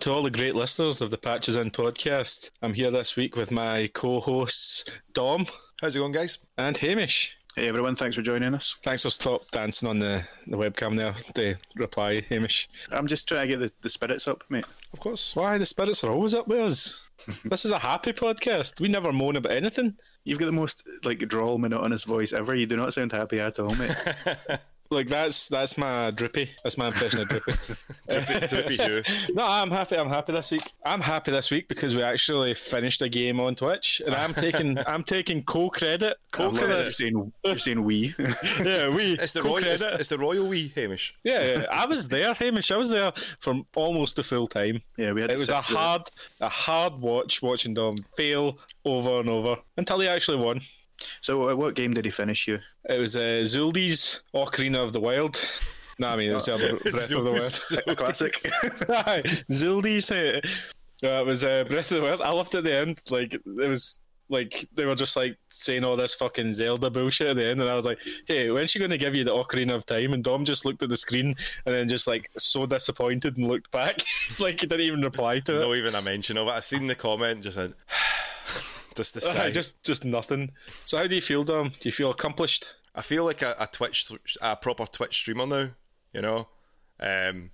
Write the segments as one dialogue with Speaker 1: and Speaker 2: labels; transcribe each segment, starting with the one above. Speaker 1: to all the great listeners of the Patches In podcast. I'm here this week with my co hosts, Dom
Speaker 2: How's it going, guys?
Speaker 1: and Hamish.
Speaker 3: Hey everyone, thanks for joining us.
Speaker 1: Thanks for stop dancing on the, the webcam there. The reply, Hamish.
Speaker 3: I'm just trying to get the, the spirits up, mate.
Speaker 2: Of course.
Speaker 1: Why the spirits are always up with us? this is a happy podcast. We never moan about anything.
Speaker 3: You've got the most like droll, monotonous voice ever. You do not sound happy at all, mate.
Speaker 1: Like that's that's my drippy. That's my impression of drippy.
Speaker 2: Drippy, drippy Hugh.
Speaker 1: No, I'm happy. I'm happy this week. I'm happy this week because we actually finished a game on Twitch, and I'm taking I'm taking co credit.
Speaker 3: I
Speaker 1: Co
Speaker 3: love that You're
Speaker 1: credit.
Speaker 3: saying, you're saying we.
Speaker 1: Yeah, we.
Speaker 2: It's the royal. It's,
Speaker 1: co-credit.
Speaker 2: it's the royal we Hamish.
Speaker 1: Yeah, yeah, I was there, Hamish. I was there from almost the full time.
Speaker 3: Yeah, we had
Speaker 1: It
Speaker 3: to
Speaker 1: was
Speaker 3: sit
Speaker 1: a
Speaker 3: through it.
Speaker 1: hard, a hard watch watching Dom fail over and over until he actually won.
Speaker 3: so, uh, what game did he finish you?
Speaker 1: It was uh, Zuldi's Ocarina of the Wild. No, I mean it was the other Breath of the Wild.
Speaker 3: Classic.
Speaker 1: Aye, Zuldi's hit. Uh, it was uh, Breath of the Wild. I left at the end. Like it was like they were just like saying all this fucking Zelda bullshit at the end, and I was like, "Hey, when's she going to give you the Ocarina of Time?" And Dom just looked at the screen and then just like so disappointed and looked back, like he didn't even reply to it.
Speaker 2: No, even a mention of it. I seen the comment. Just went, just the
Speaker 1: Aye,
Speaker 2: sigh.
Speaker 1: just just nothing. So how do you feel, Dom? Do you feel accomplished?
Speaker 2: I feel like a, a Twitch, a proper Twitch streamer now. You know, um,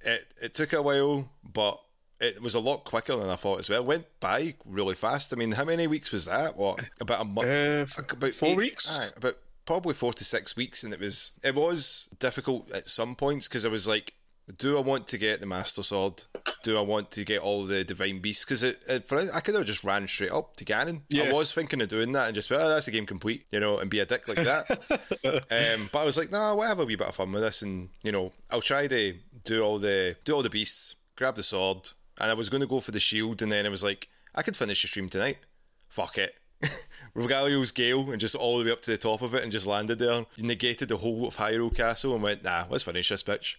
Speaker 2: it it took a while, but it was a lot quicker than I thought as well. It went by really fast. I mean, how many weeks was that? What about a month?
Speaker 1: Uh,
Speaker 2: about
Speaker 1: four weeks?
Speaker 2: Aye, about probably four to six weeks, and it was it was difficult at some points because I was like, do I want to get the Master Sword? Do I want to get all the Divine Beasts? Because it, it, for I could have just ran straight up to Ganon.
Speaker 1: Yeah.
Speaker 2: I was thinking of doing that and just be, oh, that's the game complete, you know, and be a dick like that. um, but I was like, nah, we'll have a wee bit of fun with this, and you know, I'll try to do all the do all the beasts, grab the sword, and I was going to go for the shield, and then I was like, I could finish the stream tonight. Fuck it. Regalio's Gale and just all the way up to the top of it and just landed there. Negated the whole of Hyrule Castle and went, nah, let's finish this bitch.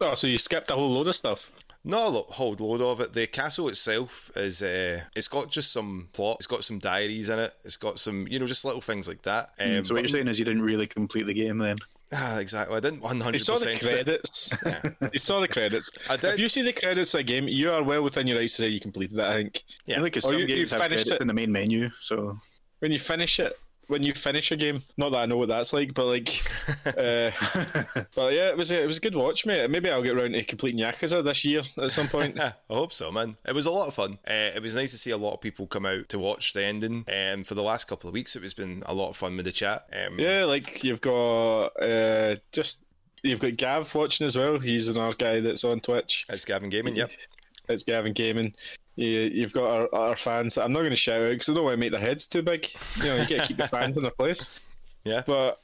Speaker 1: Oh, so you skipped a whole load of stuff.
Speaker 2: Not a lo- whole load of it. The castle itself is uh, it's got just some plot. It's got some diaries in it. It's got some you know just little things like that. Um,
Speaker 3: Mm, so, what you're saying is you didn't really complete the game then?
Speaker 2: ah, exactly. I didn't one
Speaker 1: You
Speaker 2: hundred
Speaker 1: saw the
Speaker 2: percent.
Speaker 1: credits. you saw the credits.
Speaker 2: I did.
Speaker 1: If you see the credits of a game, you are well within your rights to say you completed it. I think
Speaker 3: Yeah, like it's
Speaker 1: Oh,
Speaker 3: some
Speaker 1: you- you
Speaker 3: games have
Speaker 1: finished
Speaker 3: credits
Speaker 1: it.
Speaker 3: in the main menu. So,
Speaker 1: when you finish it, when you finish a game, not that I know what that's like, but like, uh, but yeah, it was a, it was a good watch, mate. Maybe I'll get round to completing Yakuza this year at some point.
Speaker 2: I hope so, man. It was a lot of fun. Uh, it was nice to see a lot of people come out to watch the ending. Um, for the last couple of weeks, it has been a lot of fun with the chat. Um,
Speaker 1: yeah, like you've got uh, just you've got Gav watching as well. He's an our guy that's on Twitch.
Speaker 2: It's Gavin Gaming, yep.
Speaker 1: It's Gavin Gaming. You, you've got our, our fans. that I'm not going to shout out because I don't want to make their heads too big. You know, you get to keep the fans in their place.
Speaker 2: Yeah.
Speaker 1: But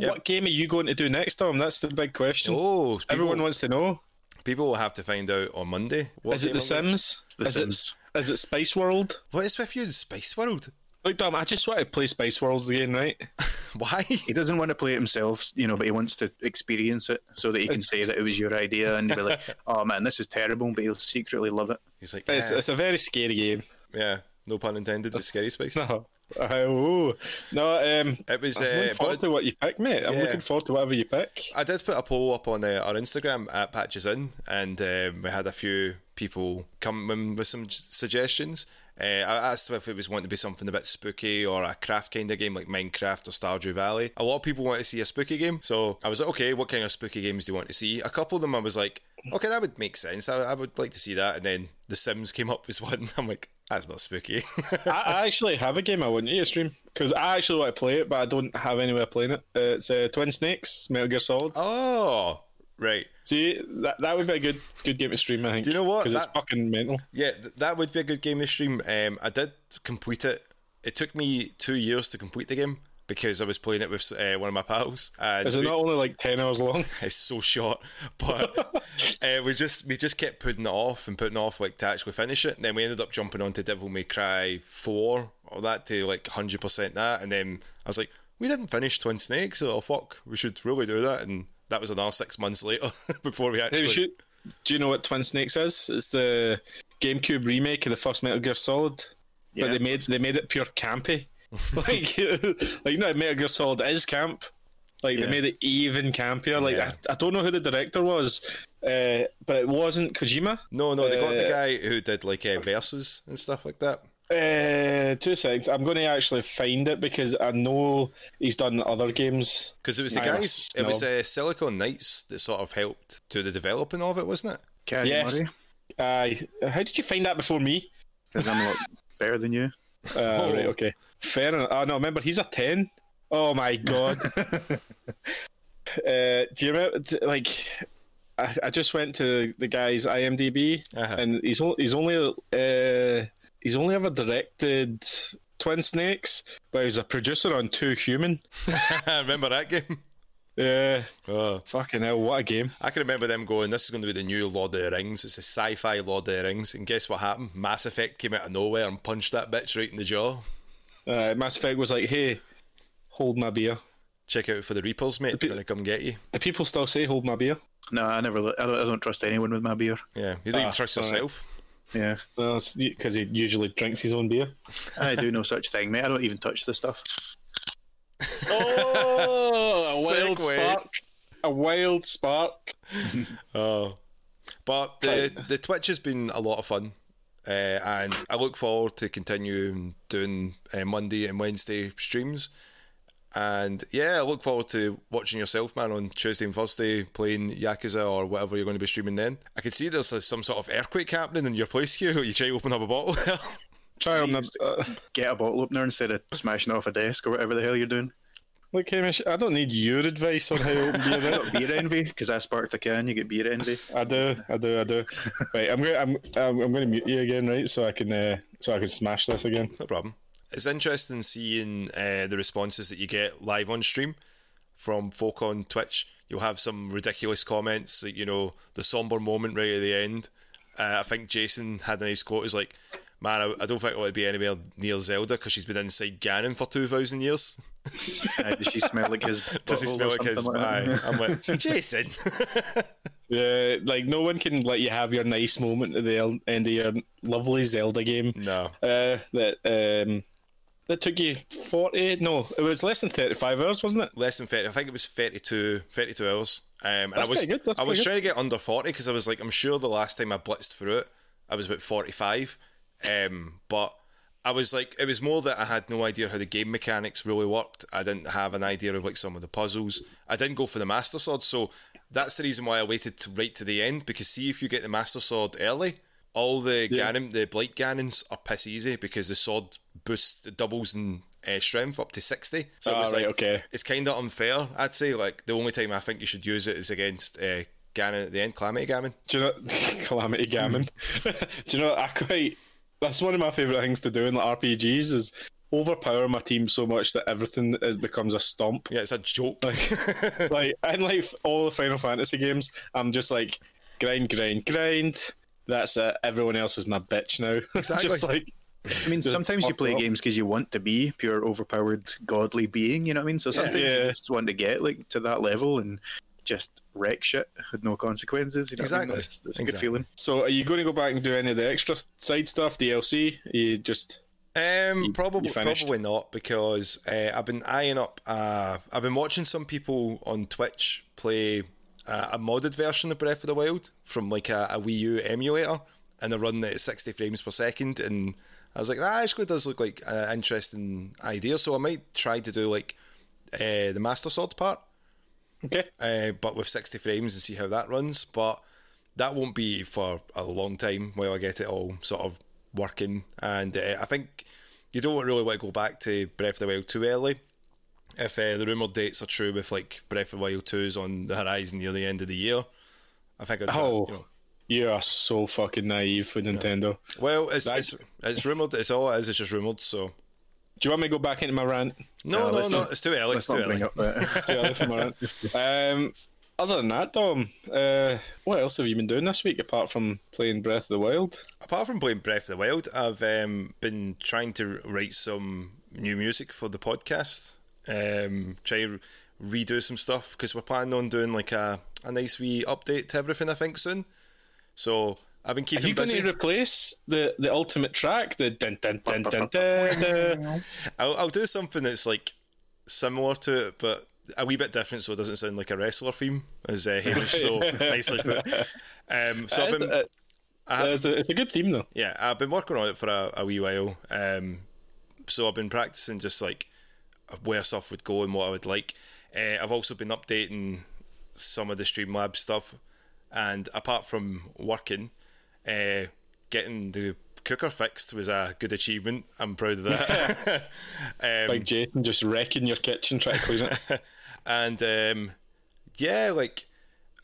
Speaker 2: Yep.
Speaker 1: what game are you going to do next, Tom? That's the big question.
Speaker 2: Oh, people,
Speaker 1: Everyone wants to know.
Speaker 2: people will have to find out on Monday. What
Speaker 1: Is it
Speaker 2: game
Speaker 1: The
Speaker 2: I'm gonna-
Speaker 1: Sims?
Speaker 3: The
Speaker 1: is
Speaker 3: Sims.
Speaker 1: it is it Space World?
Speaker 2: What is with you, Space World?
Speaker 1: Look, Dom, I just want to play Space World again, right?
Speaker 2: Why?
Speaker 3: he doesn't want to play it himself, you know, but he wants to experience it so that he can say that it was your idea and be like, oh man, this is terrible, but he'll secretly love it.
Speaker 2: He's like,
Speaker 1: It's,
Speaker 2: "Ah,
Speaker 1: it's a very scary game.
Speaker 2: yeah, no pun intended, but scary space.
Speaker 1: No, oh, no. Um,
Speaker 2: It was.
Speaker 1: I'm
Speaker 2: Uh,
Speaker 1: looking forward
Speaker 2: but
Speaker 1: to what you pick, mate. I'm
Speaker 2: Yeah.
Speaker 1: looking forward to whatever you pick.
Speaker 2: I did put a poll up on uh, our Instagram at Patches In, and um, we had a few people come in with some j- suggestions. Uh, I asked if it was wanting to be something a bit spooky or a craft kind of game like Minecraft or Stardew Valley. A lot of people want to see a spooky game, so I was like, okay, what kind of spooky games do you want to see? A couple of them I was like, okay, that would make sense. I, I would like to see that. And then The Sims came up as one. I'm like, that's not spooky.
Speaker 1: I, I actually have a game I want you to stream because I actually want to play it, but I don't have anywhere playing it. Uh, it's uh, Twin Snakes, Metal Gear Solid.
Speaker 2: oh, right.
Speaker 1: See, that, that would be a good good game to stream. I think. Do
Speaker 2: you know what?
Speaker 1: Because it's
Speaker 2: That-
Speaker 1: fucking mental.
Speaker 2: Yeah, th- that would be a good game to stream. Um, I did complete it. It took me two years to complete the game because I was playing it with uh, one of my pals. And
Speaker 1: Is it
Speaker 2: we-
Speaker 1: not only like ten hours long?
Speaker 2: It's so short, but uh, we just we just kept putting it off and putting it off like to actually finish it. And then we ended up jumping onto Devil May Cry four or that to like hundred percent that. And then I was like, we didn't finish Twin Snakes. So oh fuck, we should really do that. And that was another six months later before we actually.
Speaker 1: Hey, we should. Do you know what Twin Snakes is? It's the GameCube remake of the first Metal Gear Solid, but
Speaker 3: Yeah.
Speaker 1: they made they made it pure campy. like, like no, Metal Gear Solid is camp. Like
Speaker 3: Yeah.
Speaker 1: they made it even campier. Like
Speaker 2: Yeah.
Speaker 1: I, I don't know who the director was, Uh, but it wasn't Kojima.
Speaker 2: No, no, they got the guy who did like uh, verses and stuff like that.
Speaker 1: Uh, two seconds. I'm going to actually find it because I know he's done other games.
Speaker 2: Because it was the
Speaker 1: Nice.
Speaker 2: guys, it was
Speaker 1: No.
Speaker 2: uh, Silicon Knights that sort of helped to the developing of it, wasn't it?
Speaker 3: Caddy
Speaker 1: Yes.
Speaker 3: Murray,
Speaker 1: Aye. how did you find that before me?
Speaker 3: because I'm a lot better than you.
Speaker 1: Uh, Right. Okay. Fair enough. Oh no, remember he's a ten. Oh my god. uh, do you remember? d- Like, I, I just went to the guy's IMDb,
Speaker 2: Uh-huh.
Speaker 1: and he's o- he's only uh, he's only ever directed Twin Snakes, but he was a producer on Two Human.
Speaker 2: remember that game?
Speaker 1: Yeah.
Speaker 2: Oh.
Speaker 1: Fucking hell! What a game.
Speaker 2: I can remember them going, "This is going to be the new Lord of the Rings. It's a sci-fi Lord of the Rings." And guess what happened? Mass Effect came out of nowhere and punched that bitch right in the jaw.
Speaker 1: Uh, Mass Effect was like, hey, hold my beer.
Speaker 2: Check out for the Reapers, mate. They're
Speaker 1: pe-
Speaker 2: going to come get you.
Speaker 1: Do people still say hold my beer?
Speaker 3: No, I never. li- I don't, I don't trust anyone with my beer.
Speaker 2: Yeah, you don't
Speaker 1: Ah,
Speaker 2: even trust
Speaker 1: all right.
Speaker 2: yourself.
Speaker 3: Yeah,
Speaker 1: Because he usually drinks his own beer.
Speaker 3: I do no such thing, mate. I don't even touch the stuff.
Speaker 1: Oh, a wild
Speaker 2: Segue.
Speaker 1: spark. A wild spark.
Speaker 2: Oh, but the the Twitch has been a lot of fun, uh, and I look forward to continuing doing uh, Monday and Wednesday streams. And yeah, I look forward to watching yourself, man, on Tuesday and Thursday playing Yakuza or whatever you're going to be streaming then. I can see there's uh, some sort of earthquake happening in your place here. You try to open up a bottle.
Speaker 1: Try on the. Uh,
Speaker 3: Get a bottle opener instead of smashing off a desk or whatever the hell you're doing.
Speaker 1: look, Hamish, I don't need your advice on how to open beer.
Speaker 3: I
Speaker 1: right?
Speaker 3: got beer envy because I sparked a can. You get beer envy.
Speaker 1: I do, I do, I do. Right, I'm going. I'm. I'm, I'm going to mute you again, right? So I can. Uh, so I can smash this again.
Speaker 2: No problem. It's interesting seeing uh, the responses that you get live on stream from folk on Twitch. You'll have some ridiculous comments, like, you know, the somber moment right at the end. Uh, I think Jason had a nice quote. He's like, Man, I, I don't think I want to be anywhere near Zelda because she's been inside Ganon for 2,000 years.
Speaker 3: Uh, does she smell like his?
Speaker 2: Does he
Speaker 3: butthole or
Speaker 2: smell like
Speaker 3: something
Speaker 2: his.
Speaker 3: that?
Speaker 2: Aye. I'm like, Jason!
Speaker 1: Yeah, like no one can let you have your nice moment at the el- end of your lovely Zelda game.
Speaker 2: no.
Speaker 1: Uh, that um, that took you forty. No, it was less than thirty-five hours, wasn't it?
Speaker 2: less than 30 i think it was 32 32 hours um and
Speaker 1: That's
Speaker 2: i was
Speaker 1: pretty good, that's
Speaker 2: i was
Speaker 1: pretty good.
Speaker 2: trying to get under 40 because i was like i'm sure the last time i blitzed through it i was about 45 um but i was like it was more that i had no idea how the game mechanics really worked i didn't have an idea of like some of the puzzles i didn't go for the master sword so that's the reason why i waited to right to the end because see if you get the master sword early all the Ganon, the Blight Ganons are piss easy because the sword boosts, doubles in uh, strength up to 60. So it
Speaker 1: Ah,
Speaker 2: was
Speaker 1: right,
Speaker 2: like,
Speaker 1: okay.
Speaker 2: it's kind of unfair. I'd say like the only time I think you should use it is against uh, Ganon at the end, Calamity Gammon.
Speaker 1: Do you know Calamity Gammon? do you know I quite that's one of my favourite things to do in like RPGs is overpower my team so much that everything is, becomes a stomp.
Speaker 2: Yeah, it's a joke.
Speaker 1: like in like all the Final Fantasy games, I'm just like grind, grind, grind. That's it. Everyone else is my bitch now.
Speaker 2: Exactly.
Speaker 1: just like
Speaker 3: I mean, sometimes you
Speaker 1: fuck
Speaker 3: play
Speaker 1: up.
Speaker 3: games because you want to be pure, overpowered, godly being. You know what I mean? So sometimes you
Speaker 1: Yeah.
Speaker 3: just want to get like to that level and just wreck shit with no consequences. You know What I mean?
Speaker 2: Exactly.
Speaker 3: That's, that's a good
Speaker 2: Exactly.
Speaker 3: feeling.
Speaker 1: so. Are you going to go back and do any of the extra side stuff, DLC? You just
Speaker 2: Um, probably
Speaker 1: you finished?
Speaker 2: probably not because uh, I've been eyeing up. Uh, I've been watching some people on Twitch play uh, a modded version of Breath of the Wild from like a, a Wii U emulator, and they're running it at sixty frames per second. And I was like, that actually does look like an interesting idea. So I might try to do like uh, the Master Sword part
Speaker 1: okay.
Speaker 2: uh, but with 60 frames and see how that runs. But that won't be for a long time while I get it all sort of working. And uh, I think you don't really want to go back to Breath of the Wild too early. If uh, the rumoured dates are true with like Breath of the Wild 2's on the horizon near the end of the year, I think I'd
Speaker 1: Oh.
Speaker 2: you know.
Speaker 1: You are so fucking naive with Nintendo.
Speaker 2: Well, it's, it's, it's rumoured, it's all it is, it's just rumoured, so.
Speaker 1: Do you want me to go back into my rant?
Speaker 2: No,
Speaker 3: Uh,
Speaker 2: no,
Speaker 3: let's
Speaker 2: no,
Speaker 3: not-
Speaker 2: it's too early. It's
Speaker 3: Let's
Speaker 2: too
Speaker 3: not
Speaker 2: early.
Speaker 3: bring up that.
Speaker 1: Too early er for my rant. Um, other than that, Dom, uh, what else have you been doing this week apart from playing Breath of the Wild?
Speaker 2: apart from playing Breath of the Wild, I've um, been trying to write some new music for the podcast. Um, try to redo some stuff because we're planning on doing like a, a nice wee update to everything. I think soon. So I've been
Speaker 1: Are
Speaker 2: keeping
Speaker 1: you going
Speaker 2: busy.
Speaker 1: to replace the, the ultimate track, the dun dun dun dun dun? dun?
Speaker 2: I'll, I'll do something that's like similar to it, but a wee bit different, so it doesn't sound like a wrestler theme, as uh, Hamish so nicely put. Um, so I've been,
Speaker 1: Uh,
Speaker 2: I have-
Speaker 1: it's, a, it's a good theme though.
Speaker 2: yeah, I've been working on it for a, a wee while. Um, so I've been practicing just like where stuff would go and what I would like. Uh, I've also been updating some of the Streamlab stuff, and apart from working, uh, getting the cooker fixed was a good achievement. I'm proud of that. um,
Speaker 1: Like Jason just wrecking your kitchen, trying to clean it.
Speaker 2: and um, yeah, like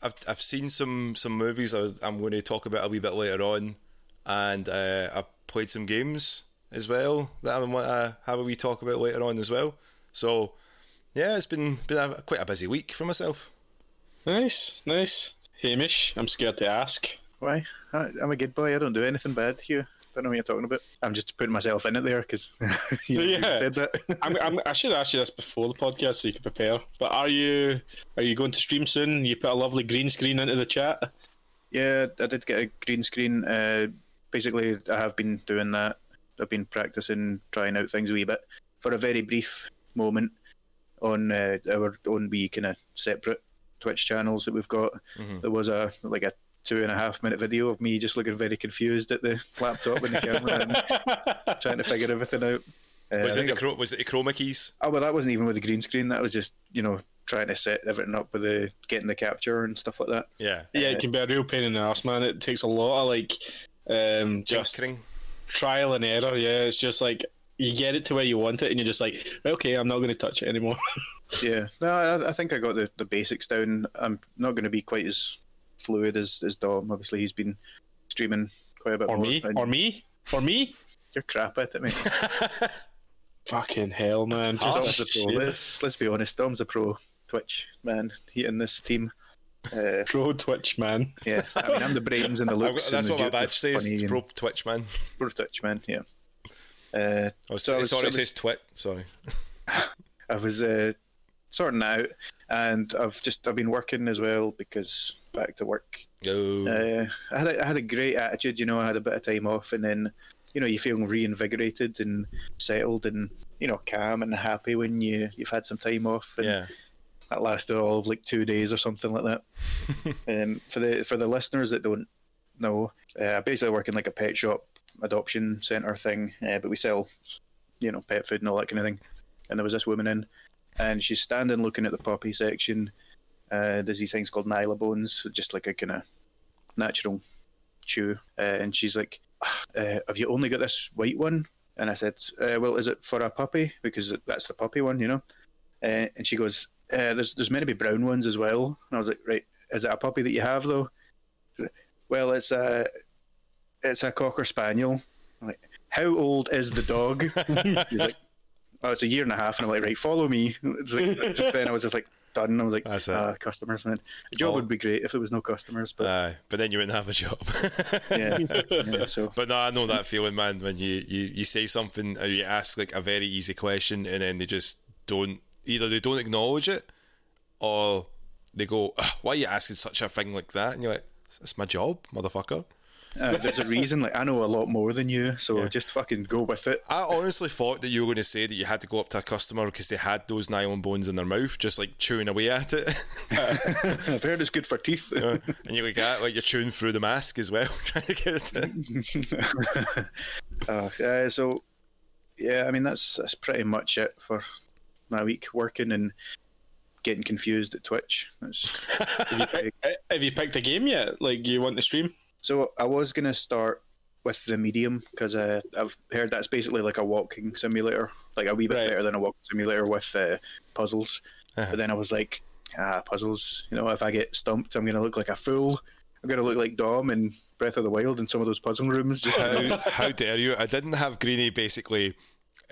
Speaker 2: I've I've seen some some movies I, I'm going to talk about a wee bit later on, and uh, I've played some games as well that I want to have a wee talk about later on as well. So yeah, it's been been a, quite a busy week for myself.
Speaker 1: nice, nice. Hamish, I'm scared to ask.
Speaker 3: Why? I, I'm a good boy. I don't do anything bad to you. don't know what you're talking about. I'm just putting myself in it there because you, you
Speaker 1: Yeah.
Speaker 3: said that.
Speaker 1: I'm, I'm, I should ask you this before the podcast so you can prepare. But are you are you going to stream soon? You put a lovely green screen into the chat.
Speaker 3: yeah, I did get a green screen. Uh, basically, I have been doing that. I've been practicing, trying out things a wee bit for a very brief moment on uh, our own wee kind of separate Twitch channels that we've got.
Speaker 2: Mm-hmm.
Speaker 3: There was a like a two and a half minute video of me just looking very confused at the laptop and the camera and trying to figure everything out. Uh, I
Speaker 2: Was it
Speaker 3: think
Speaker 2: the cro- was it the chroma keys?
Speaker 3: Oh well, that wasn't even with the green screen. That was just you know trying to set everything up with the getting the capture and stuff like that.
Speaker 2: Yeah,
Speaker 1: Yeah, it can be a real pain in the ass, man. It takes a lot of like um, just
Speaker 2: Tinkering.
Speaker 1: trial and error. Yeah, it's just like you get it to where you want it, and you're just like, okay, I'm not going to touch it anymore.
Speaker 3: Yeah, no, I, I think I got the, the basics down. I'm not going to be quite as fluid as, as Dom. Obviously, he's been streaming quite a bit
Speaker 1: or
Speaker 3: more.
Speaker 1: me,
Speaker 3: and
Speaker 1: or me, or me.
Speaker 3: You're crap at it, mate.
Speaker 1: Fucking hell, man!
Speaker 2: Oh,
Speaker 1: Just
Speaker 3: Dom's a
Speaker 1: the
Speaker 3: pro. Let's let's be honest. Dom's a pro Twitch man. He in this team. Uh,
Speaker 1: pro Twitch man.
Speaker 3: yeah, I mean, I'm the brains and the
Speaker 2: I've
Speaker 3: looks.
Speaker 2: got- that's what
Speaker 3: and the
Speaker 2: my
Speaker 3: ju- the
Speaker 2: badge says.
Speaker 3: funny and-
Speaker 2: Pro Twitch man.
Speaker 3: pro Twitch man. Yeah. Uh,
Speaker 2: Oh,
Speaker 3: So I
Speaker 2: sorry,
Speaker 3: was-
Speaker 2: sorry, it
Speaker 3: I was-
Speaker 2: says twit. Sorry.
Speaker 3: I was uh, sorting that out, and I've just I've been working as well because back to work.
Speaker 2: Oh,
Speaker 3: Uh, I had a, I had a great attitude, you know. I had a bit of time off, and then you know you feel reinvigorated and settled, and you know calm and happy when you you've had some time off. And
Speaker 2: yeah.
Speaker 3: that lasted all of like two days or something like that. um, for the for the listeners that don't know, uh, I basically work in like a pet shop adoption center thing, uh, but we sell, you know, pet food and all that kind of thing. And there was this woman in, and she's standing looking at the puppy section. Uh, there's these things called Nyla bones, just like a kind of natural chew, uh, and she's like, uh, "Have you only got this white one?" And I said, uh, "Well, is it for a puppy? Because that's the puppy one, you know." Uh, and she goes, uh, "There's there's meant to be brown ones as well." And I was like, "Right, is it a puppy that you have though?" She's like, Well, it's a it's a cocker spaniel. I'm like, "How old is the dog?" She's like, "Oh, it's a year and a half." And I'm like, "Right, follow me." It's like, just then I was just like done. I was like,
Speaker 2: That's it.
Speaker 3: "Ah, customers, man. A job
Speaker 2: Oh.
Speaker 3: would be great if there was no customers, but
Speaker 2: Aye, but then you wouldn't have a job.
Speaker 3: yeah, yeah, so."
Speaker 2: But no, I know that feeling, man. When you, you, you say something or you ask like a very easy question, and then they just don't either they don't acknowledge it, or they go, "Ugh, "Why are you asking such a thing like that?" And you're like, "It's my job, motherfucker."
Speaker 3: Uh, there's a reason. Like I know a lot more than you, so just fucking go with it.
Speaker 2: I honestly thought that you were going to say that you had to go up to a customer because they had those nylon bones in their mouth, just like chewing away at it,
Speaker 3: I've heard it's good for teeth.
Speaker 2: and you're like, ah, like you're chewing through the mask as well, trying to get it. In.
Speaker 3: Uh, uh, so yeah, I mean that's that's pretty much it for my week working and getting confused at Twitch. That's,
Speaker 1: Uh, Have you picked a game yet? Like you want to stream?
Speaker 3: so I was gonna start with the medium because uh, I've heard that's basically like a walking simulator, like a wee bit
Speaker 1: Right.
Speaker 3: better than a walking simulator with uh, puzzles. But then I was like, ah, puzzles. You know, if I get stumped, I'm gonna look like a fool. I'm gonna look like Dom in Breath of the Wild in some of those puzzle rooms. Just
Speaker 2: How, how dare you? I didn't have Greeny basically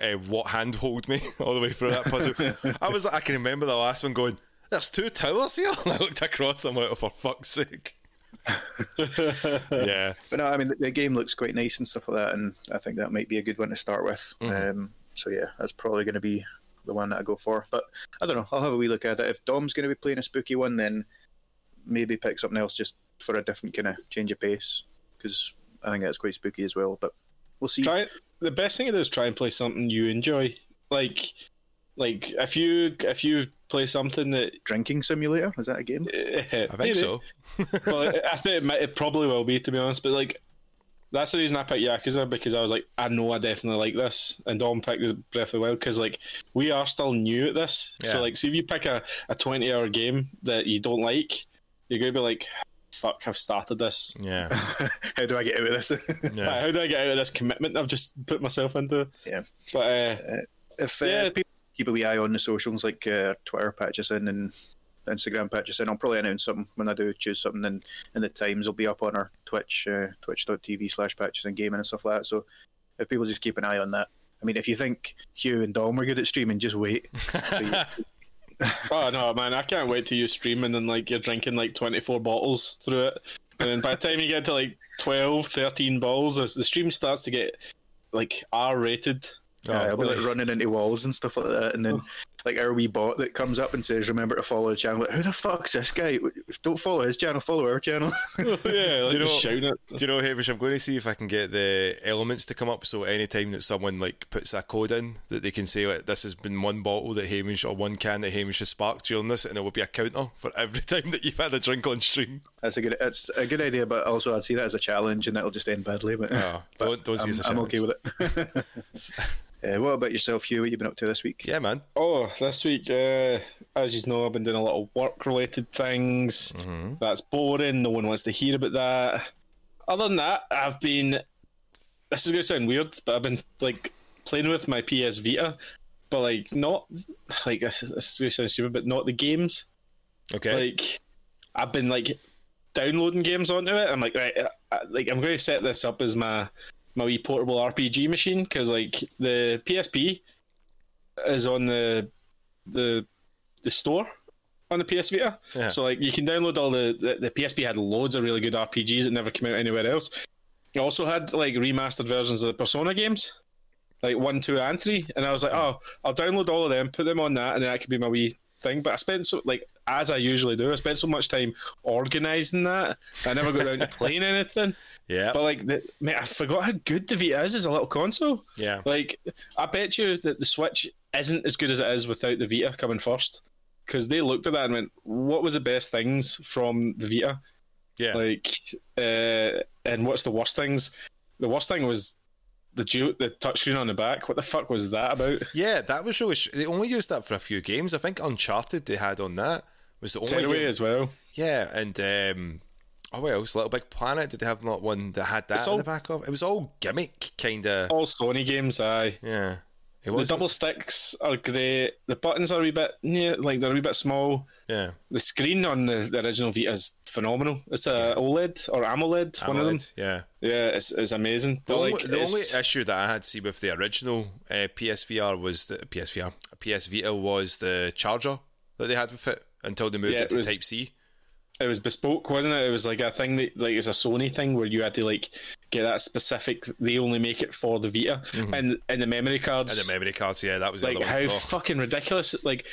Speaker 2: uh, what handhold me all the way through that puzzle. I was I can remember the last one going, There's two towers here and I looked across and went, Oh for fuck's sake. yeah.
Speaker 3: But no, I mean the, the game looks quite nice and stuff like that, and I think that might be a good one to start with. Um, so yeah, that's probably going to be the one that I go for. But I don't know. I'll have a wee look at it. If Dom's going to be playing a spooky one, then maybe pick something else just for a different kind of change of pace because I think that's quite spooky as well. But we'll see.
Speaker 1: Try the best thing to do is try and play something you enjoy. Like, like if you if you play something that
Speaker 3: Drinking Simulator is that a game?
Speaker 2: I think so.
Speaker 1: well, it- I think it, might, it probably will be to be honest. But like, that's the reason I picked Yakuza because I was like, I know I definitely like this, and Dom picked this Breath of the Wild because like we are still new at this.
Speaker 2: Yeah.
Speaker 1: So like, see if you pick a a twenty hour game that you don't like, you're gonna be like, fuck, I've started this.
Speaker 2: Yeah,
Speaker 3: How do I get out of this?
Speaker 1: Like,
Speaker 2: yeah.
Speaker 1: How do I get out of this commitment I've just put myself into?
Speaker 3: Yeah.
Speaker 1: But uh,
Speaker 3: if uh,
Speaker 1: Yeah.
Speaker 3: people keep a wee eye on the socials like uh, Twitter patches in and Instagram patches in, I'll probably announce something when I do choose something, and, and the times will be up on our Twitch, uh, twitch.tv slash patches and gaming and stuff like that. So if people just keep an eye on that. I mean, if you think Hugh and Dom are good at streaming, just wait.
Speaker 1: oh no, man, I can't wait till you stream and then like you're drinking like twenty four bottles through it, and then by the time you get to like 12, 13 bottles, the the stream starts to get like R rated.
Speaker 3: Uh, I'll be like running into walls and stuff like that, and then like our wee bot that comes up and says, "Remember to follow the channel." Like, who the fuck's this guy? Don't follow his channel. Follow our channel.
Speaker 1: yeah, like
Speaker 2: Do you know-
Speaker 1: just shouting it.
Speaker 2: Do you know, Hamish? I'm going to see if I can get the elements to come up. So anytime that someone like puts that code in, that they can say like, this has been one bottle that Hamish or one can that Hamish has sparked during this, and there will be a counter for every time that you've had a drink on stream.
Speaker 3: That's a good. It's a good idea, but also I'd see that as a challenge, and it'll just end badly. But,
Speaker 2: No,
Speaker 3: Oh, but
Speaker 2: don't- don't see it
Speaker 3: I'm,
Speaker 2: as a
Speaker 3: I'm okay with it. uh, what about yourself, Hugh? What you been up to this week?
Speaker 2: Yeah, man.
Speaker 1: Oh, this week, uh, as you know, I've been doing a lot of work related things. That's boring. No one wants to hear about that. Other than that, I've been. This is going to sound weird, but I've been like playing with my PS Vita, but like not like this is, this is going to sound stupid, but not the games.
Speaker 2: Okay.
Speaker 1: Like I've been like downloading games onto it. I'm like, right, I, like I'm going to set this up as my my wee portable RPG machine because like the PSP is on the the the store on the PS Vita.
Speaker 2: Yeah.
Speaker 1: So like you can download all the, the the PSP had loads of really good RPGs that never came out anywhere else. It also had like remastered versions of the Persona games. Like one, two, and three, and I was like, "Oh, I'll download all of them, put them on that, and that could be my wee thing." But I spent so like as I usually do, I spent so much time organizing that I never got around to playing anything.
Speaker 2: yeah.
Speaker 1: But like, the, mate, I forgot how good the Vita is as a little console.
Speaker 2: yeah.
Speaker 1: Like, I bet you that the Switch isn't as good as it is without the Vita coming first. Because they looked at that and went, "What was the best things from the Vita?
Speaker 2: Yeah.
Speaker 1: Like, uh, and what's the worst things? The worst thing was the ju- the touchscreen on the back. What the fuck was that about?
Speaker 2: yeah. That was really. Sh- they only used that for a few games. I think Uncharted they had on that was the only.
Speaker 1: Tearaway
Speaker 2: game-
Speaker 1: as well.
Speaker 2: Yeah, and um, oh what else? Little Big Planet. Did they have not one that had that
Speaker 1: It's
Speaker 2: in
Speaker 1: all-
Speaker 2: the back of? It was all gimmick kind of.
Speaker 1: All Sony games, aye.
Speaker 2: Yeah. It
Speaker 1: The
Speaker 2: was.
Speaker 1: double sticks are great. The buttons are a wee bit, yeah, like they're a wee bit small.
Speaker 2: yeah.
Speaker 1: The screen on the, the original Vita is phenomenal. It's a OLED or AMOLED, one of them.
Speaker 2: AMOLED, Yeah.
Speaker 1: Yeah, it's, it's amazing.
Speaker 2: The,
Speaker 1: But
Speaker 2: only,
Speaker 1: like,
Speaker 2: the
Speaker 1: it's-
Speaker 2: only issue that I had see with the original uh, PSVR was the PSVR PS Vita was the charger that they had with it until they moved
Speaker 1: Yeah,
Speaker 2: it
Speaker 1: it
Speaker 2: to
Speaker 1: was-
Speaker 2: Type C.
Speaker 1: it was bespoke, wasn't it? It was like a thing that like it's a Sony thing where you had to like get that specific. They only make it for the Vita and and the memory cards.
Speaker 2: Mm-hmm. And the memory cards. Yeah, that was the
Speaker 1: like
Speaker 2: other
Speaker 1: how
Speaker 2: one. Oh,
Speaker 1: fucking ridiculous! Like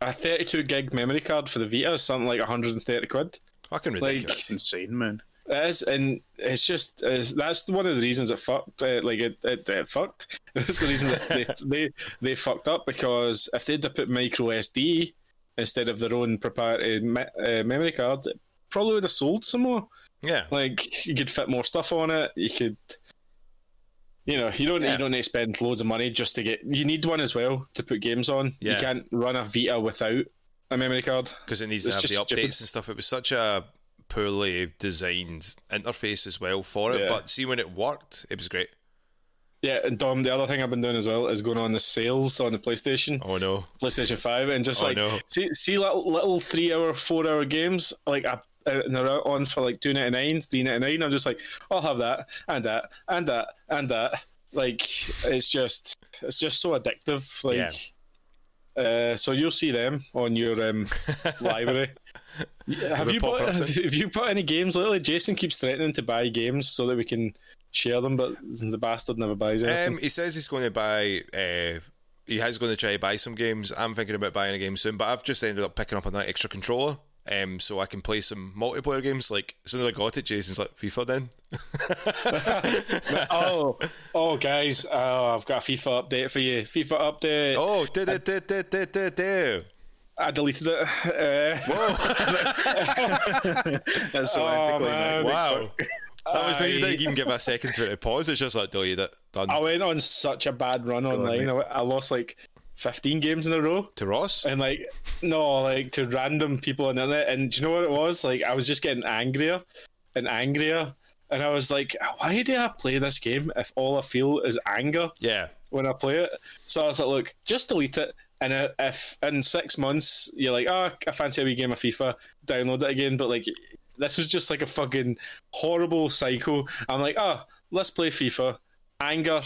Speaker 1: a 32 gig memory card for the Vita is something like 130 quid.
Speaker 2: fucking ridiculous.
Speaker 3: It's insane, man.
Speaker 1: It is, and it's just it's, that's one of the reasons it fucked. Uh, like it, it, it fucked. That's the reason that they, they they fucked up because if they'd have put micro SD instead of their own proprietary me- uh, memory card, it probably would have sold some more.
Speaker 2: yeah.
Speaker 1: Like you could fit more stuff on it. You could, you know, you don't
Speaker 2: Yeah.
Speaker 1: you don't need to spend loads of money just to get. You need one as well to put games on.
Speaker 2: Yeah.
Speaker 1: You can't run a Vita without a memory card.
Speaker 2: because it needs to
Speaker 1: It's
Speaker 2: have the updates
Speaker 1: just stupid.
Speaker 2: and stuff. It was such a poorly designed interface as well for it.
Speaker 1: Yeah.
Speaker 2: But see, when it worked, it was great.
Speaker 1: Yeah, and Dom, the other thing I've been doing as well is going on the sales on the PlayStation.
Speaker 2: Oh no,
Speaker 1: PlayStation Five and just
Speaker 2: Oh,
Speaker 1: like
Speaker 2: no.
Speaker 1: see see little, little three hour, four hour games like uh, I, and they're out on for like two ninety nine, three ninety nine. I'm just like, I'll have that and that and that and that. Like it's just it's just so addictive. Like. Uh, so you'll see them on your um, library. Yeah, have
Speaker 2: They
Speaker 1: you
Speaker 2: pop
Speaker 1: bought
Speaker 2: up
Speaker 1: have,
Speaker 2: soon.
Speaker 1: you bought any games lately? Jason keeps threatening to buy games so that we can share them, but the bastard never buys anything.
Speaker 2: Um, he says he's going to buy. Uh, he has going to try to buy some games. I'm thinking about buying a game soon, but I've just ended up picking up on that extra controller. Um, so I can play some multiplayer games. Like as soon as I got it, Jason's like FIFA. Then
Speaker 1: oh, oh, guys, oh, I've got a FIFA update for you. FIFA update.
Speaker 2: oh, do do do do do do do.
Speaker 1: I deleted it. Uh,
Speaker 2: Whoa!
Speaker 3: That's so
Speaker 1: Oh,
Speaker 3: ethically
Speaker 1: man.
Speaker 3: like,
Speaker 2: wow. That was
Speaker 1: I-
Speaker 2: not you didn't even give it a second for it to pause. It's just like deleted it. Done.
Speaker 1: I went on such a bad run online. I, I lost like 15 games in a row.
Speaker 2: to Ross.
Speaker 1: And like, no, like to random people on the internet. And do you know what it was? Like, I was just getting angrier and angrier. And I was like, why do I play this game if all I feel is anger?
Speaker 2: Yeah.
Speaker 1: when I play it. So I was like, look, just delete it. And uh, if in six months you're like, oh, I fancy a wee game of FIFA, download it again. But like, this is just like a fucking horrible cycle. I'm like, oh, let's play FIFA. Anger,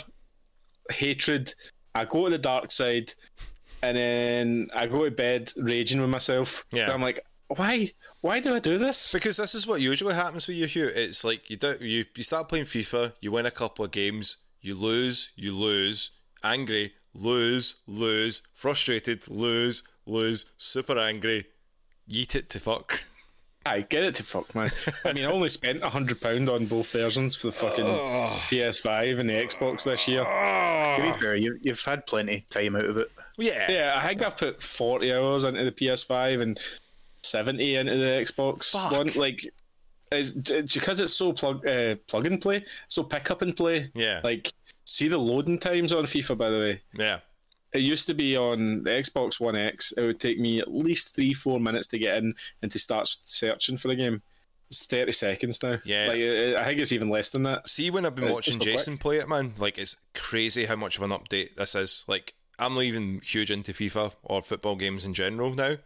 Speaker 1: hatred. I go to the dark side, and then I go to bed raging with myself.
Speaker 2: Yeah.
Speaker 1: And I'm like, why? Why do I do this?
Speaker 2: Because this is what usually happens with you, Hugh. It's like you do, you you start playing FIFA, you win a couple of games, you lose, you lose, angry, lose, lose, frustrated, lose, lose, super angry, yeet it to fuck.
Speaker 1: I get it to fuck, man. I mean, I only spent a hundred pound on both versions for the fucking PS5 and the Xbox this year.
Speaker 3: To be fair, you, you've had plenty of time out of it.
Speaker 2: Yeah.
Speaker 1: Yeah, I think I've put forty hours into the PS5 and seventy into the Xbox
Speaker 2: Fuck.
Speaker 1: one. Like, it's, it's because it's so plug uh, plug and play, so pick up and play.
Speaker 2: Yeah.
Speaker 1: Like, see the loading times on FIFA. By the way,
Speaker 2: Yeah.
Speaker 1: it used to be on the Xbox One X. It would take me at least three four minutes to get in and to start searching for the game. It's thirty seconds now.
Speaker 2: Yeah.
Speaker 1: Like, I I think it's even less than that.
Speaker 2: See, when I've been
Speaker 1: It's
Speaker 2: watching
Speaker 1: just a
Speaker 2: Jason play it, man, like it's crazy how much of an update this is. Like, I'm not even huge into FIFA or football games in general now.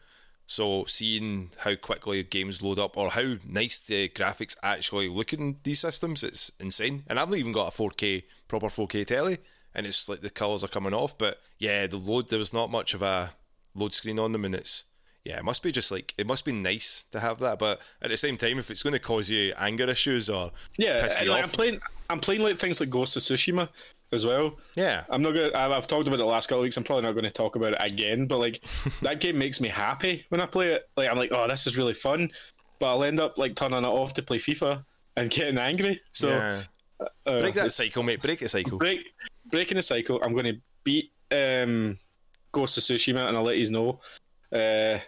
Speaker 2: So, seeing how quickly games load up or how nice the graphics actually look in these systems, it's insane. And I've not even got a 4K, proper 4K telly, and it's like the colours are coming off. But yeah, the load, there was not much of a load screen on them, and it's. Yeah, it must be just like it must be nice to have that, but at the same time, if it's going to cause you anger issues or
Speaker 1: Yeah,
Speaker 2: piss
Speaker 1: and,
Speaker 2: you
Speaker 1: like,
Speaker 2: off,
Speaker 1: I'm playing. I'm playing like things like Ghost of Tsushima as well.
Speaker 2: Yeah.
Speaker 1: I'm not gonna. I've, I've talked about it the last couple of weeks. I'm probably not going to talk about it again. But like, that game makes me happy when I play it. Like, I'm like, oh, this is really fun. But I'll end up like turning it off to play FIFA and getting angry. So
Speaker 2: yeah.
Speaker 1: uh,
Speaker 2: break that
Speaker 1: it's-
Speaker 2: cycle, mate. Break the cycle.
Speaker 1: break breaking the cycle. I'm going to beat um, Ghost of Tsushima, and I'll let you know. Uh,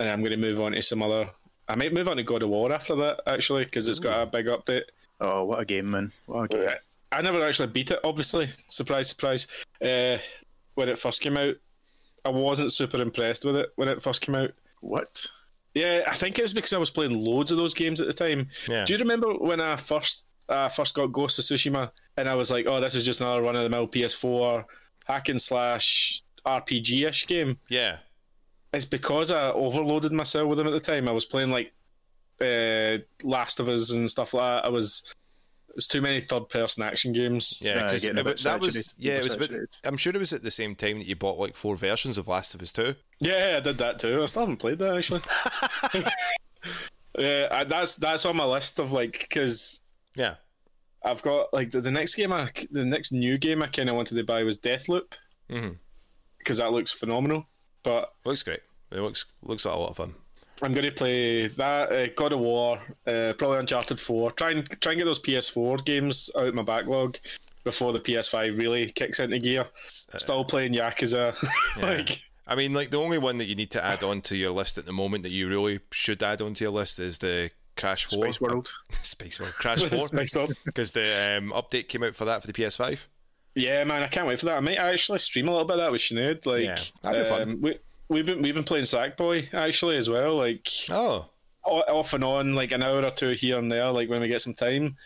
Speaker 1: and I'm going to move on to some other. I might move on to God of War after that actually because it's got a big update.
Speaker 3: Oh, what a game, man! What a game.
Speaker 1: Yeah. I never actually beat it, obviously. Surprise, surprise. Uh, when it first came out, I wasn't super impressed with it when it first came out.
Speaker 3: What?
Speaker 1: Yeah, I think it was because I was playing loads of those games at the time.
Speaker 2: Yeah.
Speaker 1: Do you remember when I first uh, first got Ghost of Tsushima and I was like, oh, this is just another run of the mill PS4 hack and slash RPG ish game?
Speaker 2: Yeah.
Speaker 1: It's because I overloaded myself with them at the time. I was playing like uh, Last of Us and stuff like that. I was. It was too many third person action games.
Speaker 2: Yeah,
Speaker 3: Uh,
Speaker 2: 'cause
Speaker 3: getting a
Speaker 2: it-
Speaker 3: bit
Speaker 2: that was
Speaker 3: saturated.
Speaker 2: yeah, it was a bit,
Speaker 3: Saturated.
Speaker 2: I'm sure it was at the same time that you bought like four versions of Last of Us Two.
Speaker 1: Yeah, I did that too. I still haven't played that actually. yeah, I, that's that's on my list of like because
Speaker 2: Yeah,
Speaker 1: I've got like the, the next game I the next new game I kind of wanted to buy was Deathloop
Speaker 2: Mhm.
Speaker 1: because that looks phenomenal. But
Speaker 2: looks great. It looks looks like a lot of fun.
Speaker 1: I'm going to play that uh, God of War, uh, probably Uncharted Four. Try and try and get those PS4 games out of my backlog before the PS5 really kicks into gear.
Speaker 2: Uh,
Speaker 1: Still playing Yakuza. like
Speaker 2: I mean, like the only one that you need to add on to your list at the moment that you really should add on to your list is the Crash Four,
Speaker 3: Space World.
Speaker 2: Space World, Crash
Speaker 1: it's
Speaker 2: Four,
Speaker 1: mixed up.
Speaker 2: because the um, update came out for that for the PS5.
Speaker 1: Yeah, man, I can't wait for that. I might actually stream a little bit of that with Sinead. Like,
Speaker 2: Yeah, that'd be fun.
Speaker 1: um, We, we've been we've been playing Sackboy actually as well. Like
Speaker 2: Oh,
Speaker 1: o- off and on, like an hour or two here and there. Like when we get some time,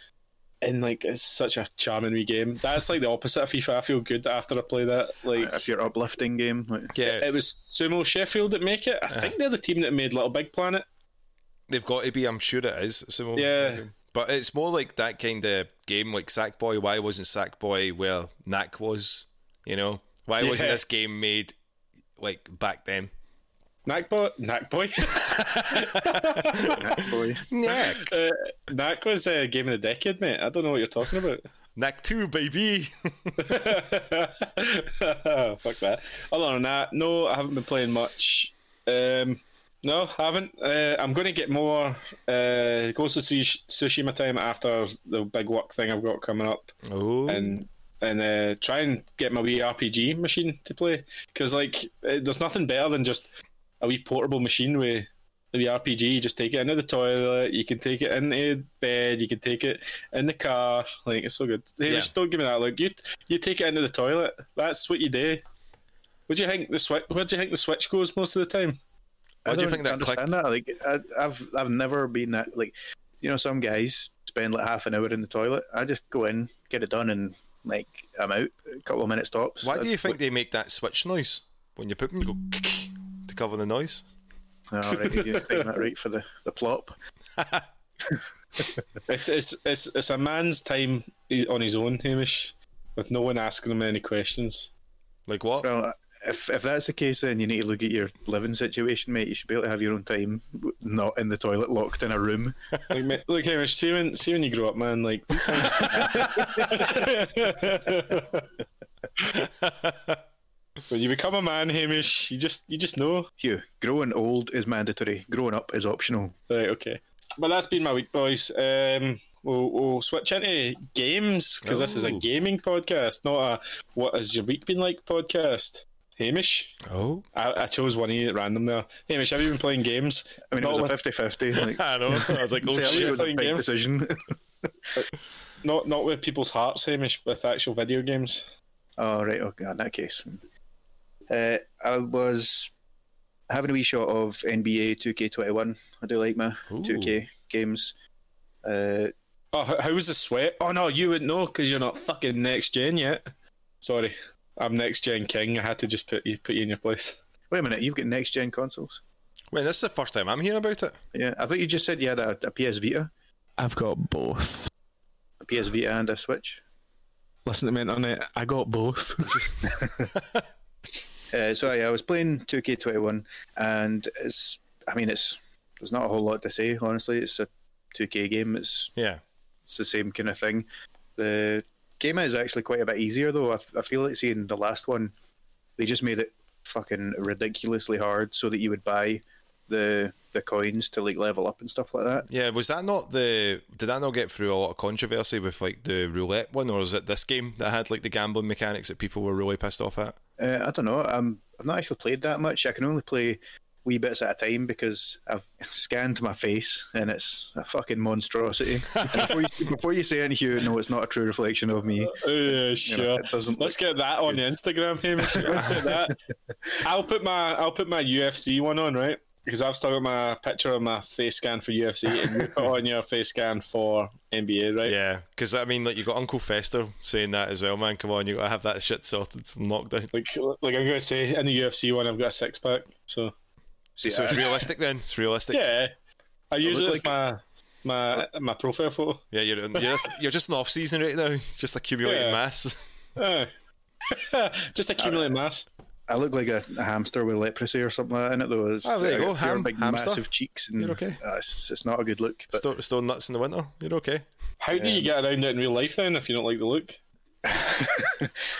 Speaker 1: and like it's such a charming wee game. That's like the opposite of FIFA. I feel good after I play that. Like
Speaker 3: If you're uplifting game, like,
Speaker 2: yeah,
Speaker 1: it Uh-huh. was Sumo Sheffield that make it. I think they're the team that made Little Big Planet.
Speaker 2: They've got to be. I'm sure it is. So
Speaker 1: Yeah.
Speaker 2: But it's more like that kind of game, like Sackboy. Why wasn't Sackboy where Knack was? You know, why wasn't
Speaker 1: Yeah.
Speaker 2: this game made like back then?
Speaker 1: Knackboy, Knackboy,
Speaker 3: boy.
Speaker 2: Knack,
Speaker 1: uh, Knack was a uh, game of the decade, mate. I don't know what you're talking about.
Speaker 2: Knack Two, baby.
Speaker 1: Fuck that. Other than that, no, I haven't been playing much. Um, no, haven't. Uh, I'm going to get more uh, Ghost of Tsush- Tsushima time after the big work thing I've got coming up,
Speaker 2: Oh,
Speaker 1: and and uh, try and get my wee RPG machine to play because like eh, there's nothing better than just a wee portable machine with the wee RPG. You just take it into the toilet. You can take it into bed. You can take it in the car. Like it's so good. Hey,
Speaker 2: Yeah.
Speaker 1: just don't give me that. Like you, you take it into the toilet. That's what you do. What do you think the switch? Where do you think the switch goes most of the time?
Speaker 2: Why
Speaker 3: I
Speaker 2: do you
Speaker 3: don't
Speaker 2: think that click-
Speaker 3: understand that. Like, I, I've I've never been that. Like, you know, some guys spend like half an hour in the toilet. I just go in, get it done, and like I'm out. A couple of minutes tops.
Speaker 2: Why
Speaker 3: I-
Speaker 2: do you think they make that switch noise when you pooping? You go to cover the noise.
Speaker 3: Oh, right, you're taking that right for the the plop.
Speaker 1: It's it's it's it's a man's time he- on his own, Hamish, with no one asking him any questions.
Speaker 2: Like what?
Speaker 3: Well, if if that's the case, then you need to look at your living situation, mate. You should be able to have your own time, w- not in the toilet, locked in a room.
Speaker 1: Like, ma- like Hamish, see when see when you grow up, man. Like these things. when you become a man, Hamish, you just you just know.
Speaker 3: Hugh, growing old is mandatory. Growing up is optional.
Speaker 1: Right, okay. But that's been my week, boys. Um, we'll, we'll switch into games because this is a
Speaker 2: Ooh.
Speaker 1: gaming podcast, not a what has your week been like podcast. Hamish,
Speaker 2: Oh,
Speaker 1: I, I chose one of you at random there. Hamish, have you been playing games?
Speaker 3: I mean,
Speaker 1: Not
Speaker 3: it was
Speaker 1: with-
Speaker 3: a 50-50. Like,
Speaker 2: I know. I was like, oh
Speaker 3: certainly
Speaker 1: shit,
Speaker 3: it was a
Speaker 1: playing
Speaker 3: big
Speaker 1: games.
Speaker 3: decision.
Speaker 1: Not not with people's hearts, Hamish, with actual video games.
Speaker 3: Oh, right. Okay, in that case. Uh, I was having a wee shot of NBA 2K21. I do like my
Speaker 2: Ooh.
Speaker 3: 2K games. Uh,
Speaker 1: Oh, how, how was the sweat? Oh no, you wouldn't know because you're not fucking next gen yet. Sorry, I'm next gen king. I had to just put you put you in your place.
Speaker 3: wait a minute, you've got next gen consoles?
Speaker 2: Wait, this is the first time I'm hearing about it.
Speaker 3: Yeah, I thought you just said you had a, a PS Vita,
Speaker 1: I've got both.
Speaker 3: a PS Vita, and a Switch.
Speaker 1: Listen to me on it. I got both.
Speaker 3: Uh, so yeah, I was playing 2K21, and it's, I mean, it's there's not a whole lot to say honestly. It's a 2K game. It's
Speaker 2: Yeah.
Speaker 3: it's the same kind of thing. The game is actually quite a bit easier though. I, I feel like seeing the last one, they just made it fucking ridiculously hard so that you would buy the the coins to like level up and stuff like that.
Speaker 2: Yeah, was that not the? Did that not get through a lot of controversy with like the roulette one, or is it this game that had like the gambling mechanics that people were really pissed off at?
Speaker 3: Uh, I don't know. Um, I've not actually played that much. I can only play wee bits at a time because I've scanned my face and it's a fucking monstrosity. And before, you, before you say anything, Hugh, no, it's not a true reflection of
Speaker 2: Uh,
Speaker 3: me.
Speaker 1: Oh, yeah, sure.
Speaker 3: know, it doesn't
Speaker 1: Let's get that on the Instagram, Hamish. Let's get that. I'll put my I'll put my UFC one on right because I've still got my picture of my face scan for UFC and you put on your face scan for NBA, right?
Speaker 2: Yeah, because I mean, like you got Uncle Fester saying that as well, man. Come on, you gotta have that shit sorted and locked down.
Speaker 1: Like like I'm gonna say in the UFC one, I've got a six pack. So
Speaker 3: See,
Speaker 2: So
Speaker 3: I-
Speaker 2: it's realistic then. It's realistic.
Speaker 1: yeah, I use it
Speaker 3: look
Speaker 1: as my my my profile photo.
Speaker 2: Yeah, you're you're just, you're just in off season right now, just accumulating
Speaker 1: Yeah.
Speaker 2: mass.
Speaker 1: Aye. Eh. Just accumulate mass.
Speaker 3: I look like a, a hamster with leprosy or something like that in it though. It's-
Speaker 2: Oh, there you
Speaker 3: I
Speaker 2: go,
Speaker 3: got pure
Speaker 2: ham-
Speaker 3: big
Speaker 2: hamster.
Speaker 3: massive cheeks, and
Speaker 2: You're okay.
Speaker 3: uh, it's, it's not a good look. But
Speaker 2: Still, still nuts in the winter. You're okay.
Speaker 1: How do you get around it in real life then if you don't like the look?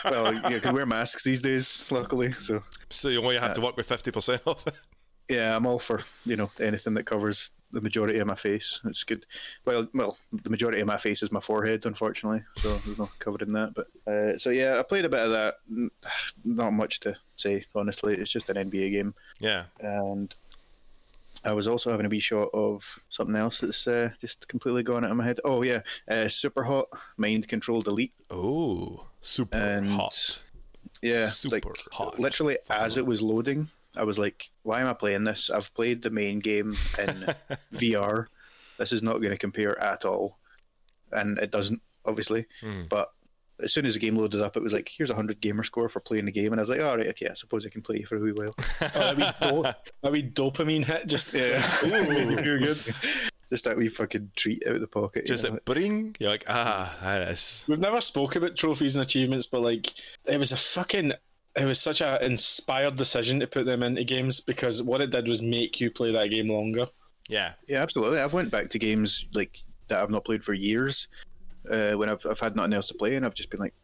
Speaker 3: well, you can wear masks these days, luckily. So
Speaker 2: So you only have to work with fifty percent off.
Speaker 3: yeah, I'm all for you know anything that covers the majority of my face. It's good. Well, well, the majority of my face is my forehead, unfortunately. So there's no covering that. But uh, so yeah, I played a bit of that. N- Not much to say, honestly. It's just an NBA game,
Speaker 2: yeah.
Speaker 3: and. I was also having a wee shot of something else that's uh, just completely gone out of my head. Oh yeah, uh, super hot mind control delete.
Speaker 2: Oh, super
Speaker 3: And-
Speaker 2: hot.
Speaker 3: Yeah,
Speaker 2: Super
Speaker 3: like
Speaker 2: hot.
Speaker 3: literally as it was loading, I was like, "Why am I playing this? I've played the main game in VR. This is not going to compare at all." And it doesn't, obviously.
Speaker 2: Hmm.
Speaker 3: But as soon as the game loaded up, it was like, "Here's a hundred gamer score for playing the game," and I was like, "All right, okay, I suppose I can play for a wee while."
Speaker 1: Oh, that, wee do- that wee dopamine hit just eh.
Speaker 3: Yeah,
Speaker 1: Ooh.
Speaker 3: You're good. Just that wee fucking treat out of the pocket.
Speaker 2: Just
Speaker 3: you know?
Speaker 2: like bring. You're like ah, that is.
Speaker 1: We've never spoke about trophies and achievements, but like it was a fucking it was such a inspired decision to put them into games because what it did was make you play that game longer.
Speaker 2: Yeah.
Speaker 3: Yeah, absolutely. I've went back to games like that I've not played for years uh, when I've I've had nothing else to play, and I've just been like.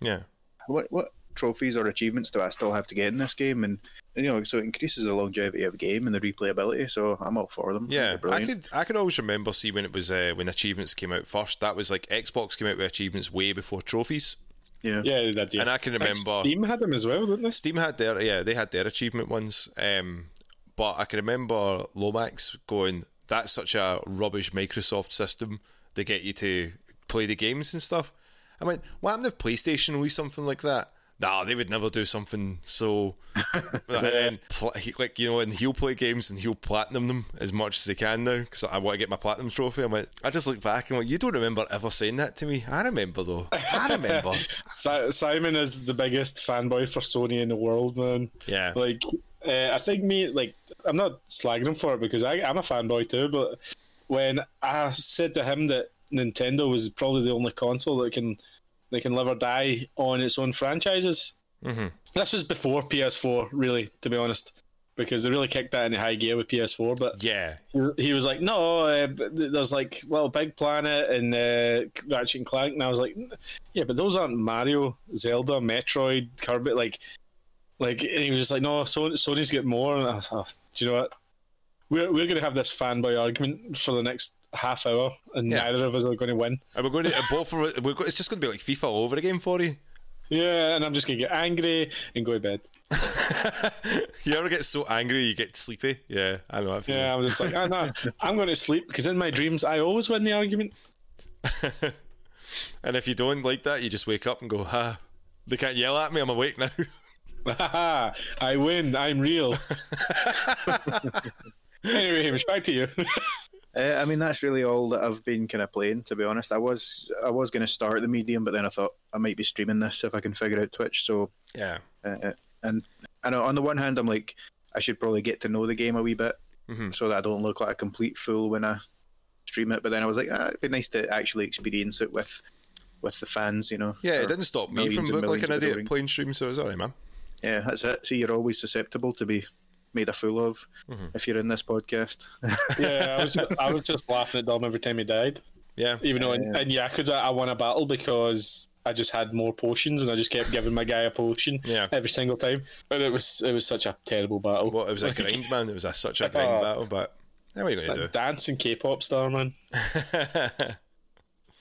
Speaker 2: Yeah.
Speaker 3: what what trophies or achievements do I still have to get in this game? And you know, so it increases the longevity of a game and the replayability. So I'm all for them.
Speaker 2: Yeah, I
Speaker 3: They're brilliant.
Speaker 2: could I could always remember see when it was uh, when achievements came out first. That was like Xbox came out with achievements way before trophies,
Speaker 3: yeah.
Speaker 1: Yeah, that did.
Speaker 2: and I can
Speaker 1: Like,
Speaker 2: remember
Speaker 1: Steam had them as well, didn't they?
Speaker 2: Steam had their yeah they had their achievement ones. Um, But I can remember Lomax going, "That's such a rubbish Microsoft system. They get you to play the games and stuff." I went, "What happened if PlayStation released something like that?" Nah, they would never do something so. and then, pl- he- like you know, and he'll play games and he'll platinum them as much as he can now because I want to get my platinum trophy. I went, I just look back and went, "You don't remember ever saying that to me." I remember though. I remember.
Speaker 1: Si- Simon is the biggest fanboy for Sony in the world, man.
Speaker 2: Yeah.
Speaker 1: Like, uh, I think me, like, I'm not slagging him for it because I, I'm a fanboy too, but when I said to him that Nintendo was probably the only console that can that can live or die on its own franchises, mm-hmm. this was before PS4, really, to be honest, because they really kicked that into high gear with PS4, but
Speaker 2: yeah,
Speaker 1: he was like, "No, uh, but th- there's like Little Big Planet and uh, Ratchet and Clank," and I was like, "N- "Yeah, but those aren't Mario, Zelda, Metroid, Kirby." Like, like and he was just like, "No, Sony, Sony's get more." And I was like, "Do you know what? We're we're gonna have this fanboy argument for the next half hour, and
Speaker 2: Yeah.
Speaker 1: neither of us are going to win."
Speaker 2: And we're going to and both. Of, us- we're go, it's just going to be like FIFA all over again for you.
Speaker 1: Yeah, and I'm just gonna get angry and go to bed.
Speaker 2: You ever get so angry you get sleepy? Yeah, I know. I've
Speaker 1: Yeah, I'm just like, "Ah, no, I'm going to sleep because in my dreams I always win the argument.
Speaker 2: And if you don't like that, you just wake up and go, "Ha! They can't yell at me. I'm awake now."
Speaker 1: Haha, I win. I'm real. anyway, Hamish, back to you.
Speaker 3: Uh, I mean, that's really all that I've been kind of playing. To be honest, I was I was going to start the medium, but then I thought I might be streaming this if I can figure out Twitch. So,
Speaker 2: yeah,
Speaker 3: uh, and and on the one hand, I'm like I should probably get to know the game a wee bit
Speaker 2: Mhm.
Speaker 3: so that I don't look like a complete fool when I stream it. But then I was like, ah, it'd be nice to actually experience it with with the fans, you know.
Speaker 2: yeah.
Speaker 3: or
Speaker 2: It didn't stop me from
Speaker 3: millions and
Speaker 2: looking like
Speaker 3: millions
Speaker 2: an
Speaker 3: of people
Speaker 2: idiot
Speaker 3: doing-
Speaker 2: playing stream, so it's alright, man.
Speaker 3: Yeah, that's it. See, you're always susceptible to be made a fool of
Speaker 2: Mm-hmm.
Speaker 3: if you're in this podcast.
Speaker 1: yeah, I was, I was just laughing at Dom every time he died.
Speaker 2: Yeah,
Speaker 1: Even though in, in Yakuza, I won a battle because I just had more potions and I just kept giving my guy a potion
Speaker 2: Yeah.
Speaker 1: every single time. And it was it was such a terrible battle.
Speaker 2: well, it was a grind, man. It was a, such a grind
Speaker 1: Oh.
Speaker 2: battle, but yeah, what are you going to do?
Speaker 1: Dancing K-pop star, man.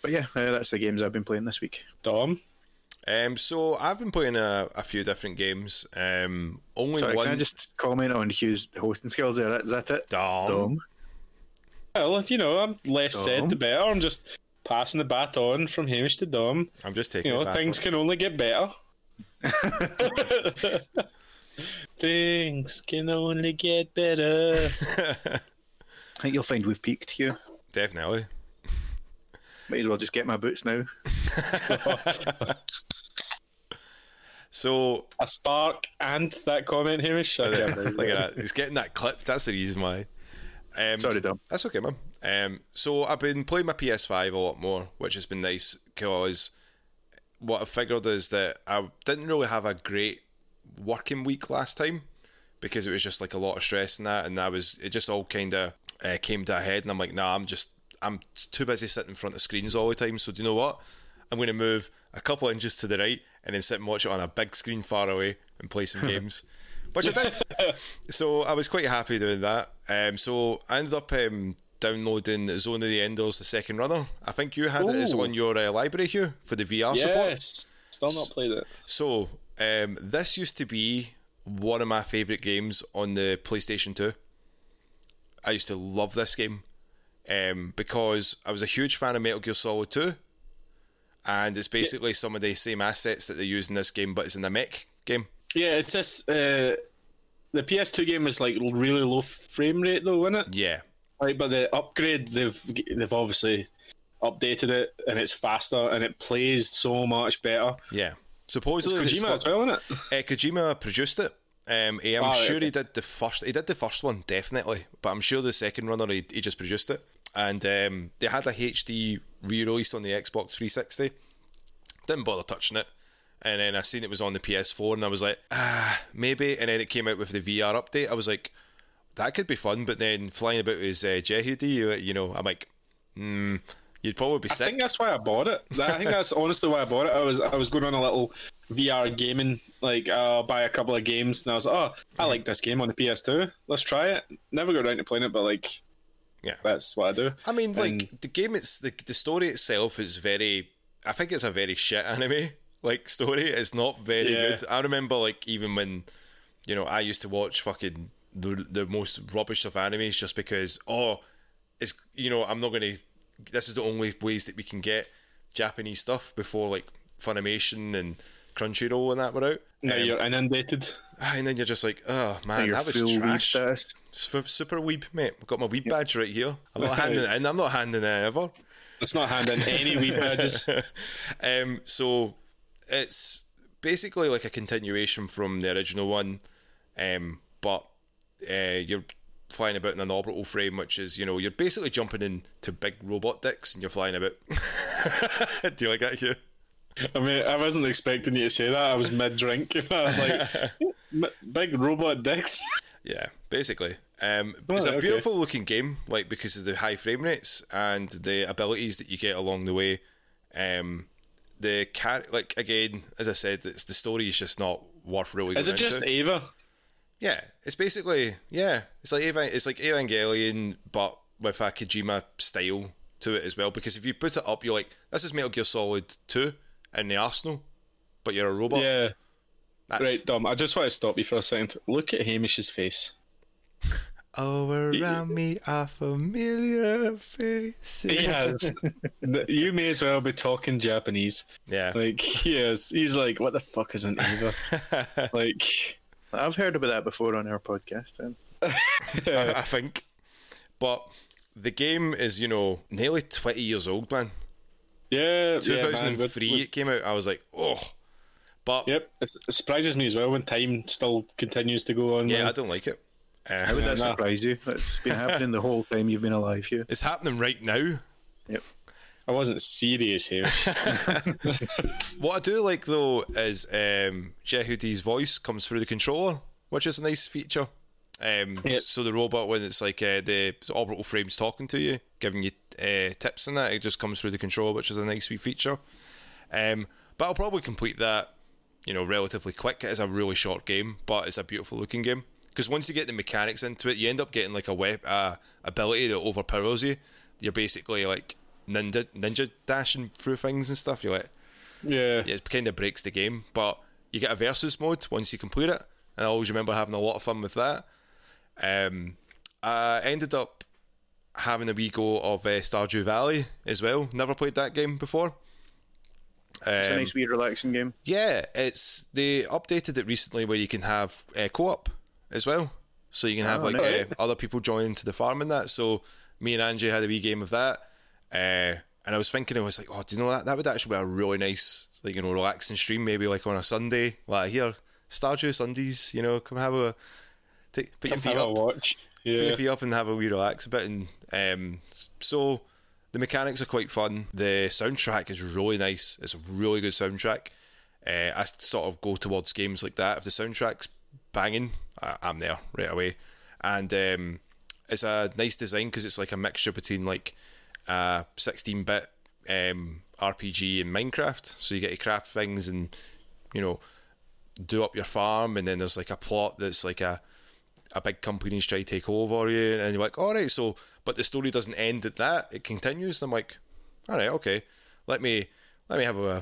Speaker 3: But yeah, uh, that's the games I've been playing this week.
Speaker 1: Dom.
Speaker 2: Um, so I've been playing a, a few different games. Um, only
Speaker 3: Sorry,
Speaker 2: one.
Speaker 3: can I just comment on Hugh's hosting skills there? Is that it?
Speaker 2: Dom.
Speaker 3: Dom.
Speaker 1: Well, you know, I'm less said
Speaker 3: Dom?
Speaker 1: the better. I'm just passing the baton from Hamish to Dom.
Speaker 2: I'm just taking.
Speaker 1: You know,
Speaker 2: it back.
Speaker 1: things can only get better. things can only get better.
Speaker 3: I think you'll find we've peaked, Hugh.
Speaker 2: definitely.
Speaker 3: Might as well just get my boots now.
Speaker 2: So
Speaker 1: A spark and that comment, Hamish. I can't believe
Speaker 2: Look
Speaker 1: it.
Speaker 2: at that. He's getting that clipped. That's the reason why. Um,
Speaker 3: Sorry, Dom.
Speaker 2: That's okay, man. Um, so I've been playing my PS5 a lot more, which has been nice because what I figured is that I didn't really have a great working week last time because it was just like a lot of stress and that, and I was it just all kind of uh, came to a head, and I'm like, nah, I'm just I'm too busy sitting in front of screens all the time. So do you know what? I'm going to move a couple inches to the right and then sit and watch it on a big screen far away and play some games, which I did. So I was quite happy doing that. Um, so I ended up um, downloading Zone of the Enders, the second runner. I think you had it as
Speaker 1: Ooh.
Speaker 2: on your uh, library, Hugh, for the VR support.
Speaker 1: Yes. Still not played it.
Speaker 2: So um, this used to be one of my favourite games on the PlayStation 2. I used to love this game um, because I was a huge fan of Metal Gear Solid 2. And it's basically some of the same assets that they use in this game, but it's in a mech game.
Speaker 1: Yeah, it's just uh, the PS2 game is like really low frame rate though, isn't it?
Speaker 2: Yeah.
Speaker 1: Like, but the upgrade they've they've obviously updated it and it's faster and it plays so much better.
Speaker 2: Yeah. Supposedly it's
Speaker 1: Kojima
Speaker 2: got-
Speaker 1: as well, isn't it?
Speaker 2: Uh, Kojima produced it. Um, eh, I'm
Speaker 1: Ah, right,
Speaker 2: sure he
Speaker 1: okay.
Speaker 2: did the first. He did the first one definitely, but I'm sure the second runner he, he just produced it. And um, they had a HD re-release on the Xbox 360. Didn't bother touching it. And then I seen it was on the PS4, and I was like, ah, maybe. And then it came out with the VR update. I was like, that could be fun. But then flying about with uh, Jehudi, you, you know, I'm like, hmm, you'd probably be
Speaker 1: I
Speaker 2: sick.
Speaker 1: think that's why I bought it. That- I think that's honestly why I bought it. I was I was going on a little VR gaming, like uh, buy a couple of games, and I was like, oh, I like this game on the PS2. Let's try it. Never got around to playing it, but like,
Speaker 2: Yeah.
Speaker 1: that's what I do.
Speaker 2: I mean, like the game, it's the the story itself is very. I think it's a very shit anime like story. It's not very
Speaker 1: Yeah.
Speaker 2: good. I remember like even when, you know, I used to watch fucking the the most rubbish of animes just because oh it's you know I'm not gonna this is the only ways that we can get Japanese stuff before like Funimation and Crunchyroll and that were out.
Speaker 1: Now
Speaker 2: Um,
Speaker 1: you're inundated.
Speaker 2: and then you're just like, oh man,
Speaker 3: Your
Speaker 2: that was
Speaker 3: full weeb
Speaker 2: trash.
Speaker 3: status.
Speaker 2: Su- Super weeb, mate. I've got my weeb badge right here. I'm not handing it in. I'm not handing it in ever.
Speaker 1: It's not handing any wee badges.
Speaker 2: um, so it's basically like a continuation from the original one, um, but uh, you're flying about in an orbital frame, which is you know you're basically jumping into big robot dicks and you're flying about. Do you like that, Hugh?
Speaker 1: I mean, I wasn't expecting you to say that. I was mid drink. I was like, "M- big robot dicks.
Speaker 2: Yeah, basically. Um, it's a
Speaker 1: okay.
Speaker 2: beautiful looking game, like because of the high frame rates and the abilities that you get along the way. Um, the cat, like again, as I said, it's the story is just not worth really.
Speaker 1: Is
Speaker 2: going
Speaker 1: it just
Speaker 2: into.
Speaker 1: Ava?
Speaker 2: Yeah, it's basically yeah, it's like Evan, it's like Evangelion, but with a Kojima style to it as well. Because if you put it up, you're like, this is Metal Gear Solid Two in the arsenal, but you're a robot.
Speaker 1: Yeah.
Speaker 2: That's-
Speaker 1: Right, Dom, I just want to stop you for a second. Look at Hamish's face.
Speaker 2: All around me are familiar faces.
Speaker 1: He has. you may as well be talking Japanese.
Speaker 2: Yeah.
Speaker 1: Like, he is. He's like, what the fuck is an Ava? like,
Speaker 3: I've heard about that before on our podcast. Then.
Speaker 2: I I think. But the game is, you know, nearly 20 years old, man.
Speaker 1: yeah. yeah, man, but-
Speaker 2: 2003 it came out. I was like, oh. But
Speaker 1: Yep. It it surprises me as well when time still continues to go on.
Speaker 2: yeah,
Speaker 1: man.
Speaker 2: I don't like it. Uh,
Speaker 3: How would that
Speaker 1: nah.
Speaker 3: surprise you? It's been happening the whole time you've been alive here.
Speaker 2: it's happening right now.
Speaker 3: Yep.
Speaker 1: I wasn't serious here.
Speaker 2: What I do like, though, is um, Jehudi's voice comes through the controller, which is a nice feature. Um,
Speaker 1: Yep.
Speaker 2: So the robot, when it's like uh, the orbital frame's talking to you, giving you uh, tips and that, it just comes through the controller, which is a nice wee feature. Um, but I'll probably complete that, you know, relatively quick. It is a really short game, but it's a beautiful looking game. Because once you get the mechanics into it, you end up getting like a web uh, ability that overpowers you. You're basically like ninja ninja dashing through things and stuff. You're like,
Speaker 1: yeah.
Speaker 2: it kind of breaks the game, but you get a versus mode once you complete it, and I always remember having a lot of fun with that. Um, I ended up having a wee go of uh, Stardew Valley as well. Never played that game before.
Speaker 3: It's a
Speaker 2: Um,
Speaker 3: nice, wee relaxing game.
Speaker 2: yeah, it's they updated it recently where you can have uh, co-op as well, so you can
Speaker 1: Ah,
Speaker 2: have like uh,
Speaker 1: alright.
Speaker 2: other people join into the farm and that. So me and Angie had a wee game of that, uh, and I was thinking I was like, oh, do you know that that would actually be a really nice like you know relaxing stream maybe like on a Sunday like here Stardew Sundays you know come have a take put your
Speaker 1: Have
Speaker 2: feet
Speaker 1: a
Speaker 2: up
Speaker 1: watch.
Speaker 2: put your
Speaker 1: Yeah.
Speaker 2: feet up and have a wee relax a bit. And um, so the mechanics are quite fun. The soundtrack is really nice. It's a really good soundtrack. Uh, I sort of go towards games like that. If the soundtrack's banging, I- I'm there right away. And um, it's a nice design because it's like a mixture between like uh 16 bit um, RPG and Minecraft. So you get to craft things and you know do up your farm and then there's like a plot that's like a a big company's trying to take over you and you're like all right so but the story doesn't end at that it continues and i'm like all right okay let me let me have a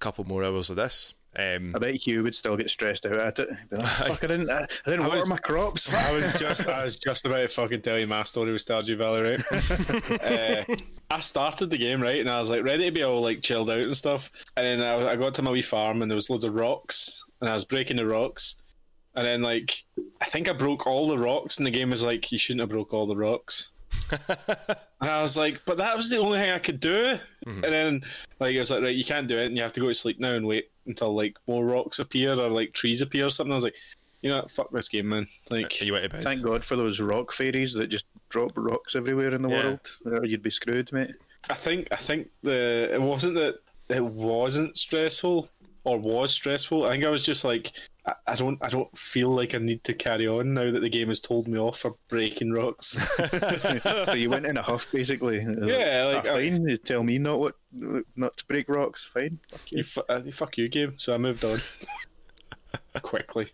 Speaker 2: couple more hours of this um
Speaker 3: I bet Hugh would still get stressed out at it. He'd be like, Fuck, I didn't, I, I didn't water
Speaker 1: was-
Speaker 3: my crops.
Speaker 1: I was just I was just about to fucking tell you my story with Stardew Valley, right? uh, I started the game right, and I was like ready to be all like chilled out and stuff. And then I, I got to my wee farm, and there was loads of rocks, and I was breaking the rocks. And then like I think I broke all the rocks, and the game was like, "You shouldn't have broke all the rocks." and I was like, "But that was the only thing I could do." And then like I was like, "Right, you can't do it, and you have to go to sleep now and wait until like more rocks appear or like trees appear or something." I was like. You know, what? fuck this game, man. Like,
Speaker 2: you went to bed
Speaker 3: Thank God for those rock fairies that just drop rocks everywhere in the
Speaker 2: Yeah.
Speaker 3: world. Or you'd be screwed, mate.
Speaker 1: I think I think the it wasn't that it wasn't stressful or was stressful. I think I was just like I, I don't I don't feel like I need to carry on now that the game has told me off for breaking rocks.
Speaker 3: so you went in a huff, basically.
Speaker 1: Yeah, like,
Speaker 3: ah,
Speaker 1: I-
Speaker 3: fine. You tell me not what, not to break rocks. Fine. Fuck
Speaker 1: you
Speaker 3: you.
Speaker 1: fu- uh, fuck you game. So I moved on quickly.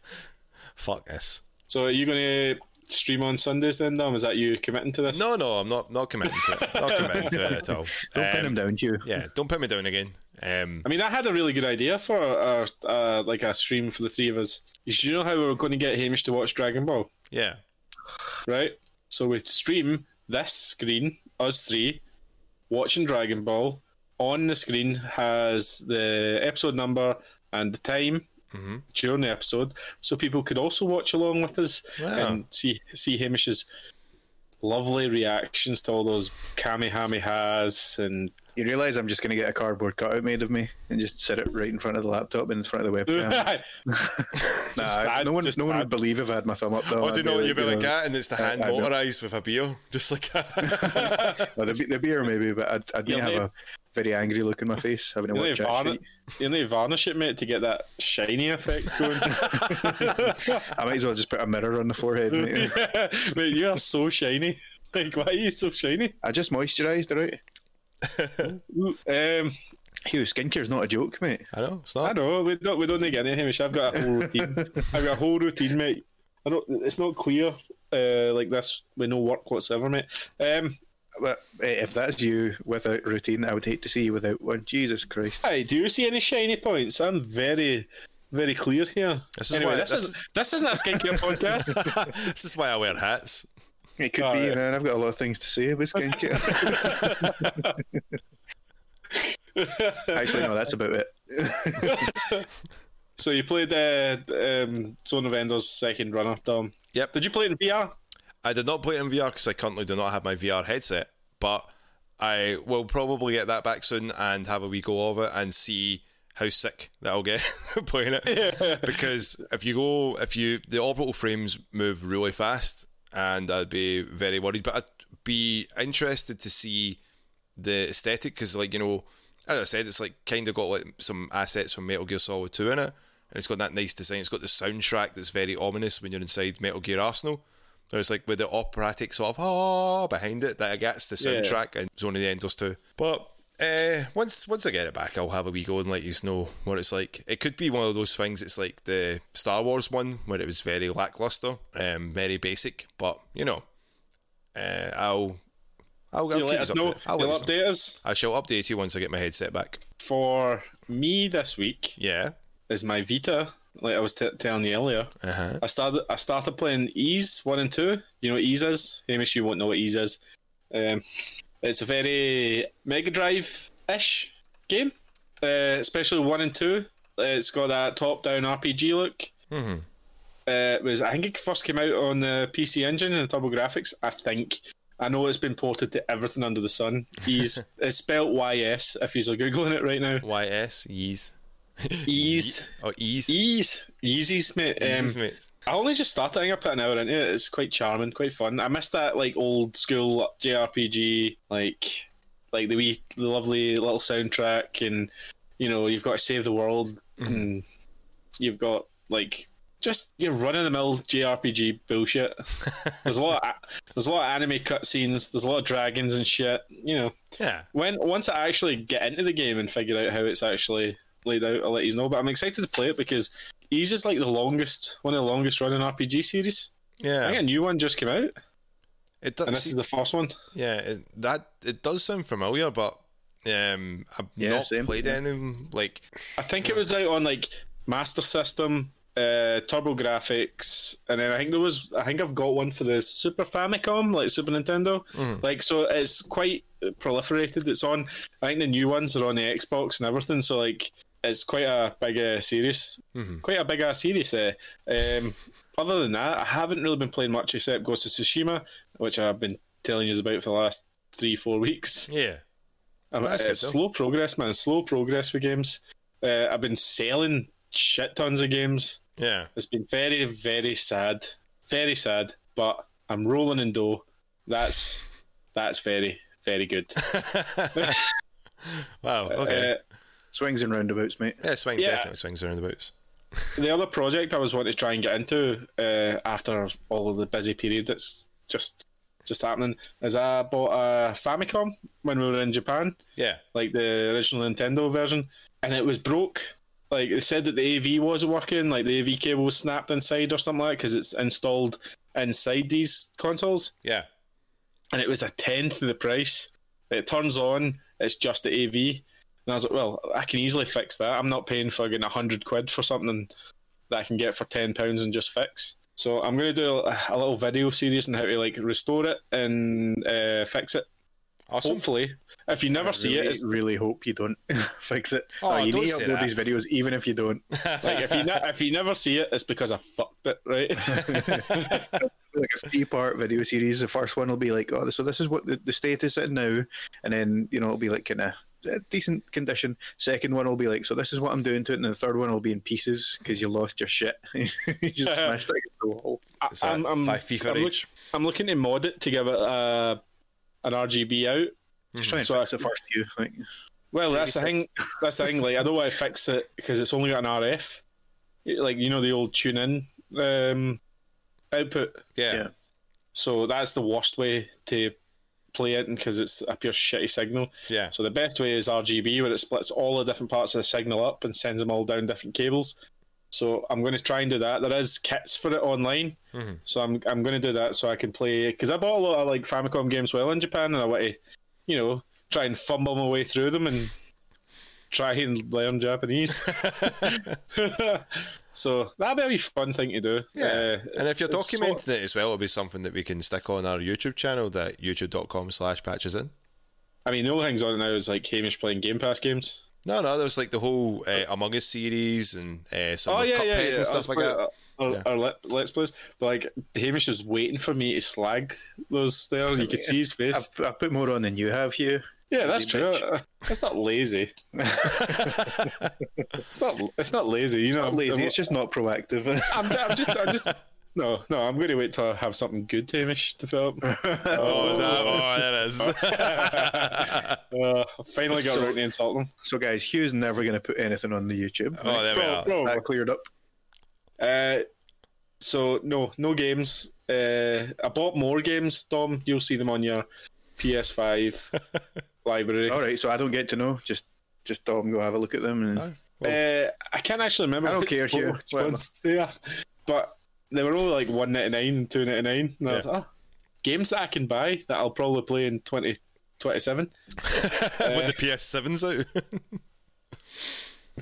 Speaker 2: fuck this
Speaker 1: So are you gonna stream on Sundays then, Dom? Is that you committing to this?
Speaker 2: no no i'm not not committing to it not committing to it at all
Speaker 3: Don't
Speaker 2: Um,
Speaker 3: pin him down, Hugh.
Speaker 2: yeah don't put me down again um
Speaker 1: I mean, I had a really good idea for uh, uh, like a stream for the three of us. You should know how we were going to get Hamish to watch Dragon Ball.
Speaker 2: yeah
Speaker 1: right? So we stream this screen, us three, watching Dragon Ball. On the screen has the episode number and the time
Speaker 2: Mm-hmm.
Speaker 1: during the episode, so people could also watch along with us
Speaker 2: Yeah.
Speaker 1: and see see Hamish's lovely reactions to all those Kamihami has and
Speaker 3: You realise I'm just going to get a cardboard cutout made of me and just set it right in front of the laptop and in front of the webcam. nah,
Speaker 1: add-
Speaker 3: no one,
Speaker 1: just
Speaker 3: no one
Speaker 1: add-
Speaker 3: would believe if I had my thumb up though.
Speaker 2: Oh, do you know what you'd be like
Speaker 3: know,
Speaker 2: that? And it's the hand
Speaker 3: I know.
Speaker 2: motorised with a beer, just like that.
Speaker 3: well, the, oh, be- the beer maybe, but I'd, I'd
Speaker 1: You'll
Speaker 3: have
Speaker 1: need-
Speaker 3: a very angry look in my face having to
Speaker 1: You
Speaker 3: watch
Speaker 1: need,
Speaker 3: that
Speaker 1: varnish,
Speaker 3: sheet.
Speaker 1: you need varnish it, mate, to get that shiny effect going.
Speaker 3: I might as well just put a mirror on the forehead. mate.
Speaker 1: yeah, mate, you are so shiny. Like, why are you so shiny?
Speaker 3: I just moisturised, alright.
Speaker 1: Ooh, Um,
Speaker 3: Hugh, skincare's not a joke, mate.
Speaker 2: I know, it's
Speaker 1: I
Speaker 2: not.
Speaker 1: know we don't we don't need any Hamish. I've got a whole routine. I've got a whole routine, mate. I don't. It's not clear. Uh, like this with no work whatsoever, mate. Um,
Speaker 3: But eh, if that's you without routine, I would hate to see you without one. Jesus Christ.
Speaker 1: hey, do you see any shiny points? I'm very, very clear here.
Speaker 2: This is
Speaker 1: anyway,
Speaker 2: why-
Speaker 1: this,
Speaker 2: this-
Speaker 1: is this isn't a skincare podcast.
Speaker 2: this is why I wear hats.
Speaker 3: It could
Speaker 1: All
Speaker 3: be,
Speaker 1: right.
Speaker 3: man. I've got a lot of things to say about skincare. Actually, no, that's about it.
Speaker 1: So you played uh, um, Zone of Enders second runner, Dom.
Speaker 2: Yep.
Speaker 1: Did you play it in VR?
Speaker 2: I did not play it in VR because I currently do not have my VR headset, but I will probably get that back soon and have a wee go of it and see how sick that I'll get playing it. Because if you go, if you, the orbital frames move really fast and I'd be very worried, but I'd be interested to see the aesthetic because, like, you know, as I said, it's like kind of got like some assets from Metal Gear Solid 2 in it. And it's got that nice design. It's got the soundtrack that's very ominous when you're inside Metal Gear Arsenal. So it's like with the operatic sort of ah behind it that gets the
Speaker 1: Yeah.
Speaker 2: soundtrack and Zone of the Enders too. But uh, once once I get it back, I'll have a wee go and let you know what it's like. It could be one of those things. It's like the Star Wars one where it was very lackluster, um, very basic. But you know, uh, I'll I'll, I'll
Speaker 1: You
Speaker 2: keep
Speaker 1: let us
Speaker 2: up
Speaker 1: know.
Speaker 2: to- I'll
Speaker 1: You'll
Speaker 2: let yous know.
Speaker 1: update us.
Speaker 2: I shall update you once I get my headset back.
Speaker 1: For me this week
Speaker 2: Yeah.
Speaker 1: is my Vita. Like I was t- telling you earlier,
Speaker 2: Uh huh.
Speaker 1: I started I started playing Ease one and two. You know what Ease is? Hamish, you won't know what Ease is. Um, it's a very Mega Drive ish game, uh, especially one and two. Uh, It's got that top down RPG look.
Speaker 2: hmm
Speaker 1: Uh, it was I think it first came out on the PC Engine and Turbo Graphics. I think I know it's been ported to everything under the sun. He's it's spelled YS if he's googling it right now.
Speaker 2: YS Yeez.
Speaker 1: Ease,
Speaker 2: Oh Ease.
Speaker 1: ease, easies, mate. Um,
Speaker 2: Yeezys, mate.
Speaker 1: I only just started. I think I put an hour into it. It's quite charming, quite fun. I miss that like old school JRPG, like like the wee, the lovely little soundtrack, and you know you've got to save the world, and you've got like just your run of the mill JRPG bullshit. there's a lot. Of, there's a lot of anime cutscenes. There's a lot of dragons and shit. You know,
Speaker 2: Yeah.
Speaker 1: when once I actually get into the game and figure out how it's actually laid out, I'll let you know. But I'm excited to play it because Ease is like the longest, one of the longest running RPG series. I think
Speaker 2: Yeah.
Speaker 1: a new one just came out,
Speaker 2: It does.
Speaker 1: and this is the first one.
Speaker 2: Yeah, it, that it does sound familiar, but um, I've
Speaker 3: Yeah,
Speaker 2: not
Speaker 3: same,
Speaker 2: played
Speaker 3: yeah.
Speaker 2: any of them. Like,
Speaker 1: I think it was out on like Master System, uh, Turbo Graphics, and then I think there was. I think I've got one for the Super Famicom, like Super Nintendo. Like so, it's quite proliferated. It's on. I think the new ones are on the Xbox and everything. So like, it's quite a big uh, series. Quite a big uh, series there. Um, other than that, I haven't really been playing much except Ghost of Tsushima, which I've been telling you about for the last three, four weeks.
Speaker 2: yeah,
Speaker 1: I'm,
Speaker 2: That's good,
Speaker 1: it's
Speaker 2: though.
Speaker 1: uh, slow progress, man. Slow progress with games. Uh, I've been selling shit tons of games.
Speaker 2: yeah,
Speaker 1: It's been very, very sad. Very sad. But I'm rolling in dough. That's that's very, very good.
Speaker 2: wow, okay,
Speaker 1: Uh,
Speaker 3: Swings and roundabouts, mate.
Speaker 2: yeah, swing
Speaker 1: yeah.
Speaker 2: definitely swings around the boots.
Speaker 1: the other project I was wanting to try and get into uh, after all of the busy period that's just just happening is I bought a Famicom when we were in Japan.
Speaker 2: Yeah,
Speaker 1: like the original Nintendo version, and it was broke. Like it said that the AV wasn't working, like the AV cable was snapped inside or something like that, because it's installed inside these consoles,
Speaker 2: yeah,
Speaker 1: and it was a tenth of the price. It turns on, it's just the AV, and I was like, well, I can easily fix that. I'm not paying fucking a hundred quid for something that I can get for ten pounds and just fix. So I'm going to do a, a little video series on how to like restore it and uh, fix it.
Speaker 2: Awesome.
Speaker 1: Hopefully, if you never
Speaker 3: I
Speaker 1: see it,
Speaker 3: really,
Speaker 1: it's
Speaker 3: really hope you don't fix it.
Speaker 2: Oh,
Speaker 3: No, you
Speaker 2: don't
Speaker 3: need to
Speaker 2: say
Speaker 3: upload
Speaker 2: that.
Speaker 3: these videos even if you don't.
Speaker 1: like if you ne- if you never see it, it's because I fucked it, right?
Speaker 3: like a three part video series. The first one will be like, oh, so this is what the, the state is in now, and then you know it'll be like kind of decent condition. Second one will be like, so this is what I'm doing to it, and the third one will be in pieces because you lost your shit. you just smashed it against the wall.
Speaker 1: I-
Speaker 2: Is that five FIFA
Speaker 1: I'm, look-
Speaker 2: each?
Speaker 1: I'm looking to mod it to give it uh, an RGB out.
Speaker 3: Just try and
Speaker 1: So
Speaker 3: fix
Speaker 1: I-
Speaker 3: the first few. Like,
Speaker 1: Well, that's the thing. That's the thing. Like, I don't want to fix it because it's only got an RF. Like, you know, the old tune in um, output.
Speaker 2: Yeah.
Speaker 3: yeah.
Speaker 1: So that's the worst way to play it because it's a pure shitty signal.
Speaker 2: Yeah.
Speaker 1: So the best way is RGB, where it splits all the different parts of the signal up and sends them all down different cables. So I'm going to try and do that. There is kits for it online,
Speaker 2: Mhm.
Speaker 1: so I'm I'm going to do that so I can play because I bought a lot of like Famicom games while in Japan, and I want to, you know, try and fumble my way through them and try and learn Japanese. so that'd be a wee fun thing to do.
Speaker 2: Yeah.
Speaker 1: Uh,
Speaker 2: and if you're
Speaker 1: it's
Speaker 2: documenting
Speaker 1: sort-
Speaker 2: it as well, it'll be something that we can stick on our YouTube channel that youtube.com slash patches in.
Speaker 1: I mean, the only things on it now is like Hamish playing Game Pass games.
Speaker 2: No, no, there was like the whole uh, Among Us series and uh, some
Speaker 1: Oh
Speaker 2: of
Speaker 1: yeah,
Speaker 2: Cuphead
Speaker 1: yeah, yeah.
Speaker 2: and
Speaker 1: Us
Speaker 2: stuff like
Speaker 1: play-
Speaker 2: that.
Speaker 1: Our,
Speaker 2: Yeah.
Speaker 1: our let, let's plays, but like Hamish was waiting for me to slag those there. You could see his face.
Speaker 3: I've, I've put more on than you have, Hugh.
Speaker 1: yeah, that's
Speaker 3: lazy
Speaker 1: true. Uh, That's not lazy. it's not. It's not lazy. You know,
Speaker 3: I'm
Speaker 1: I'm-
Speaker 3: lazy.
Speaker 1: I'm-
Speaker 3: It's just not proactive.
Speaker 1: I'm, I'm just, I'm just, no, no, I'm going to wait till I have something good, Hamish, to film.
Speaker 2: Oh, is that? Oh, there it is.
Speaker 1: Uh, I finally got around to insult them.
Speaker 3: so, guys, Hugh's never going to put anything on the YouTube.
Speaker 2: oh, there we
Speaker 1: Bro,
Speaker 2: are.
Speaker 1: bro.
Speaker 3: Is that cleared up.
Speaker 1: Uh, so no, no games. Uh, I bought more games, Tom. You'll see them on your PS5 library.
Speaker 3: All right, so I don't get to know. Just, just Tom, go have a look at them. And...
Speaker 1: Uh, I can't actually remember.
Speaker 3: I don't care,
Speaker 1: which
Speaker 3: Hugh.
Speaker 1: ones
Speaker 3: Whatever.
Speaker 1: they are. but they were only like one ninety nine and two ninety nine, and I was
Speaker 2: Yeah.
Speaker 1: like, oh, games that I can buy that I'll probably play in twenty twenty seven.
Speaker 2: when the PS7's out.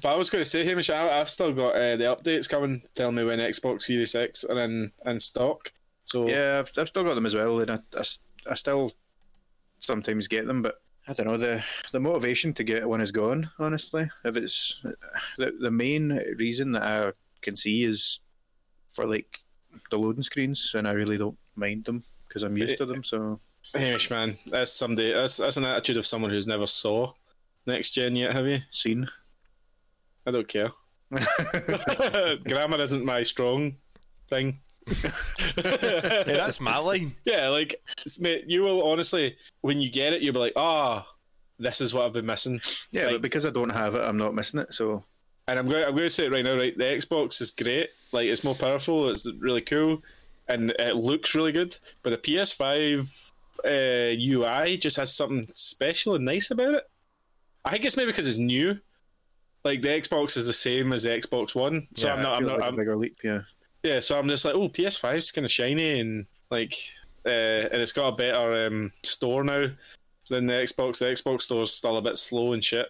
Speaker 1: But I was going to say, Hamish, I, I've still got uh, the updates coming, telling me when Xbox Series X are in in stock. So
Speaker 3: Yeah, I've, I've still got them as well, and I, I s- I still sometimes get them, but I don't know the the motivation to get one is gone. Honestly, if it's the the main reason that I can see is for like the loading screens, and I really don't mind them because I'm used to them. So
Speaker 1: Hamish, man, that's somebody. That's that's an attitude of someone who's never saw next gen yet. Have you?
Speaker 3: seen.
Speaker 1: I don't care. Grammar isn't my strong thing.
Speaker 2: yeah, that's my line.
Speaker 1: Yeah, like mate, you will honestly when you get it, you'll be like, ah, this is what I've been missing.
Speaker 3: Yeah,
Speaker 1: Like-
Speaker 3: but because I don't have it, I'm not missing it. So
Speaker 1: And I'm going, I'm going to say it right now. Right, the Xbox is great. Like it's more powerful. It's really cool, and it looks really good. But the PS5 uh, UI just has something special and nice about it. I think it's maybe because it's new. Like the Xbox is the same as the Xbox One, so
Speaker 2: Yeah,
Speaker 1: I'm
Speaker 3: it
Speaker 1: not. I'm
Speaker 3: feels
Speaker 1: not.
Speaker 3: like
Speaker 1: I'm,
Speaker 3: a bigger leap. Yeah,
Speaker 1: yeah, so I'm just like, oh, PS5's kind of shiny and like, uh, and it's got a better um, store now than the Xbox. The Xbox store's still a bit slow and shit.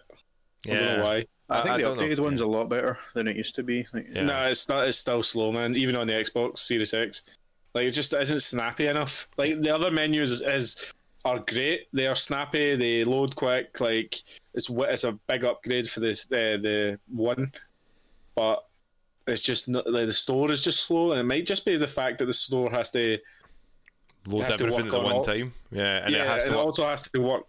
Speaker 1: I don't know
Speaker 2: Yeah.
Speaker 1: why.
Speaker 3: I,
Speaker 2: I-
Speaker 3: think
Speaker 2: I
Speaker 3: the
Speaker 2: don't know.
Speaker 3: updated one's a lot better than it used to be. Like,
Speaker 2: Yeah.
Speaker 1: No, it's not. It's still slow, man. Even on the Xbox Series X, like it just isn't snappy enough. Like the other menus is, is are great. They are snappy. They load quick. Like it's wh- it's a big upgrade for this the uh, the one, but it's just not, like the store is just slow, and it might just be the fact that the store has to
Speaker 2: Load
Speaker 1: Has to
Speaker 2: everything
Speaker 1: work
Speaker 2: at the
Speaker 1: on
Speaker 2: one
Speaker 1: all-
Speaker 2: time. Yeah, and
Speaker 1: yeah,
Speaker 2: it has
Speaker 1: and
Speaker 2: to
Speaker 1: it
Speaker 2: work.
Speaker 1: also has to work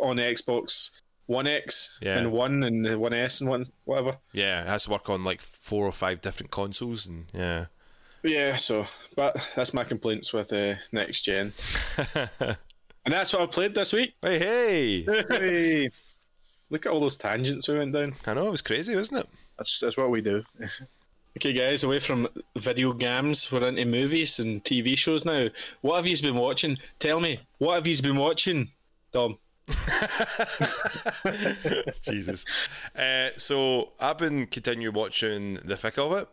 Speaker 1: on the Xbox One X
Speaker 2: Yeah.
Speaker 1: and One and the One S and one whatever.
Speaker 2: Yeah, it has to work on like four or five different consoles and yeah.
Speaker 1: Yeah, so but that's my complaints with uh, next gen, and that's what I played this week.
Speaker 2: Hey, hey!
Speaker 3: Hey,
Speaker 1: Look at all those tangents we went down.
Speaker 2: I know it was crazy, wasn't it?
Speaker 3: that's that's what we do.
Speaker 1: Okay, guys, away from video games, we're into movies and TV shows now. What have you been watching? Tell me, what have you been watching, Dom?
Speaker 2: Jesus. Uh, so I've been continue watching the thick of it.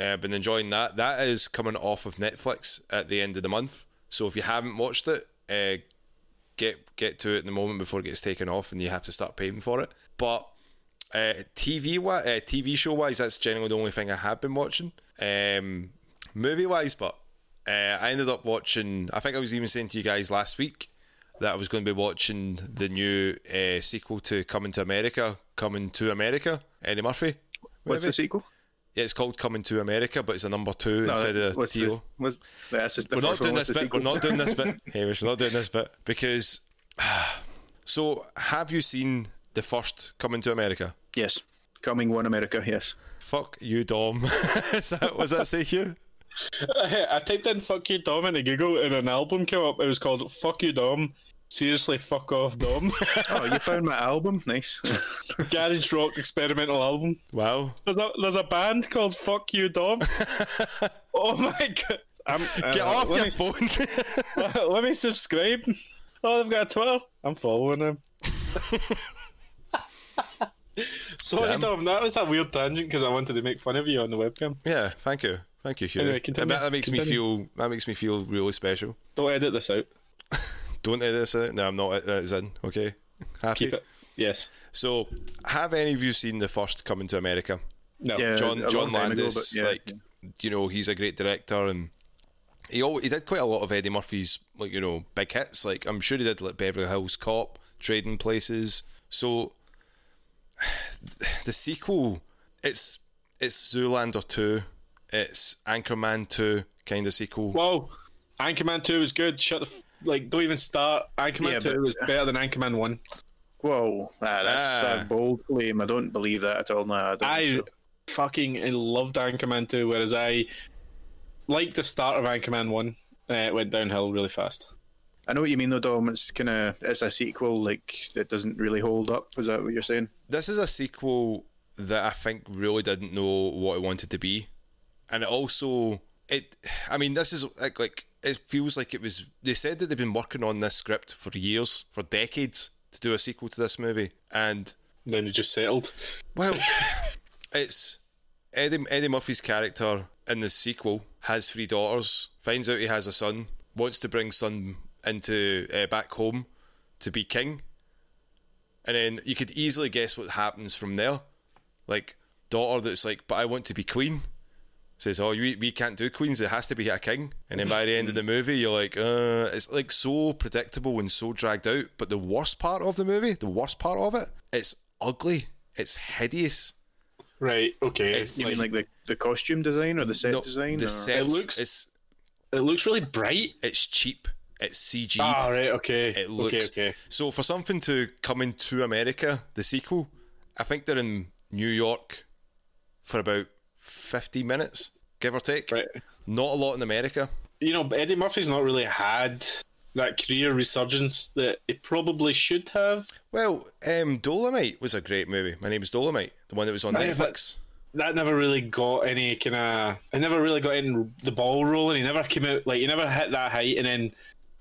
Speaker 2: Uh, been enjoying that. That is coming off of Netflix at the end of the month. So if you haven't watched it, uh, get get to it in the moment before it gets taken off, and you have to start paying for it. But uh, TV wi- uh, TV show wise, that's generally the only thing I have been watching. Um, movie wise, but uh, I ended up watching. I think I was even saying to you guys last week that I was going to be watching the new uh, sequel to Coming to America, Coming to America, Eddie Murphy.
Speaker 3: What's the sequel?
Speaker 2: Yeah, it's called Coming to America, but it's a number two instead of
Speaker 3: what's
Speaker 2: T.O.
Speaker 3: the, what's, that's just the
Speaker 2: We're not
Speaker 3: first one,
Speaker 2: doing
Speaker 3: what's
Speaker 2: this
Speaker 3: the
Speaker 2: bit. We're
Speaker 3: sequel?
Speaker 2: not doing this bit. Hamish, we're not doing this bit because. so, have you seen the first Coming to America?
Speaker 3: Yes. Coming One America, yes.
Speaker 2: Fuck you, Dom. Is that, was that say Hugh?
Speaker 1: I typed in "fuck you, Dom" into Google, and an album came up. It was called "Fuck You, Dom." Seriously, fuck off, Dom.
Speaker 3: Oh, you found my album? Nice.
Speaker 1: Garage rock experimental album.
Speaker 2: Wow.
Speaker 1: There's a, there's a band called "Fuck You, Dom." oh my god! I'm,
Speaker 2: Get
Speaker 1: uh,
Speaker 2: off
Speaker 1: let
Speaker 2: your
Speaker 1: me-
Speaker 2: phone.
Speaker 1: Let me subscribe. Oh, they've got a Twitter. I'm following him. Sorry,
Speaker 2: Damn.
Speaker 1: Dom. That was a weird tangent because I wanted to make fun of you on the webcam.
Speaker 2: yeah, thank you. Thank you, Hugh.
Speaker 1: Anyway,
Speaker 2: that,
Speaker 1: continue,
Speaker 2: that makes me feel that makes me feel really special.
Speaker 1: Don't edit this out.
Speaker 2: Don't edit this out. No, I'm not that is in, okay? Happy.
Speaker 1: Keep it. Yes.
Speaker 2: So have any of you seen the first coming to America?
Speaker 1: No.
Speaker 3: Yeah.
Speaker 2: John
Speaker 3: a long
Speaker 2: John
Speaker 3: time ago,
Speaker 2: Landis,
Speaker 3: but yeah.
Speaker 2: like you know, he's a great director, and he al- he did quite a lot of Eddie Murphy's like you know big hits. Like I'm sure he did like Beverly Hills Cop, Trading Places. So the sequel, it's it's Zoolander two, it's Anchorman two kind of sequel.
Speaker 1: Whoa. Anchorman 2 was good. Shut the. F- like, don't even start. Anchorman
Speaker 3: Yeah,
Speaker 1: 2
Speaker 3: but-
Speaker 1: was better than Anchorman 1.
Speaker 3: Whoa, ah, that's
Speaker 2: Ah.
Speaker 3: a bold claim. I don't believe that at all. No, I don't
Speaker 1: I
Speaker 3: think so.
Speaker 1: fucking loved Anchorman 2, whereas I liked the start of Anchorman 1. Uh, it went downhill really fast.
Speaker 3: I know what you mean though, Dom. It's kind of it's a sequel. Like it doesn't really hold up. Is that what you're saying?
Speaker 2: this is a sequel that I think really didn't know what it wanted to be, and it also it. I mean, this is like like it feels like it was. They said that they've been working on this script for years, for decades, to do a sequel to this movie, and
Speaker 1: Then it just settled.
Speaker 2: well, it's Eddie, Eddie Murphy's character in the sequel has three daughters, finds out he has a son, wants to bring son into uh, back home to be king, and then you could easily guess what happens from there. Like daughter that's like, but I want to be queen. Says, oh, you, we can't do queens. It has to be a king. And then by the end of the movie, you're like, uh, it's like so predictable and so dragged out. But the worst part of the movie, the worst part of it, it's ugly. It's hideous.
Speaker 1: Right, okay.
Speaker 2: It's-
Speaker 3: You mean like the, the costume design or the set
Speaker 2: No,
Speaker 3: design?
Speaker 2: The
Speaker 3: or-
Speaker 2: sets,
Speaker 1: looks-
Speaker 2: it's
Speaker 1: it looks really bright.
Speaker 2: it's cheap. It's CG.
Speaker 1: Ah, right, okay.
Speaker 2: It looks
Speaker 1: okay, okay.
Speaker 2: so for something to come into America, the sequel. I think they're in New York for about fifty minutes, give or take.
Speaker 1: Right.
Speaker 2: Not a lot in America.
Speaker 1: You know, Eddie Murphy's not really had that career resurgence that he probably should have.
Speaker 2: Well, um, Dolomite was a great movie. My name is Dolomite, the one that was on
Speaker 1: Aye, but-
Speaker 2: Netflix.
Speaker 1: That never really got any kind of. It never really got in the ball rolling. He never came out like he never hit that height and then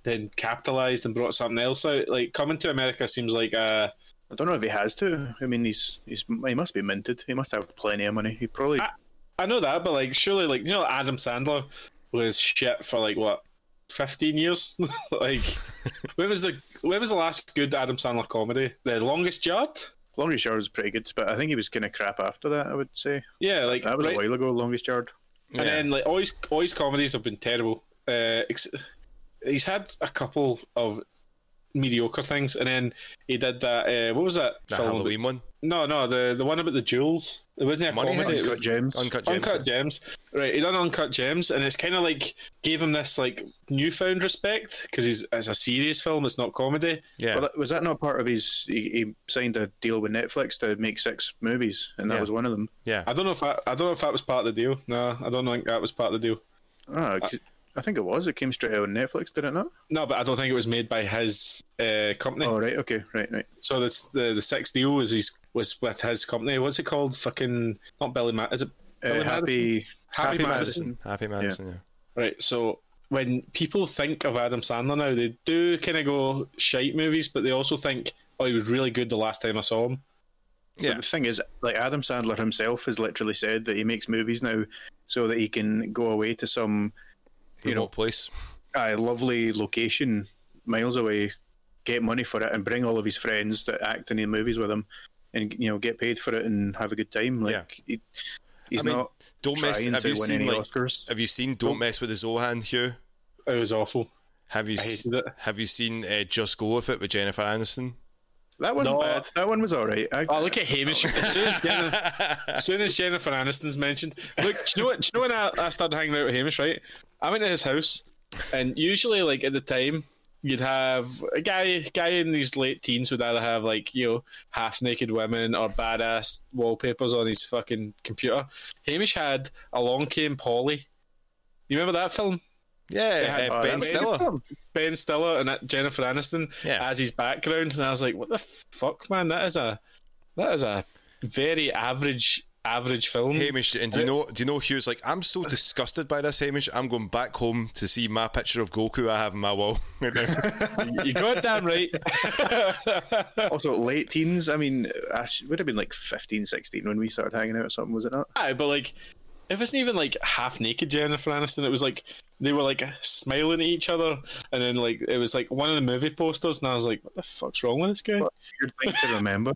Speaker 1: then capitalized and brought something else out. Like coming to America seems like a.
Speaker 3: I don't know if he has to. I mean, he's he's he must be minted. He must have plenty of money. He probably
Speaker 2: Ah.
Speaker 1: I know that, but like surely like you know Adam Sandler was shit for like what fifteen years. like when was the when was the last good Adam Sandler comedy? The Longest Yard.
Speaker 3: longest yard was pretty good, but I think he was kind of crap after that. I would say
Speaker 1: Yeah, like
Speaker 3: that was
Speaker 1: right-
Speaker 3: a while ago. Longest yard.
Speaker 1: And then like all his, all his comedies have been terrible. Uh, ex- he's had a couple of mediocre things, and then he did that. Uh, what was that,
Speaker 2: That
Speaker 1: film?
Speaker 2: Halloween one,
Speaker 1: No, no, the the one about the jewels. It wasn't a
Speaker 2: Money
Speaker 1: comedy.
Speaker 2: Heist,
Speaker 1: it
Speaker 3: Uncut
Speaker 1: was
Speaker 3: Gems.
Speaker 2: Uncut Gems.
Speaker 1: Uncut Gems. Right, he done Uncut Gems, and it's kind of like gave him this like newfound respect because he's it's a serious film. It's not comedy.
Speaker 2: Yeah,
Speaker 3: Well, that, was that not part of his? He, he signed a deal with Netflix to make six movies, and that
Speaker 2: Yeah.
Speaker 3: was one of them.
Speaker 2: yeah.
Speaker 1: I don't know if I, I don't know if that was part of the deal. No, I don't think that was part of the deal.
Speaker 3: Ah,
Speaker 2: Uh,
Speaker 3: I, I think it was. It came straight out on Netflix, did it not?
Speaker 1: No, but I don't think it was made by his uh, company.
Speaker 3: Oh, right. Okay. Right. Right.
Speaker 1: So that's the the sixth deal was he's was with his company. What's it called? Fucking not Billy Matt. Is it
Speaker 3: Uh,
Speaker 1: Billy Madison?
Speaker 3: happy.
Speaker 1: Happy, Madison.
Speaker 2: Happy Madison. Yeah.
Speaker 1: Right. So when people think of Adam Sandler now, they do kind of go shite movies, but they also think, oh, he was really good the last time I saw him.
Speaker 2: Yeah.
Speaker 3: But the thing is, like Adam Sandler himself has literally said that he makes movies now so that he can go away to some
Speaker 2: Remote place.
Speaker 3: uh, lovely location miles away, get money for it, and bring all of his friends that act in the movies with him, and you know get paid for it and have a good time. Like he, He's
Speaker 2: I mean,
Speaker 3: not
Speaker 2: don't mess.
Speaker 3: trying
Speaker 2: Have
Speaker 3: to
Speaker 2: you
Speaker 3: win
Speaker 2: seen
Speaker 3: any
Speaker 2: like?
Speaker 3: Oscars.
Speaker 2: Have you seen Don't mess with the Zohan, Hugh?
Speaker 1: It was awful.
Speaker 2: Have you s-
Speaker 1: hated it.
Speaker 2: have you seen uh, Just Go with It with Jennifer Aniston?
Speaker 3: That wasn't
Speaker 1: No.
Speaker 3: bad. That one was all right. I,
Speaker 1: Oh, look at Hamish. As soon as, Jennifer, as soon as Jennifer Aniston's mentioned, look, do you know what? Do you know when I, I started hanging out with Hamish, right? I went to his house, and usually, like at the time, you'd have a guy, guy in his late teens would either have like you know half naked women or badass wallpapers on his fucking computer. Hamish had Along Came Polly. You remember that film?
Speaker 2: Yeah,
Speaker 1: had-
Speaker 2: uh,
Speaker 3: oh,
Speaker 2: Ben
Speaker 3: that-
Speaker 2: Stiller.
Speaker 1: Ben Stiller and that Jennifer Aniston
Speaker 2: Yeah.
Speaker 1: as his background, and I was like, "What the fuck, man? That is a that is a very average average film."
Speaker 2: Hamish, and do you know? Do you know? Hugh's like, I'm so disgusted by this, Hamish. I'm going back home to see my picture of Goku I have in my wall. right now."
Speaker 1: You goddamn right.
Speaker 3: Also, late teens. I mean, I sh- would have been like 15, 16 when we started hanging out or something, was it not?
Speaker 1: Aye, but like, it wasn't even like half naked Jennifer Aniston. It was like they were like smiling at each other, and then like it was like one of the movie posters, and I was like, "What the fuck's wrong with this guy?"
Speaker 3: What a weird thing to remember.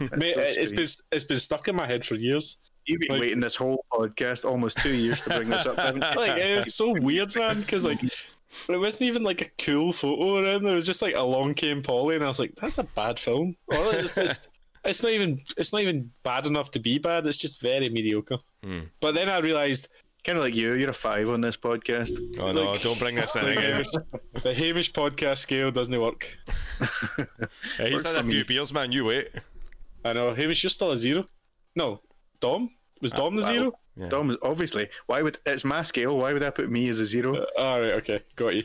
Speaker 3: That's
Speaker 1: Mate,
Speaker 3: so
Speaker 1: it's
Speaker 3: strange.
Speaker 1: been it's been stuck in my head for years.
Speaker 3: You've been
Speaker 1: like-
Speaker 3: waiting this whole podcast almost two years to bring this up. haven't you?
Speaker 1: like it was so weird, man. Because like it wasn't even like a cool photo around. It was just like along came Polly, and I was like, that's a bad film. Or it's, it's, it's not even it's not even bad enough to be bad. It's just very mediocre.
Speaker 3: Hmm.
Speaker 1: But then I realised
Speaker 3: kind of like you. You're a five on this podcast.
Speaker 2: oh no!
Speaker 1: Like-
Speaker 2: don't bring this in
Speaker 1: the
Speaker 2: again.
Speaker 1: Hamish, the Hamish podcast scale doesn't work.
Speaker 2: Yeah, he's
Speaker 3: Works
Speaker 2: had a
Speaker 3: for me.
Speaker 2: few beers, man. You wait.
Speaker 1: I know Hamish, you're still a zero. No, Dom was Dom the
Speaker 3: wow.
Speaker 1: zero.
Speaker 3: Dom, obviously, why would it's my scale? Why would I put me as a zero?
Speaker 1: All right, okay, got you.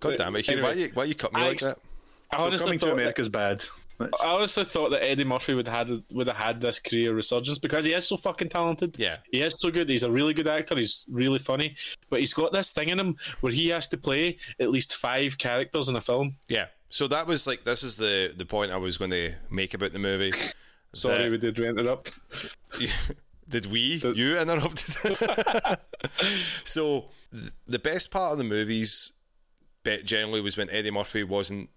Speaker 2: God damn it, Hugh!
Speaker 1: Anyway,
Speaker 2: why you why you cut me
Speaker 1: I
Speaker 2: like
Speaker 1: ex-
Speaker 2: that?
Speaker 1: I
Speaker 3: So coming to
Speaker 1: thought- uh,
Speaker 3: America's bad. That's-
Speaker 1: I honestly thought that Eddie Murphy would had would have had this career resurgence because he is so fucking talented.
Speaker 2: Yeah.
Speaker 1: he is so good. He's a really good actor. He's really funny, but he's got this thing in him where he has to play at least five characters in a film.
Speaker 2: Yeah. So that was like this is the the point I was going to make about the movie.
Speaker 1: Sorry,
Speaker 2: Yeah.
Speaker 1: we did interrupt.
Speaker 2: Did we? you interrupted. so th- the best part of the movies, be- generally, was when Eddie Murphy wasn't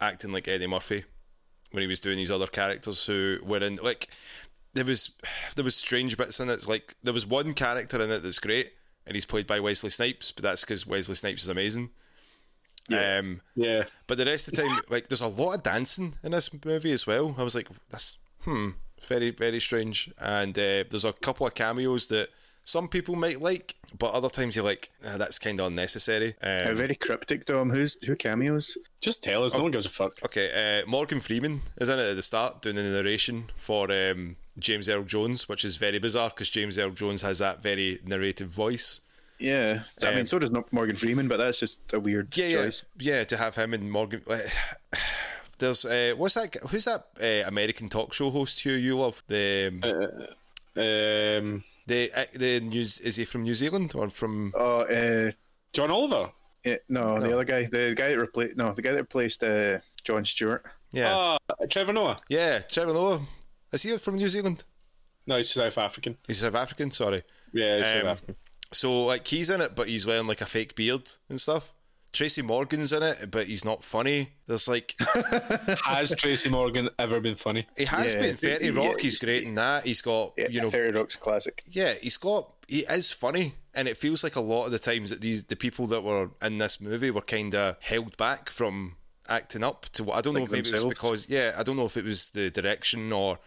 Speaker 2: acting like Eddie Murphy when he was doing these other characters who were in like there was there was strange bits in it. Like there was one character in it that's great, and he's played by Wesley Snipes, but that's because Wesley Snipes is amazing. Um,
Speaker 1: Yeah,
Speaker 2: but the rest of the time, like, there's a lot of dancing in this movie as well. I was like, that's hmm, very very strange. And uh, there's a couple of cameos that some people might like, but other times you're like, "Ah, that's kind of unnecessary.
Speaker 3: Now,
Speaker 2: Um,
Speaker 3: very cryptic, Dom. Who's who cameos?
Speaker 1: just tell us. No one gives a fuck.
Speaker 2: okay, uh, Morgan Freeman is in it at the start doing the narration for um, James Earl Jones, which is very bizarre because James Earl Jones has that very narrative voice.
Speaker 3: Yeah, I
Speaker 2: Um,
Speaker 3: mean, so does not Morgan Freeman, but that's just a weird
Speaker 2: Yeah, yeah,
Speaker 3: choice.
Speaker 2: yeah. To have him and Morgan. There's uh, what's that? g- Who's that uh, American talk show host who you love? The um,
Speaker 1: Um,
Speaker 2: The uh, the news is he from New Zealand or from?
Speaker 3: Oh, uh,
Speaker 1: John Oliver.
Speaker 3: yeah, no, the other guy, the guy that replaced, no, the guy that replaced uh, John Stewart.
Speaker 2: Yeah,
Speaker 1: Uh, Trevor Noah.
Speaker 2: yeah. Trevor Noah. Is he from New Zealand?
Speaker 1: No, he's South African.
Speaker 2: He's South African. Sorry.
Speaker 1: Yeah, he's
Speaker 2: Um,
Speaker 1: South African.
Speaker 2: So like he's in it, but he's wearing like a fake beard and stuff. Tracy Morgan's in it, but he's not funny. There's like
Speaker 1: Has Tracy Morgan ever been funny?
Speaker 2: he has
Speaker 3: Yeah.
Speaker 2: been Thirty
Speaker 3: Yeah,
Speaker 2: Rock. He's great in that. He's got
Speaker 3: Yeah,
Speaker 2: you know
Speaker 3: Thirty Rock's classic.
Speaker 2: yeah. He's got he is funny, and it feels like a lot of the times that these the people that were in this movie were kind of held back from acting up to what I don't know
Speaker 3: Like
Speaker 2: if maybe it was
Speaker 3: themselves.
Speaker 2: because yeah I don't know if it was the direction or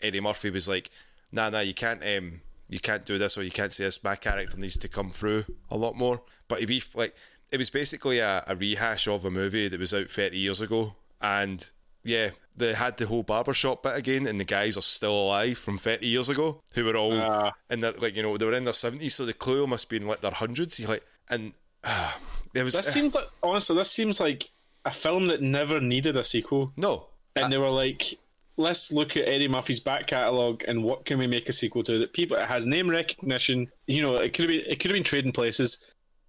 Speaker 2: Eddie Murphy was like nah nah you can't um you can't do this or you can't say this my character needs to come through a lot more but he be like it was basically a, a rehash of a movie that was out 30 years ago and yeah they had the whole barbershop bit again and the guys are still alive from 30 years ago who were all and they're like you know they were in their 70s so the clue must be in like their hundreds you like and ah, there was
Speaker 1: This seems like honestly, this seems like a film that never needed a sequel.
Speaker 2: no
Speaker 1: and they were like, "Let's look at Eddie Murphy's back catalogue and what can we make a sequel to that people it has name recognition. You know, it could have been it could have been Trading Places,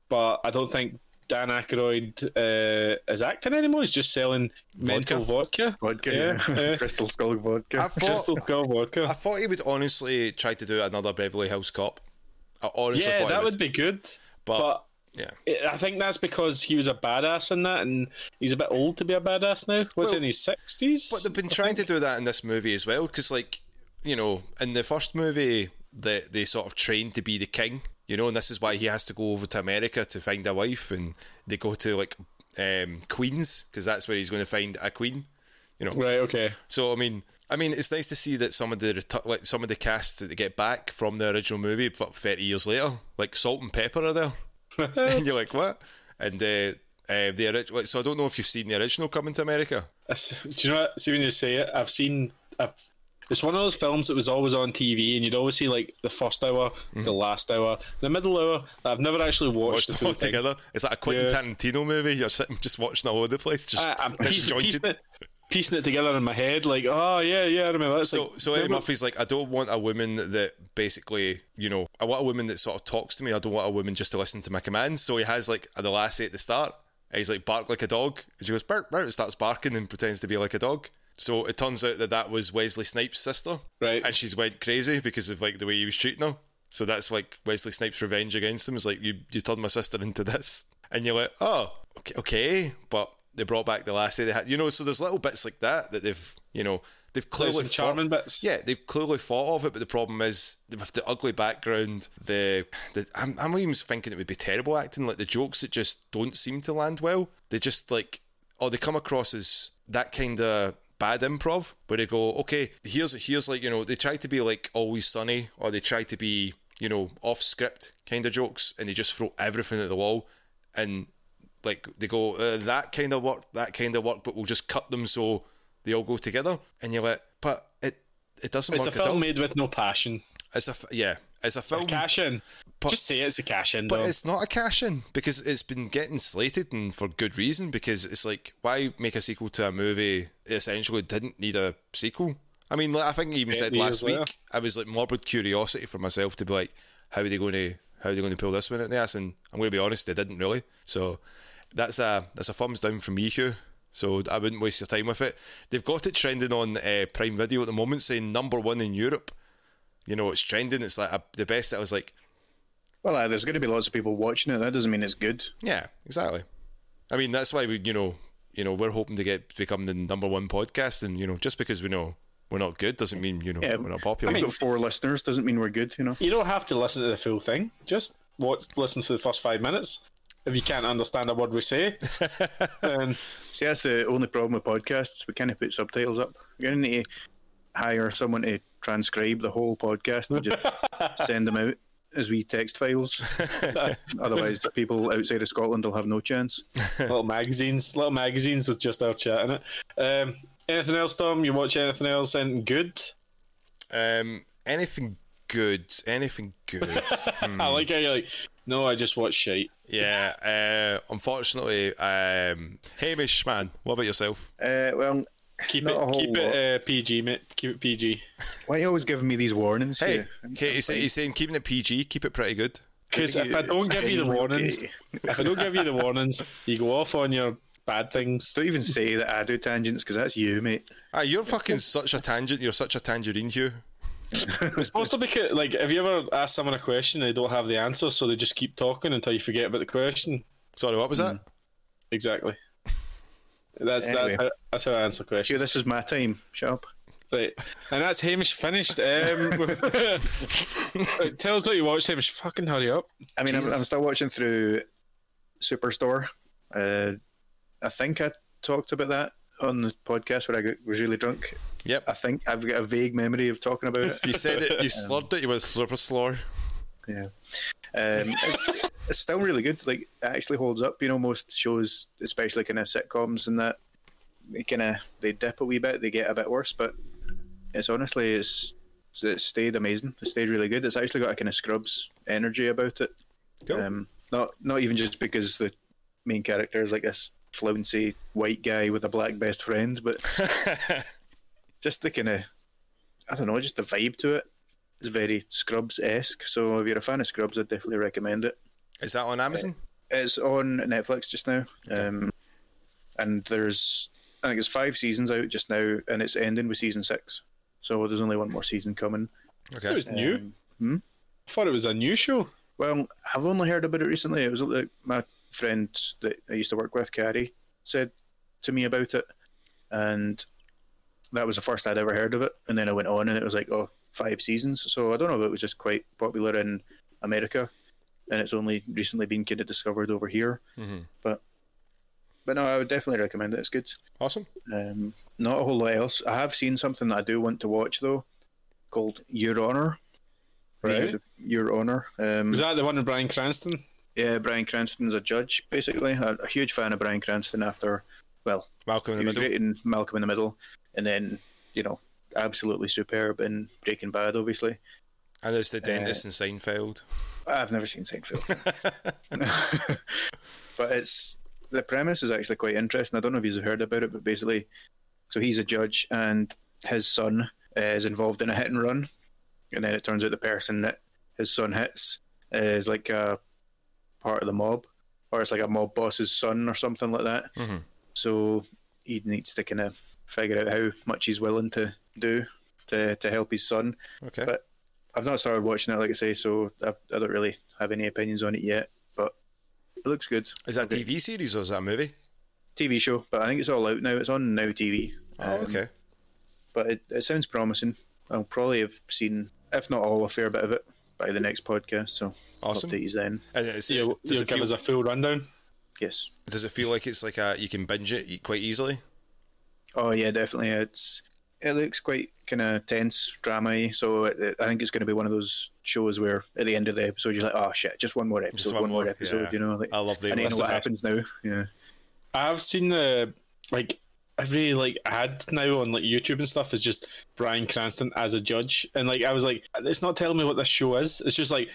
Speaker 1: but I don't think Dan Aykroyd uh, is acting anymore. He's just selling mental vodka,
Speaker 3: Vodka,
Speaker 1: Yeah, uh,
Speaker 3: yeah.
Speaker 1: yeah.
Speaker 3: Crystal Skull vodka.
Speaker 2: I thought,
Speaker 1: crystal skull
Speaker 2: I
Speaker 1: vodka.
Speaker 2: thought he would honestly try to do another Beverly Hills Cop. I honestly
Speaker 1: Yeah,
Speaker 2: thought
Speaker 1: that
Speaker 2: he
Speaker 1: would be good,
Speaker 2: But,
Speaker 1: but.
Speaker 2: yeah,
Speaker 1: it- I think that's because he was a badass in that, and he's a bit old to be a badass now. What's
Speaker 2: Well,
Speaker 1: in his sixties?
Speaker 2: but they've been trying to do that in this movie as well. Because like you know, in the first movie, that they sort of trained to be the king, you know, and this is why he has to go over to America to find a wife, and they go to like um, Queens because that's where he's going to find a queen, you know.
Speaker 1: Right. Okay.
Speaker 2: So I mean, I mean, it's nice to see that some of the retu- like some of the casts that they get back from the original movie for thirty years later, like Salt and Pepper are there, and you're like, what? And uh, uh, the original. So I don't know if you've seen the original coming to America.
Speaker 1: That's- Do you know what? See, when you say it, I've seen. I've, it's one of those films that was always on TV, and you'd always see like the first hour, the last hour, the middle hour. that I've never actually watched
Speaker 2: Mm-hmm. Watched
Speaker 1: the
Speaker 2: them all
Speaker 1: full thing.
Speaker 2: together. It's like a Quentin
Speaker 1: Yeah.
Speaker 2: Tarantino movie. You're sitting just watching all over the place, just
Speaker 1: I, I'm piece, piecing,
Speaker 2: disjointed.
Speaker 1: it, piecing it together in my head, like, oh yeah, yeah, I remember. That's
Speaker 2: So,
Speaker 1: like,
Speaker 2: so Eddie
Speaker 1: remember-
Speaker 2: Murphy's like, I don't want a woman that basically, you know, I want a woman that sort of talks to me. I don't want a woman just to listen to my commands. So he has like the lassie at the start. And he's like bark like a dog, and she goes bark bark, starts barking and pretends to be like a dog. So it turns out that that was Wesley Snipes' sister,
Speaker 1: Right.
Speaker 2: And she's went crazy because of like the way he was treating her. So that's like Wesley Snipes' revenge against him. Is like you you turned my sister into this, and you're like, oh, okay, okay, but they brought back the lassie they had, you know. So there's little bits like that that they've, you know, they've clearly
Speaker 1: some charming
Speaker 2: thought-
Speaker 1: bits.
Speaker 2: yeah, they've clearly thought of it, but the problem is with the ugly background, the, the I'm, I'm even thinking it would be terrible acting, like the jokes that just don't seem to land well. They just like, or they come across as that kind of bad improv where they go, okay, here's here's like you know they try to be like always sunny, or they try to be you know off script kind of jokes, and they just throw everything at the wall, and like they go uh, that kind of work, that kind of work, but we'll just cut them so they all go together, and you're like, but it it doesn't
Speaker 1: it's a
Speaker 2: work at all.
Speaker 1: film made with no passion.
Speaker 2: It's a f- yeah, it's a film,
Speaker 1: Cash in.
Speaker 2: Mm. But-
Speaker 1: Just say it's a cash in,
Speaker 2: but
Speaker 1: though.
Speaker 2: it's not a cash in because it's been getting slated and for good reason because it's like why make a sequel to a movie that essentially didn't need a sequel. I mean, like, I think you even said
Speaker 1: years
Speaker 2: last week
Speaker 1: later.
Speaker 2: I was like morbid curiosity for myself to be like, how are they going to how are they going to pull this one out the ass? And I'm going to be honest, they didn't really. So that's a that's a thumbs down from me, Hugh. So I wouldn't waste your time with it. They've got it trending on uh, Prime Video at the moment, saying number one in Europe. You know, it's trending. It's like a, the best. I was like,
Speaker 3: Well, uh, there's going to be lots of people watching it. That doesn't mean it's good.
Speaker 2: Yeah, exactly. I mean, that's why we, you know, you know, we're hoping to get become the number one podcast, and you know, just because we know we're not good doesn't mean you know
Speaker 3: Yeah,
Speaker 2: we're not popular.
Speaker 3: We've got four listeners. Doesn't mean we're good. You know.
Speaker 1: You don't have to listen to the full thing. Just watch, listen for the first five minutes. If you can't understand a word we say, then
Speaker 3: See, that's the only problem with podcasts. We can't put subtitles up. You're going to need to hire someone to transcribe the whole podcast and just send them out as we text files. Otherwise, people outside of Scotland will have no chance.
Speaker 1: little magazines, little magazines with just our chat in it. Um, anything else, Tom? You watch anything else? Anything good?
Speaker 2: um, anything good? Anything good?
Speaker 1: I like how you're like, no, I just watch shite.
Speaker 2: yeah. Uh, unfortunately, um, Hamish, man, what about yourself?
Speaker 3: Uh, well,
Speaker 1: Keep
Speaker 3: Not a
Speaker 1: it,
Speaker 3: whole
Speaker 1: keep
Speaker 3: lot.
Speaker 1: it uh, PG, mate. Keep it PG.
Speaker 3: why are you always giving me these warnings?
Speaker 2: Hey,
Speaker 3: here?
Speaker 2: okay, he's, he's saying keeping it PG, keep it pretty good.
Speaker 1: Because if I don't give you the
Speaker 3: Okay.
Speaker 1: warnings, if I don't give you the warnings, you go off on your bad things.
Speaker 3: Don't even say that I do tangents because that's you, mate.
Speaker 2: Ah, you're fucking such a tangent. You're such a tangerine, Hugh.
Speaker 1: It's supposed to be ca- like, have you ever asked someone a question they don't have the answer, so they just keep talking until you forget about the question?
Speaker 2: Sorry, what was that?
Speaker 1: Exactly. That's
Speaker 3: Anyway.
Speaker 1: that's how, that's how I answer
Speaker 3: Here,
Speaker 1: questions.
Speaker 3: this is my time. Shut up.
Speaker 1: Right, and that's Hamish finished. Um, tell us what you watched, Hamish. Fucking hurry up.
Speaker 3: I mean, I'm,
Speaker 2: Jesus.
Speaker 3: I'm still watching through Superstore. Uh, I think I talked about that on the podcast where I got, was really drunk.
Speaker 2: Yep.
Speaker 3: I think I've got a vague memory of talking about it.
Speaker 2: You said it. You slurred it. You went slurper slur.
Speaker 3: yeah. Um, it's, it's still really good. Like, it actually holds up. You know, most shows, especially kind of sitcoms and that, they kind of they dip a wee bit. They get a bit worse, but it's honestly it's it stayed amazing. It stayed really good. It's actually got a kind of Scrubs energy about it.
Speaker 2: Cool.
Speaker 3: Um, not not even just because the main character is like this flouncy white guy with a black best friend, but just the kind of I don't know, just the vibe to it. It's very Scrubs esque. So if you're a fan of Scrubs, I'd definitely recommend it.
Speaker 2: Is that on Amazon?
Speaker 3: It's on Netflix just now, um, and there's I think it's five seasons out just now, and it's ending with season six. So there's only one more season coming. Um,
Speaker 1: It
Speaker 2: Okay.
Speaker 1: was new. I thought it was a new show.
Speaker 3: Well, I've only heard about it recently. It was like my friend that I used to work with, Carrie, said to me about it, and that was the first I'd ever heard of it. And then I went on, and it was like, oh, five seasons. So I don't know if it was just quite popular in America, and it's only recently been kind of discovered over here.
Speaker 2: Mhm.
Speaker 3: But no, I would definitely recommend it. It's good.
Speaker 2: Awesome.
Speaker 3: Um, not a whole lot else. I have seen something that I do want to watch though, called Your Honor.
Speaker 1: Right.
Speaker 3: Your Honor. Um,
Speaker 1: Was that the one with Brian Cranston?
Speaker 3: yeah, Uh, Brian Cranston's a judge. Basically, I'm a huge fan of Brian Cranston. After well,
Speaker 2: Malcolm in the
Speaker 3: he was
Speaker 2: Middle.
Speaker 3: great in Malcolm in the Middle, and then you know, absolutely superb in Breaking Bad. Obviously,
Speaker 2: And
Speaker 3: Uh,
Speaker 2: there's the dentist in Seinfeld.
Speaker 3: I've never seen Seinfeld, but it's the premise is actually quite interesting. I don't know if you've heard about it, but basically, so he's a judge and his son uh, is involved in a hit and run, and then it turns out the person that his son hits is like a part of the mob, or it's like a mob boss's son or something like that.
Speaker 2: Mhm.
Speaker 3: So he needs to kind of figure out how much he's willing to do to to help his son.
Speaker 2: Okay.
Speaker 3: But- I've not started watching it, like I say, so I've, I don't really have any opinions on it yet. But it looks good.
Speaker 2: is that a TV series or is that a movie?
Speaker 3: TV show, but I think it's all out now. It's on Now TV.
Speaker 2: Oh,
Speaker 3: Um,
Speaker 2: okay.
Speaker 3: But it, it sounds promising. I'll probably have seen, if not all, a fair bit of it by the next podcast. So
Speaker 2: Awesome.
Speaker 3: update you then.
Speaker 2: And it's-
Speaker 1: You'll,
Speaker 2: does,
Speaker 1: you'll
Speaker 2: it
Speaker 1: give
Speaker 2: feel,
Speaker 1: us a full rundown.
Speaker 3: Yes.
Speaker 2: does it feel like it's like a you can binge it e- quite easily?
Speaker 3: Oh yeah, definitely. It's it looks quite kind of tense, drama-y. So it, it- I think it's going to be one of those shows where at the end of the episode you're like, oh shit, just one more episode,
Speaker 2: Just
Speaker 3: one, more episode.
Speaker 2: yeah.
Speaker 3: You know, like,
Speaker 2: I love the.
Speaker 3: I need to know
Speaker 2: list.
Speaker 3: what happens now. Yeah.
Speaker 1: I've seen the like every like ad now on like YouTube and stuff is just Brian Cranston as a judge, and like I was like, it's not telling me what this show is. It's just like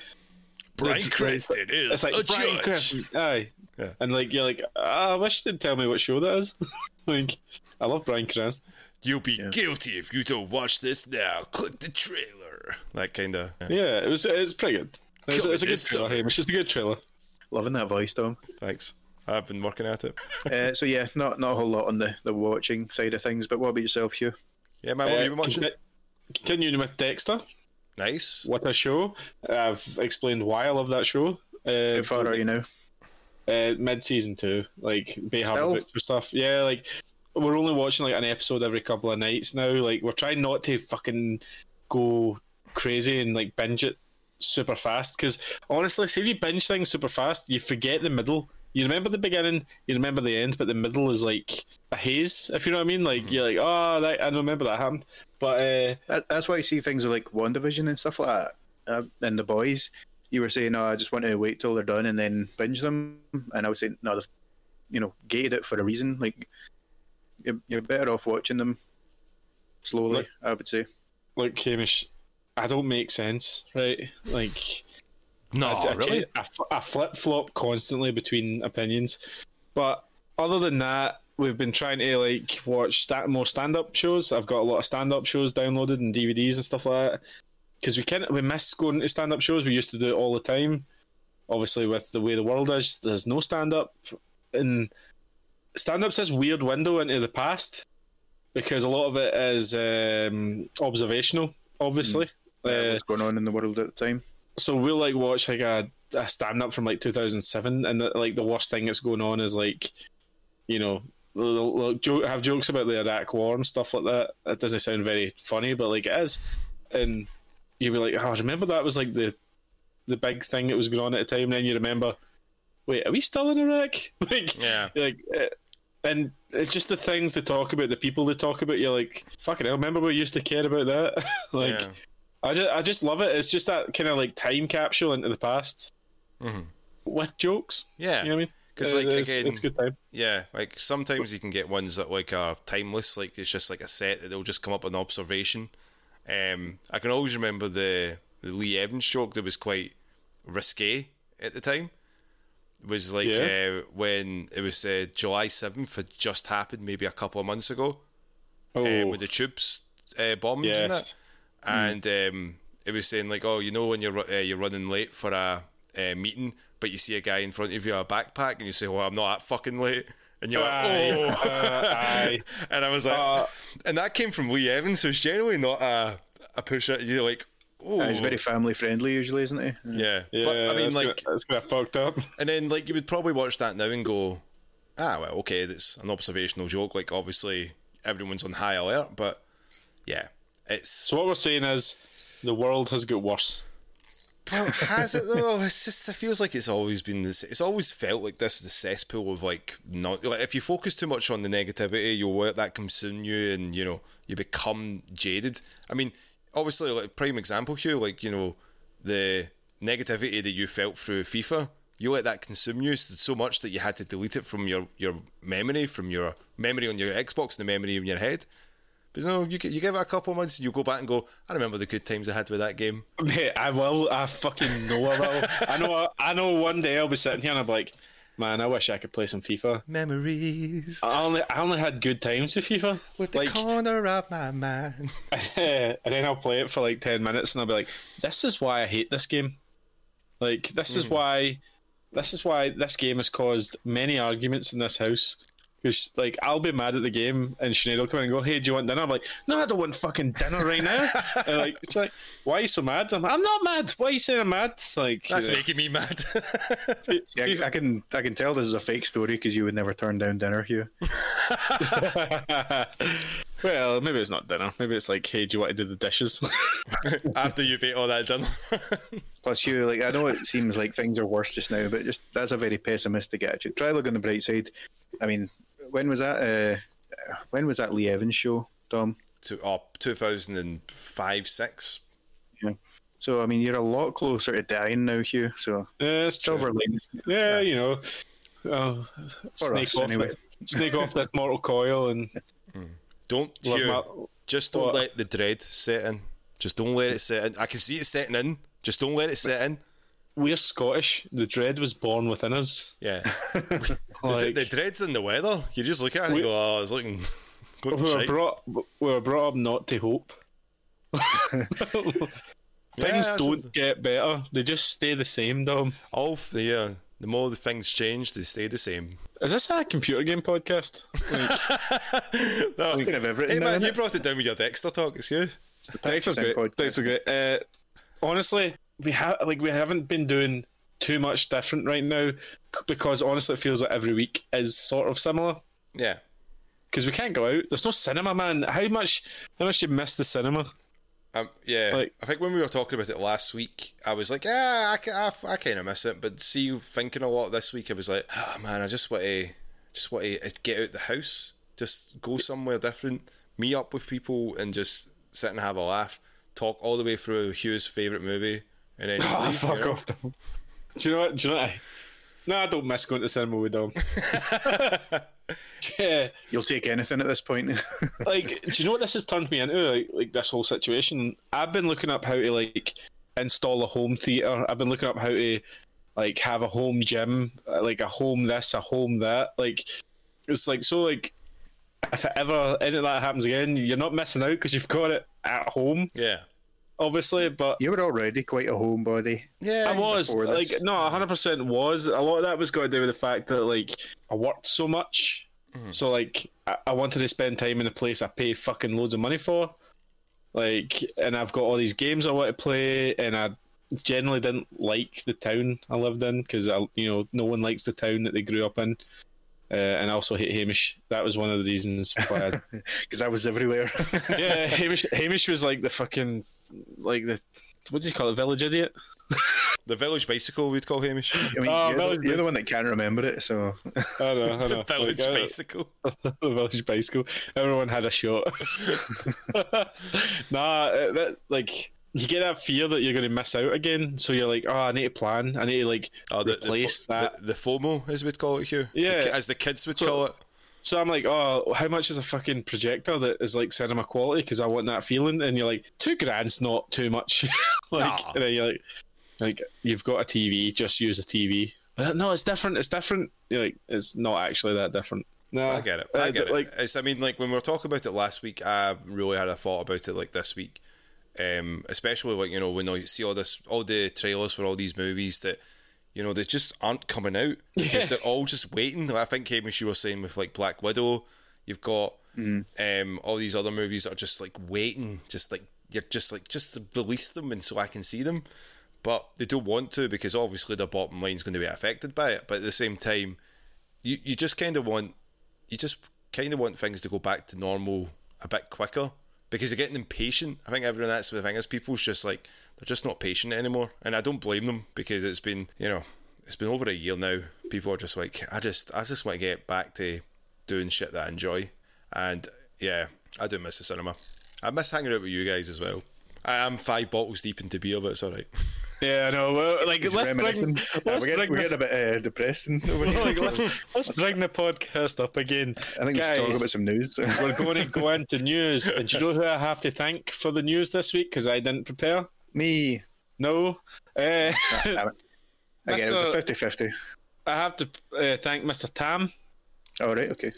Speaker 2: Bryan
Speaker 1: It's-
Speaker 2: Cranston is
Speaker 1: it's like
Speaker 2: a
Speaker 1: Brian
Speaker 2: judge.
Speaker 1: Cranston, aye,
Speaker 2: Yeah.
Speaker 1: and like you're like, "Ah, I wish they'd tell me what show that is. like, I love Brian Cranston.
Speaker 2: You'll be guilty if you don't watch this now. Click the trailer. That kind of.
Speaker 1: Yeah, it was it's pretty good. It's,
Speaker 2: Cool,
Speaker 1: it's a
Speaker 2: it
Speaker 1: good
Speaker 2: is.
Speaker 1: story. It's just a good trailer.
Speaker 3: Loving that voice, Tom.
Speaker 2: Thanks. I've been working at it.
Speaker 3: uh, so yeah, not not a whole lot on the, the watching side of things. But what about yourself, Hugh?
Speaker 2: Yeah, man, what have
Speaker 1: Uh,
Speaker 2: you been watching?
Speaker 1: conti- Continuing with Dexter,
Speaker 2: Nice.
Speaker 1: what a show! I've explained why I love that show. Uh,
Speaker 3: How far are you now?
Speaker 1: uh, mid season two, like they have
Speaker 3: Still?
Speaker 1: a butcher stuff. Yeah, like we're only watching like an episode every couple of nights now. Like we're trying not to fucking go crazy and like binge it super fast because honestly, see if you binge things super fast, you forget the middle. You remember the beginning, you remember the end, but the middle is like a haze. If you know what I mean, like you're like, oh, that, I don't remember that happened. But uh,
Speaker 3: That, that's why you see things like WandaVision and stuff like that, uh, and the boys. You were saying, "Oh, I just want to wait till they're done and then binge them," and I was saying, "No, they've, you know, gated it for a reason. Like, you're, you're better off watching them slowly."
Speaker 1: Look-
Speaker 3: I would say.
Speaker 1: look, Hamish, I don't make sense, right? Like.
Speaker 2: No,
Speaker 1: I, I,
Speaker 2: really?
Speaker 1: change- I, flip flop constantly between opinions. But other than that, we've been trying to like watch sta more stand up shows. I've got a lot of stand up shows downloaded and DVDs and stuff like that. Because we can we miss going to stand up shows. We used to do it all the time. Obviously, with the way the world is, there's no stand up, and stand up's this weird window into the past because a lot of it is um, observational. Obviously,
Speaker 2: Mm.
Speaker 3: Uh,
Speaker 1: Uh,
Speaker 3: what's going on in the world at the time?
Speaker 1: so we'll like watch like a, a stand up from like 2007 and the, like the worst thing that's going on is like you know they'll- they'll jo- have jokes about the iraq war and stuff like that that doesn't sound very funny but like it is and you'll be like oh remember that was like the the big thing that was going on at the time and then you remember wait are we still in iraq like
Speaker 2: Yeah.
Speaker 1: you're like eh, and it's just the things they talk about the people they talk about you're like fucking hell remember we used to care about that like
Speaker 2: yeah.
Speaker 1: I just, I just love it. It's just that kind of like time capsule into the past
Speaker 2: Mhm.
Speaker 1: with jokes.
Speaker 2: Yeah.
Speaker 1: You know what I mean?
Speaker 2: 'Cause,
Speaker 1: Uh,
Speaker 2: like,
Speaker 1: it's,
Speaker 2: again-
Speaker 1: it's good time.
Speaker 2: Yeah, like sometimes you can get ones that like are timeless, like it's just like a set that they'll just come up with an observation. Um, I can always remember the, the Lee Evans joke that was quite risque at the time. Was like
Speaker 1: Yeah.
Speaker 2: uh, when it was uh, July seventh had just happened, maybe a couple of months ago,
Speaker 1: Oh,
Speaker 2: uh, with the tubes uh, bombs and that
Speaker 1: yes. Mm.
Speaker 2: and um, it was saying like, oh, you know when you're ru- uh, you're running late for a uh, meeting, but you see a guy in front of you with a backpack, and you say, well, I'm not that fucking late, and you're
Speaker 1: Aye.
Speaker 2: like, oh,
Speaker 1: Uh, aye.
Speaker 2: and I was like,
Speaker 1: Uh,
Speaker 2: and that came from Lee Evans, who's generally not a a pusher. You're like, oh,
Speaker 3: Uh, he's very family friendly usually, isn't he?
Speaker 2: yeah.
Speaker 1: Yeah,
Speaker 2: but I mean,
Speaker 1: that's
Speaker 2: like,
Speaker 1: kinda, that's kind of fucked up.
Speaker 2: and then like you would probably watch that now and go, ah, well, okay, that's an observational joke. Like, obviously, everyone's on high alert, but yeah, it's
Speaker 1: So what we're saying is, The world has got worse.
Speaker 2: Well, has it though? It's just it feels like it's always been this. It's always felt like this the cesspool of like not. Like if you focus too much on the negativity, you'll let that consume you, and you know you become jaded. I mean, obviously, like prime example here, like you know the negativity that you felt through FIFA, you let that consume you so so much that you had to delete it from your your memory, from your memory on your Xbox, and the memory in your head. But no, you gi- you give it a couple of months, you go back and go. I remember the good times I had with that game.
Speaker 1: Mate, I will. I fucking know I will. I know. I know. One day I'll be sitting here and I'll be like, man, I wish I could play some FIFA.
Speaker 2: Memories.
Speaker 1: I only, I only had good times with FIFA.
Speaker 2: with the
Speaker 1: like,
Speaker 2: corner of my mind.
Speaker 1: and then I'll play it for like ten minutes, and I'll be like, this is why I hate this game. Like, this is why. This is why this game has caused many arguments in this house. Because like I'll be mad at the game, and Sinead will come in and go, "Hey, do you want dinner?" I'm like, "No, I don't want fucking dinner right now." and like, she's like, "Why are you so mad?" I'm, like, I'm not mad. Why are you saying I'm mad? Like,
Speaker 2: That's
Speaker 1: you know,
Speaker 2: making me mad.
Speaker 3: Yeah, I, I can I can tell this is a fake story because you would never turn down dinner, Hugh.
Speaker 1: Well, maybe it's not dinner. Maybe it's like, hey, do you want to do the dishes?
Speaker 2: After you've ate all that dinner.
Speaker 3: Plus, Hugh, like I know it seems like things are worse just now, but just that's a very pessimistic attitude. Try look on the bright side. I mean, when was that? Uh, when was that Lee Evans show, Tom?
Speaker 2: to, oh, 2005, 6.
Speaker 3: Yeah. So I mean, you're a lot closer to dying now, Hugh. So
Speaker 1: yeah, Uh, it's true.
Speaker 3: silver linings.
Speaker 1: Yeah, you know, oh, snake
Speaker 3: us,
Speaker 1: off,
Speaker 3: anyway.
Speaker 1: the, snake off this mortal coil and
Speaker 2: Don't
Speaker 1: Love
Speaker 2: you,
Speaker 1: my-
Speaker 2: just don't
Speaker 1: What?
Speaker 2: let the dread set in. Just don't let it set in. I can see it setting in. Just don't let it set in.
Speaker 1: we're Scottish. The dread was born within us.
Speaker 2: Yeah. the,
Speaker 1: Like
Speaker 2: the dread's in the weather. You just look at it and
Speaker 1: We-
Speaker 2: go, oh, it's looking.
Speaker 1: we
Speaker 2: looking
Speaker 1: were
Speaker 2: shite."
Speaker 1: brought, we were brought up not to hope.
Speaker 2: Yeah,
Speaker 1: Things
Speaker 2: that's-
Speaker 1: don't get better; they just stay the same. Dom,
Speaker 2: All f- yeah. The more the things change, they stay the same.
Speaker 1: is this a computer game podcast?
Speaker 2: No.
Speaker 3: Speaking of
Speaker 2: Hey
Speaker 3: everything, now,
Speaker 2: man,
Speaker 3: innit?
Speaker 2: you brought it down with your Dexter talk. It's you.
Speaker 3: It's the
Speaker 1: Thanks for
Speaker 3: 50%
Speaker 1: great. Thanks for great. Uh, honestly, we have like we haven't been doing too much different right now c- because honestly, it feels like every week is sort of similar
Speaker 2: Yeah.
Speaker 1: because we can't go out. There's no cinema, man. How much? How much you miss the cinema?
Speaker 2: Um, yeah,
Speaker 1: Like-
Speaker 2: I think when we were talking about it last week, I was like, yeah, I, kind of miss it. But see, you thinking a lot this week, I was like, ah, man, I just want to, just want to get out the house, just go somewhere different, meet up with people, and just sit and have a laugh, talk all the way through Hugh's favorite movie, and then just
Speaker 1: Ah,
Speaker 2: leave, you
Speaker 1: fuck
Speaker 2: know?
Speaker 1: off. Dom. Do you know what? Do you know what? I, no, I don't miss going to the cinema with Dom. yeah,
Speaker 3: You'll take anything at this point.
Speaker 1: like, do you know what this has turned me into? Like, like this whole situation. I've been looking up how to like install a home theater. I've been looking up how to like have a home gym, uh, like a home this, a home that. Like, it's like so. Like, if ever any of that happens again, you're not missing out because you've got it at home,
Speaker 2: Yeah,
Speaker 1: obviously. But
Speaker 3: you were already quite a homebody.
Speaker 2: yeah,
Speaker 1: I was
Speaker 3: before
Speaker 1: like
Speaker 3: this.
Speaker 1: no, hundred percent was. A lot of that was got to do with the fact that like I worked so much, so like I-, I wanted to spend time in a place I pay fucking loads of money for, like, and I've got all these games I want to play, and I generally didn't like the town I lived in because I, you know, no one likes the town that they grew up in. Uh, and I also hate Hamish. That was one of the reasons why I
Speaker 3: because I was everywhere.
Speaker 1: yeah, Hamish. Hamish was like the fucking, like the, what do you call it, village idiot?
Speaker 2: The village bicycle, we'd call Hamish.
Speaker 3: I mean,
Speaker 1: Oh,
Speaker 3: you're,
Speaker 1: Melbourne.
Speaker 3: the, you're the one that can't remember it, so
Speaker 1: I know, I know.
Speaker 2: village
Speaker 1: Like, uh, I-
Speaker 2: bicycle.
Speaker 1: the village bicycle. Everyone had a shot. nah, uh, that, like you get that fear that you're going to miss out again. So you're like, oh, I need to plan. I need to like
Speaker 2: Oh, the, the, fo-
Speaker 1: replace that.
Speaker 2: the, the FOMO, as we'd call it, Hugh. The
Speaker 1: Yeah.
Speaker 2: ki- as the kids would call it.
Speaker 1: so I'm like, oh, how much is a fucking projector that is like cinema quality? Because I want that feeling. And you're like, two grand's not too much. like,
Speaker 2: Nah.
Speaker 1: and then you're like, like you've got a TV, just use a TV. But no, it's different. It's different. You're like, it's not actually that different. No,
Speaker 2: I get it. I get it.
Speaker 1: Uh, Like,
Speaker 2: it's, I mean, like when we were talking about it last week, I really had a thought about it. Like this week, um, especially like you know when you see all this, all the trailers for all these movies that you know they just aren't coming out because they're all just waiting. Like, I think Hamish, you were saying with like Black Widow, you've got um all these other movies that are just like waiting, just like you're just like just release them and so I can see them. But they don't want to because obviously their bottom line's going to be affected by it. But at the same time, you you just kind of want you just kind of want things to go back to normal a bit quicker because they're getting impatient. I think everyone that's the thing is people's just like they're just not patient anymore, and I don't blame them because it's been you know it's been over a year now. People are just like I just I just want to get back to doing shit that I enjoy, and yeah, I do miss the cinema. I miss hanging out with you guys as well. I am five bottles deep into beer, but it's all right.
Speaker 1: Yeah, no, well, like let's bring,
Speaker 3: Reminiscing. Yeah,
Speaker 1: let's
Speaker 3: we're, getting,
Speaker 1: bring
Speaker 3: we're
Speaker 1: the,
Speaker 3: getting a bit uh, depressing over here.
Speaker 1: like, let's, let's bring the podcast up again.
Speaker 3: I think we should talk about some news.
Speaker 1: we're going to go into news, and do you know who I have to thank for the news this week because I didn't prepare?
Speaker 3: Me.
Speaker 1: No, uh,
Speaker 3: Damn it. Again, it was a
Speaker 1: Mr.
Speaker 3: 50 50.
Speaker 1: I have to uh, thank Mr. Tam
Speaker 3: All right, okay.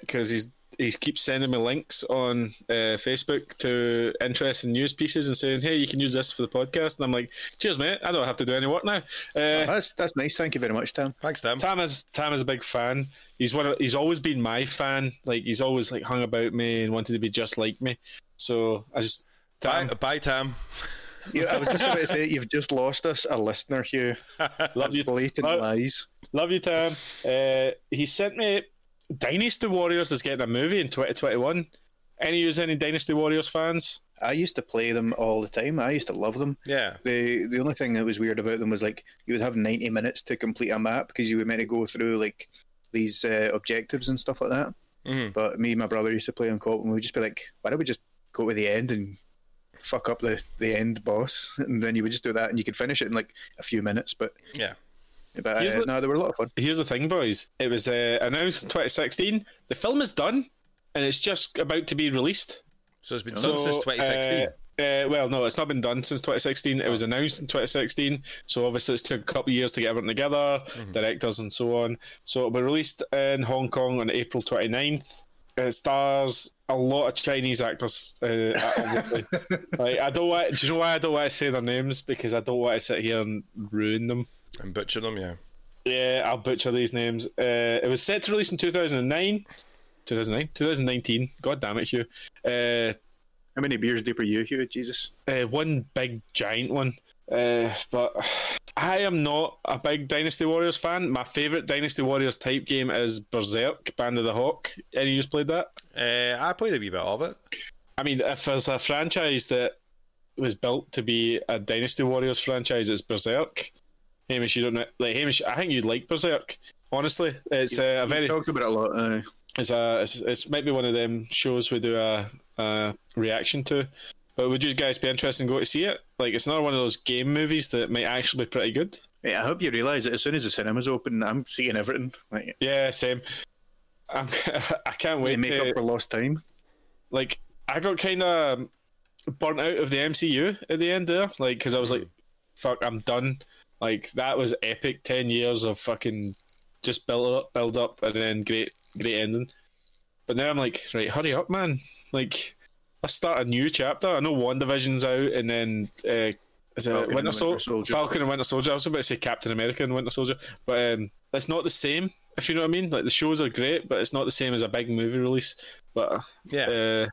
Speaker 1: because he's he keeps sending me links on uh, Facebook to interesting news pieces and saying, "Hey, you can use this for the podcast." And I'm like, "Cheers, mate! I don't have to do any work now." Uh,
Speaker 3: That's that's nice. Thank you very much, Tam.
Speaker 2: Thanks, Tim.
Speaker 1: Tam is Tam is a big fan. He's one. Of, he's always been my fan. Like he's always like hung about me and wanted to be just like me. So I just
Speaker 2: Bye,
Speaker 1: Tam,
Speaker 2: bye, Tam.
Speaker 3: You, I was just about to say, you've just lost us a listener, Hugh.
Speaker 1: love you,
Speaker 3: Blatant
Speaker 1: Lo-
Speaker 3: lies.
Speaker 1: love you, Tam. Uh, he sent me Dynasty Warriors is getting a movie in 2021. Any use any Dynasty Warriors fans?
Speaker 3: I used to play them all the time. I used to love them.
Speaker 2: Yeah.
Speaker 3: The the only thing that was weird about them was like you would have ninety minutes to complete a map because you were meant to go through like these uh, objectives and stuff like that.
Speaker 2: Mhm.
Speaker 3: But me and my brother used to play on co-op, and we'd just be like, "Why don't we just go to the end and fuck up the the end boss?" And then you would just do that, and you could finish it in like a few minutes. But
Speaker 2: Yeah.
Speaker 3: but uh,
Speaker 1: Here's the-
Speaker 3: no, they were a lot of fun.
Speaker 1: Here's the thing, boys. It was uh, announced in 2016. The film is done, and it's just about to be released.
Speaker 2: So it's been done since
Speaker 1: So,
Speaker 2: 2016.
Speaker 1: Uh, uh, well, no, it's not been done since 2016. It was announced in 2016, so obviously it's took a couple of years to get everything together, directors and so on. So it'll be released in Hong Kong on April 29th. It stars a lot of Chinese actors. Uh, obviously. like, I don't want. Do you know why I don't want to say their names? Because I don't want to sit here and ruin them.
Speaker 2: and butcher them, yeah.
Speaker 1: Yeah, I'll butcher these names. Uh, it was set to release in 2009. 2009? 2019. God damn it, Hugh. Uh,
Speaker 3: How many beers deep are you, Hugh? Jesus.
Speaker 1: uh, one big giant one. Uh, but I am not a big Dynasty Warriors fan. My favorite Dynasty Warriors type game is Berserk: Band of the Hawk. Any of you played that?
Speaker 2: Uh, I played a wee bit of it.
Speaker 1: I mean, if there's a franchise that was built to be a Dynasty Warriors franchise, it's Berserk. Hamish, you don't know, like Hamish. I think you'd like Berserk. Honestly, it's uh, a
Speaker 3: We
Speaker 1: very
Speaker 3: talked about it a lot. Uh,
Speaker 1: it's a it's, it's might be one of them shows we do a, a reaction to. But would you guys be interested in going to see it? Like, it's another one of those game movies that might actually be pretty good.
Speaker 3: yeah, I hope you realise that as soon as the cinema's open, I'm seeing everything. Like,
Speaker 1: Yeah, same. I'm, I can't
Speaker 3: they
Speaker 1: wait. uh,
Speaker 3: make
Speaker 1: to-
Speaker 3: up for lost time.
Speaker 1: like, I got kind of burnt out of the MCU at the end there. Like, because I was like, fuck, I'm done. Like, that was epic. 10 years of fucking just build up, build up, and then great, great ending. But now I'm like, right, hurry up, man. Like, let's start a new chapter. I know WandaVision's out, and then uh, is it
Speaker 3: Falcon and
Speaker 1: Winter,
Speaker 3: Winter
Speaker 1: Sol-
Speaker 3: Soldier.
Speaker 1: Falcon and Winter Soldier. I was about to say Captain America and Winter Soldier, but um, it's not the same. If you know what I mean, like the shows are great, but it's not the same as a big movie release. But
Speaker 2: Yeah.
Speaker 1: uh,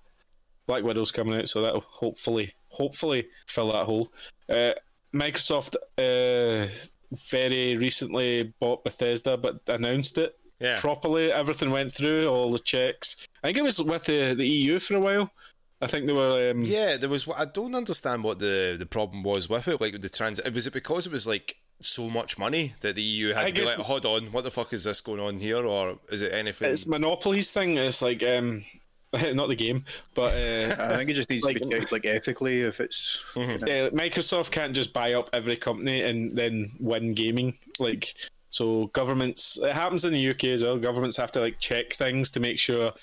Speaker 1: Black Widow's coming out, so that'll hopefully, hopefully fill that hole. Uh, Microsoft uh, very recently bought Bethesda, but announced it
Speaker 2: yeah.
Speaker 1: properly. Everything went through, all the checks. I think it was with the, the EU for a while. I think they were. Um,
Speaker 2: yeah, there was. I don't understand what the, the problem was with it. Like with the trans, was it because it was like so much money that the EU had
Speaker 1: I
Speaker 2: to be
Speaker 1: guess-
Speaker 2: like, hold on, what the fuck is this going on here, or is it anything?
Speaker 1: It's monopolies thing. It's like um, not the game, but uh,
Speaker 3: I think it just needs to
Speaker 1: Like-
Speaker 3: be checked like ethically if it's
Speaker 1: yeah, Uh, Microsoft can't just buy up every company and then win gaming. Like so, governments. It happens in the UK as well. Governments have to like check things to make sure it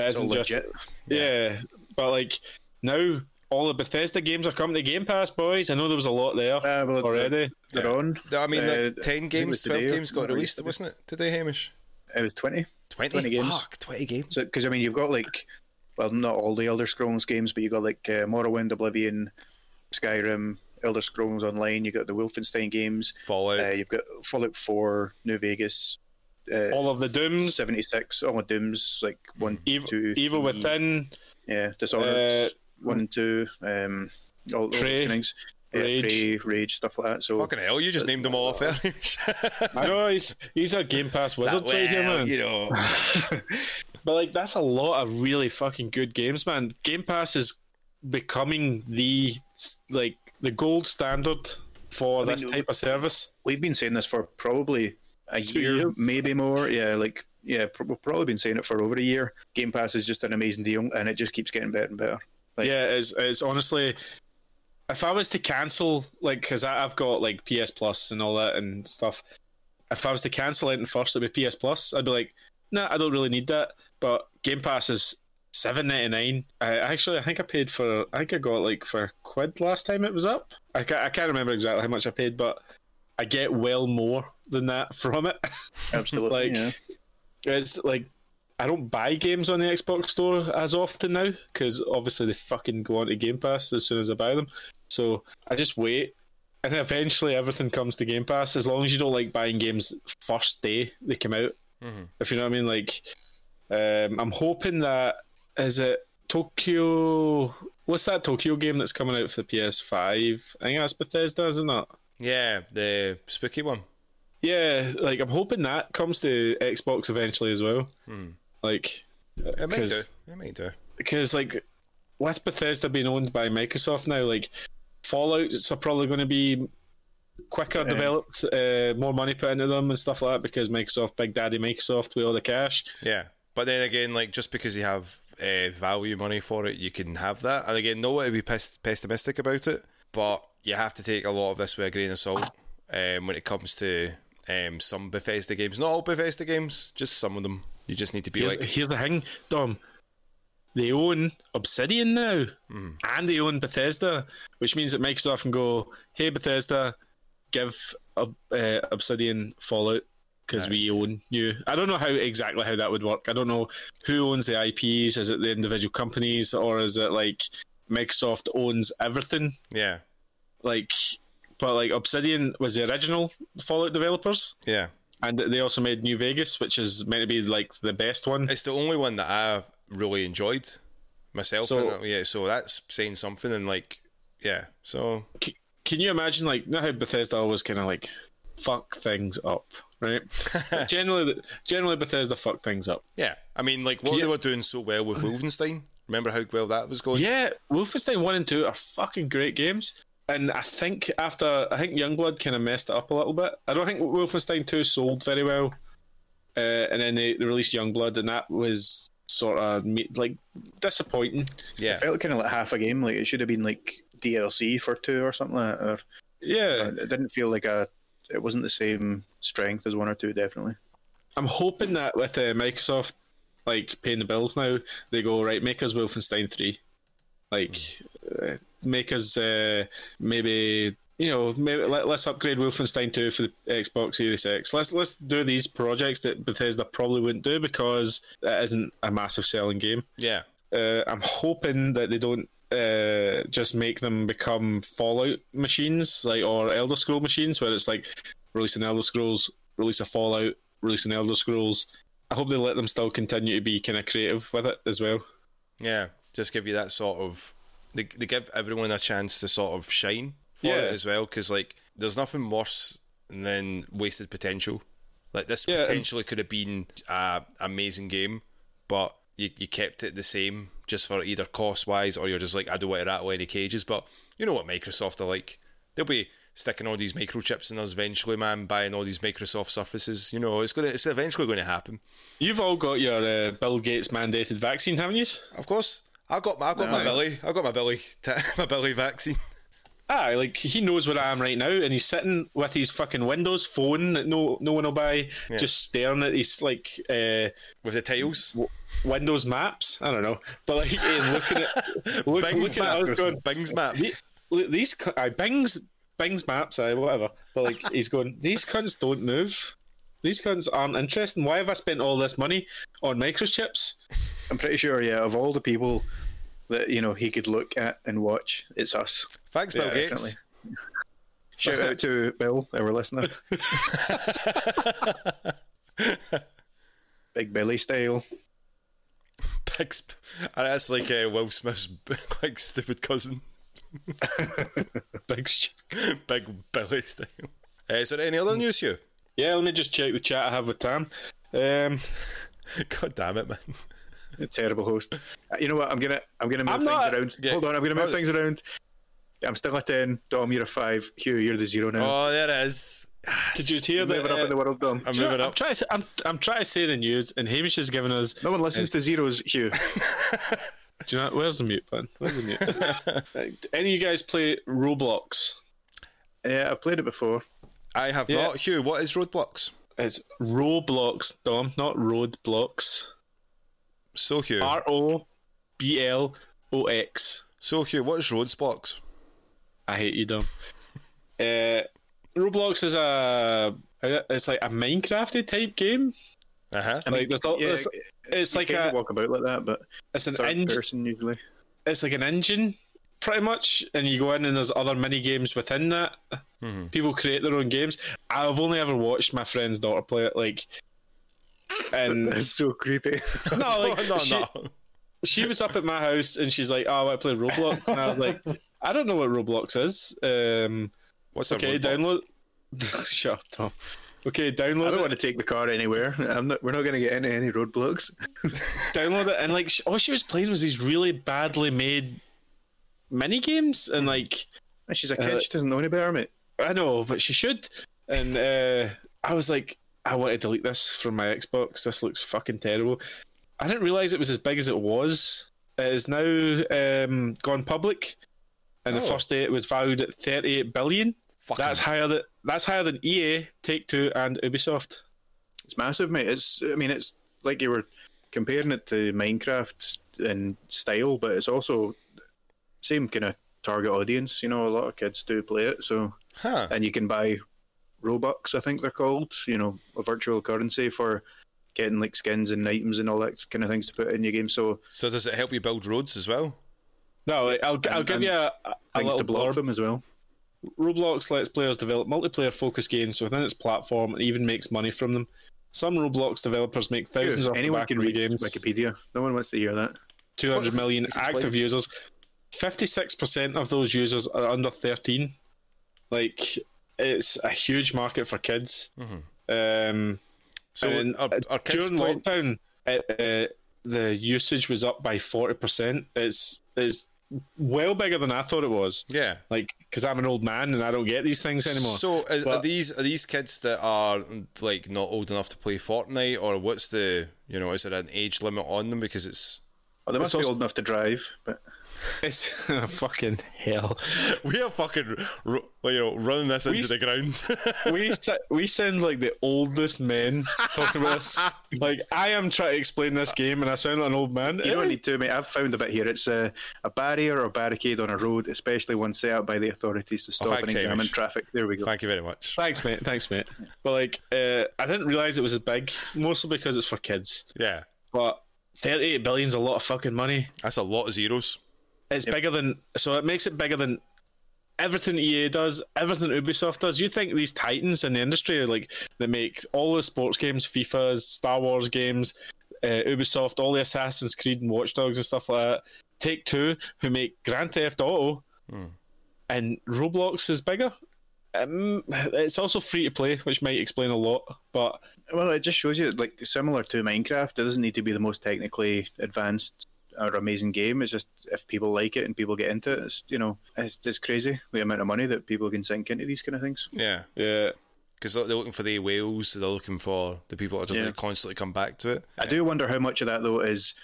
Speaker 3: all
Speaker 1: isn't just
Speaker 3: legit.
Speaker 1: yeah. But like now, all the Bethesda games are coming to Game Pass, boys. I know there was a lot there
Speaker 3: Uh, well,
Speaker 1: already.
Speaker 3: They're on.
Speaker 2: I mean, like
Speaker 3: Uh, I think
Speaker 2: ten
Speaker 3: it
Speaker 2: games,
Speaker 3: was
Speaker 2: twelve
Speaker 3: today or
Speaker 2: games got
Speaker 3: something,
Speaker 2: released, wasn't it today, Hamish?
Speaker 3: It was twenty.
Speaker 2: 20?
Speaker 3: 20 games.
Speaker 2: Fuck, twenty games.
Speaker 3: So because I mean, you've got like, well, not all the Elder Scrolls games, but you got like uh, Morrowind, Oblivion, Skyrim, Elder Scrolls Online. You got the Wolfenstein games.
Speaker 2: Fallout.
Speaker 3: Uh, you've got Fallout Four, New Vegas, uh,
Speaker 1: All of the Dooms,
Speaker 3: seventy six, all the Dooms, like one,
Speaker 1: Evil,
Speaker 3: two,
Speaker 1: Mm. Evil
Speaker 3: three,
Speaker 1: Within, Uh,
Speaker 3: yeah, Dishonored, one and two, um, all, all those
Speaker 1: Prey,
Speaker 3: things. Yeah,
Speaker 1: Rage.
Speaker 3: Prey, rage, stuff like that. So
Speaker 2: Fucking hell, you just named them all off there. Hamish.
Speaker 1: uh, I know he's he's a Game Pass wizard
Speaker 2: That
Speaker 1: right here,
Speaker 2: well,
Speaker 1: man.
Speaker 2: You know,
Speaker 1: But like that's a lot of really fucking good games, man. Game Pass is becoming the like the gold standard for
Speaker 3: mean,
Speaker 1: this
Speaker 3: it-
Speaker 1: type of service.
Speaker 3: We've been saying this for probably a
Speaker 1: Two
Speaker 3: year,
Speaker 1: years.
Speaker 3: maybe more. Yeah, like yeah, pr- we've probably been saying it for over a year. Game Pass is just an amazing deal, and it just keeps getting better and better. Like-
Speaker 1: yeah, it's it's honestly, if I was to cancel, like, because I've got like PS Plus and all that and stuff. If I was to cancel it and first, it'd be PS Plus. I'd be like, nah, I don't really need that. But Game Pass is seven ninety nine. I actually, I think I paid for. I think I got like for a quid last time it was up. I can't, I can't remember exactly how much I paid, but I get well more than that from it.
Speaker 3: Absolutely.
Speaker 1: Like-
Speaker 3: yeah.
Speaker 1: It's like I don't buy games on the Xbox Store as often now because obviously they fucking go onto Game Pass as soon as I buy them. So I just wait, and eventually everything comes to Game Pass. As long as you don't like buying games first day they come out, if you know what I mean. Like, um, I'm hoping that is it Tokyo. What's that Tokyo game that's coming out for the PS5? I think that's Bethesda, isn't it?
Speaker 2: Yeah, the spooky one.
Speaker 1: Yeah, like I'm hoping that comes to Xbox eventually as well. Like,
Speaker 2: It might do.
Speaker 1: because
Speaker 2: It might do.
Speaker 1: because like with Bethesda being owned by Microsoft now, like Fallout's are probably going to be quicker developed, uh, more money put into them and stuff like that because Microsoft, Big Daddy Microsoft, with all the cash.
Speaker 2: Yeah, but then again, like just because you have uh, value money for it, you can have that. And again, no way to be pes- pessimistic about it, but you have to take a lot of this with a grain of salt um, when it comes to um, some Bethesda games. Not all Bethesda games, just some of them. You just need to be
Speaker 1: Here's,
Speaker 2: like,
Speaker 1: here's the thing, Dom. They own Obsidian now, and they own Bethesda, which means that Microsoft can go, "Hey Bethesda, give Ob- uh, Obsidian Fallout because we own you." I don't know how exactly how that would work. I don't know who owns the IPs. Is it the individual companies, or is it like Microsoft owns everything?
Speaker 2: yeah,
Speaker 1: Like, but like Obsidian was the original Fallout developers,
Speaker 2: yeah.
Speaker 1: and they also made New Vegas, which is meant to be like the best one.
Speaker 2: It's the only one that I really enjoyed myself.
Speaker 1: So-
Speaker 2: and, yeah, so that's saying something. And like, yeah, so
Speaker 1: C- can you imagine like you know how Bethesda always kind of like fuck things up, right? generally, generally Bethesda fuck things up.
Speaker 2: yeah. I mean, like what
Speaker 1: Yeah.
Speaker 2: they were doing so well with Wolfenstein. Remember how well that was going?
Speaker 1: Yeah, Wolfenstein One and Two are fucking great games, and I think after I think Youngblood kind of messed it up a little bit. I don't think Wolfenstein Two sold very well, uh, and then they, they released Youngblood, and that was sort of me- like disappointing.
Speaker 2: yeah.
Speaker 3: felt kind of like half a game. Like it should have been like DLC for two or something. Like that, or
Speaker 1: Yeah,
Speaker 3: it didn't feel like a. It wasn't the same strength as one or two, definitely.
Speaker 1: I'm hoping that with uh, Microsoft like paying the bills now, they go right make us Wolfenstein three, like uh, make us uh, maybe you know maybe let, let's upgrade Wolfenstein two for the Xbox Series X. Let's let's do these projects that Bethesda probably wouldn't do because that isn't a massive selling game
Speaker 2: Yeah.
Speaker 1: uh, I'm hoping that they don't uh, just make them become Fallout machines, like or Elder Scroll machines, where it's like release an Elder Scrolls, release a Fallout, release an Elder Scrolls. I hope they let them still continue to be kind of creative with it as well.
Speaker 2: Yeah. Just give you that sort of they, they give everyone a chance to sort of shine for
Speaker 1: Yeah.
Speaker 2: it as well because like there's nothing worse than wasted potential. Like this
Speaker 1: Yeah, and-
Speaker 2: potentially could have been a amazing game, but you, you kept it the same just for either cost wise or you're just like I don't want to rattle any cages. But you know what Microsoft are like? They'll be sticking all these microchips in us eventually, man. Buying all these Microsoft surfaces. You know it's gonna it's eventually going to happen.
Speaker 1: You've all got your uh, Bill Gates mandated vaccine, haven't you?
Speaker 2: Of course, I got my I got my
Speaker 3: Aye.
Speaker 2: Billy. I got my Billy ta- my Billy vaccine.
Speaker 1: Ah, like he knows where I am right now, and he's sitting with his fucking Windows phone that no no one will buy, just staring at his like. Uh,
Speaker 2: with the tails.
Speaker 1: Windows Maps. I don't know, but like he's looking at look,
Speaker 2: Bing's
Speaker 1: looking at us
Speaker 2: map.
Speaker 1: going,
Speaker 2: Bing's map.
Speaker 1: "The- look, these cu- aye, Bing's Bing's Maps, aye, whatever. But like he's going, these cunts don't move. These cunts aren't interesting. Why have I spent all this money on microchips?
Speaker 3: I'm pretty sure. Yeah, of all the people that you know he could look at and watch, it's us.
Speaker 2: Thanks, Bill Gates.
Speaker 3: definitely. Shout out to Bill, our listener. Big Billy style.
Speaker 2: Bing's, and that's like uh, Will Smith's like stupid cousin,
Speaker 1: Big sh-
Speaker 2: Big Billy style. Uh, is there any other news, you?
Speaker 1: yeah, let me just check the chat I have with Tam. Um,
Speaker 2: God damn it, man.
Speaker 3: terrible host. Uh, You know what? I'm gonna I'm gonna move
Speaker 1: I'm
Speaker 3: things
Speaker 1: not-
Speaker 3: around.
Speaker 2: Yeah.
Speaker 3: Hold on, I'm gonna move
Speaker 2: Oh.
Speaker 3: things around. I'm still a ten. Dom, you're a five. Hugh, you're the zero now.
Speaker 2: Oh, there it is.
Speaker 1: Did you hear that?
Speaker 3: Moving up
Speaker 1: uh,
Speaker 3: in the world, Dom.
Speaker 2: I'm
Speaker 1: do you know,
Speaker 2: moving
Speaker 1: I'm
Speaker 2: up.
Speaker 1: trying to, I'm, I'm trying to say the news, and Hamish is giving us.
Speaker 3: No one listens to zeros, Hugh.
Speaker 1: Do you know where's the mute button? Where's the mute? Uh, Any of you guys play Roblox?
Speaker 3: Yeah, I've played it before.
Speaker 2: I have
Speaker 1: Yeah.
Speaker 2: not. Hugh, what is roadblocks?
Speaker 1: It's Roblox, Dom, not Roadblocks.
Speaker 2: So Hugh.
Speaker 1: R O B L O X.
Speaker 2: so Hugh, what is roadblocks?
Speaker 1: I hate you, Dom. Uh, Roblox is a it's like a Minecrafty type game.
Speaker 2: Uh huh.
Speaker 1: Like there's, all,
Speaker 3: yeah,
Speaker 1: there's- it's like
Speaker 3: you can't
Speaker 1: a
Speaker 3: walk about like that, but
Speaker 1: it's an
Speaker 3: third
Speaker 1: engine.
Speaker 3: person usually.
Speaker 1: it's like an engine pretty much and you go in and there's other mini games within that
Speaker 3: Mm-hmm.
Speaker 1: people create their own games i've only ever watched my friend's daughter play it like and
Speaker 3: That's so creepy.
Speaker 1: no, like,
Speaker 2: no,
Speaker 1: she,
Speaker 2: no.
Speaker 1: she was up at my house and she's like oh i play roblox and i was like i don't know what roblox is um
Speaker 2: What's
Speaker 1: okay
Speaker 2: a roadblock?
Speaker 1: download shut up Tom. okay
Speaker 3: I
Speaker 1: download
Speaker 3: don't
Speaker 1: it
Speaker 3: want to take the car anywhere. I'm not. We're not going to get into any roadblocks.
Speaker 1: download it and like sh all she was playing was these really badly made mini games and like
Speaker 3: And she's a kid.
Speaker 1: Uh,
Speaker 3: she doesn't know any better, mate.
Speaker 1: I know, but she should. And uh, I was like, I want to delete this from my Xbox. This looks fucking terrible. I didn't realize it was as big as it was. It is now um, gone public, and the
Speaker 2: Oh.
Speaker 1: first day it was valued at 38 billion.
Speaker 2: Fucking-
Speaker 1: That's higher than that's higher than EA, Take Two, and Ubisoft.
Speaker 3: It's massive, mate. It's. I mean, it's like you were comparing it to Minecraft in style, but it's also same kind of target audience. You know, a lot of kids do play it. So,
Speaker 2: Huh.
Speaker 3: and you can buy Robux, I think they're called. You know, a virtual currency for getting like skins and items and all that kind of things to put in your game. So
Speaker 2: So does it help you build roads as well?
Speaker 1: No, like, I'll I'll
Speaker 3: And-
Speaker 1: give you a, a
Speaker 3: things
Speaker 1: little
Speaker 3: to block
Speaker 1: blurb.
Speaker 3: them as well.
Speaker 1: Roblox lets players develop multiplayer focused games within its platform and even makes money from them. Some Roblox developers make thousands off the
Speaker 3: Anyone
Speaker 1: back
Speaker 3: can
Speaker 1: of the
Speaker 3: read
Speaker 1: games.
Speaker 3: Wikipedia. No one wants to hear that.
Speaker 1: 200 million
Speaker 2: Please explain.
Speaker 1: active users. 56% of those users are under 13. Like, it's a huge market for kids. Um,
Speaker 2: So
Speaker 1: and uh,
Speaker 2: are, are kids
Speaker 1: during lockdown,
Speaker 2: playing?
Speaker 1: it, uh, the usage was up by 40%. It's, it's well bigger than I thought it was.
Speaker 2: Yeah.
Speaker 1: Like, because I'm an old man and I don't get these things anymore.
Speaker 2: So are, are
Speaker 1: But-
Speaker 2: these are these kids that are like not old enough to play Fortnite, or what's the you know is there an age limit on them because it's
Speaker 3: Well, they must
Speaker 1: also-
Speaker 3: be old enough to drive, but
Speaker 1: it's fucking hell.
Speaker 2: we are fucking ru- well, you know running this into
Speaker 1: s-
Speaker 2: the ground.
Speaker 1: we sa- we sound like the oldest men talking about this. Like I am trying to explain this game, and I sound like an old man.
Speaker 3: you don't need to, mate. I've found a bit here. It's a, a barrier or barricade on a road, especially one set out by the authorities
Speaker 1: Oh,
Speaker 3: to stop and
Speaker 2: thanks,
Speaker 3: examine
Speaker 2: Hamish.
Speaker 3: traffic. There we go.
Speaker 2: Thank you very much.
Speaker 1: Thanks, mate. Thanks, mate. But like, uh, I didn't realize it was as big, mostly because it's for kids.
Speaker 2: Yeah,
Speaker 1: But thirty-eight billion's a lot of fucking money.
Speaker 2: that's a lot of zeros.
Speaker 1: It's bigger than so it makes it bigger than everything EA does, everything Ubisoft does. You think these titans in the industry are like they make all the sports games, FIFA's, Star Wars games, uh, Ubisoft, all the Assassin's Creed and Watch Dogs and stuff like that. Take Two, who make Grand Theft Auto, and Roblox is bigger. Um, it's also free to play, which might explain a lot, but
Speaker 3: Well, it just shows you, like, similar to Minecraft, it doesn't need to be the most technically advanced or amazing game. It's just if people like it and people get into it, it's, you know, it's, it's crazy the amount of money that people can sink into these kind of things.
Speaker 2: Yeah,
Speaker 1: yeah.
Speaker 2: because they're they're looking for the whales, they're looking for the people that are going
Speaker 3: Yeah.
Speaker 2: to constantly come back to it.
Speaker 3: I do wonder how much of that though is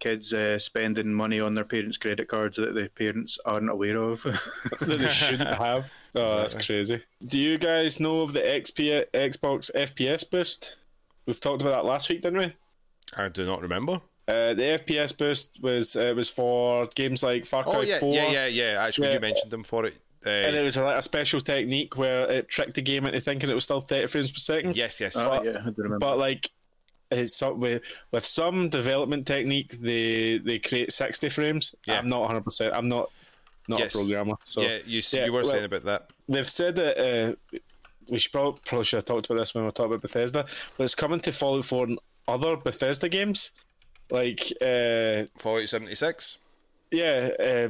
Speaker 3: kids uh, spending money on their parents' credit cards that their parents aren't aware of.
Speaker 1: that they shouldn't have. Oh, that's crazy. Do you guys know of the XP Xbox FPS boost? We've talked about that last week, didn't we?
Speaker 2: I do not remember.
Speaker 1: Uh, the FPS boost was uh, was for games like Far Cry
Speaker 2: Oh yeah,
Speaker 1: 4,
Speaker 2: yeah, yeah, yeah. Actually,
Speaker 1: Yeah.
Speaker 2: you mentioned them for it.
Speaker 1: and
Speaker 2: Uh,
Speaker 1: it was a, a special technique where it tricked the game into thinking it was still 30 frames per second.
Speaker 2: yes, yes.
Speaker 3: Oh, yeah, I do remember.
Speaker 1: But like, it's some, with, with some development technique, they they create 60 frames.
Speaker 2: Yeah.
Speaker 1: I'm not 100. percent I'm not not
Speaker 2: Yes.
Speaker 1: a programmer. So
Speaker 2: yeah, you s
Speaker 1: yeah,
Speaker 2: you were
Speaker 1: well-
Speaker 2: saying about that.
Speaker 1: they've said that uh, we should probably, probably should have talked about this when we were talking about Bethesda, but it's coming to Fallout 4 and other Bethesda games. Like, uh,
Speaker 2: Fallout seventy six.
Speaker 1: yeah, uh,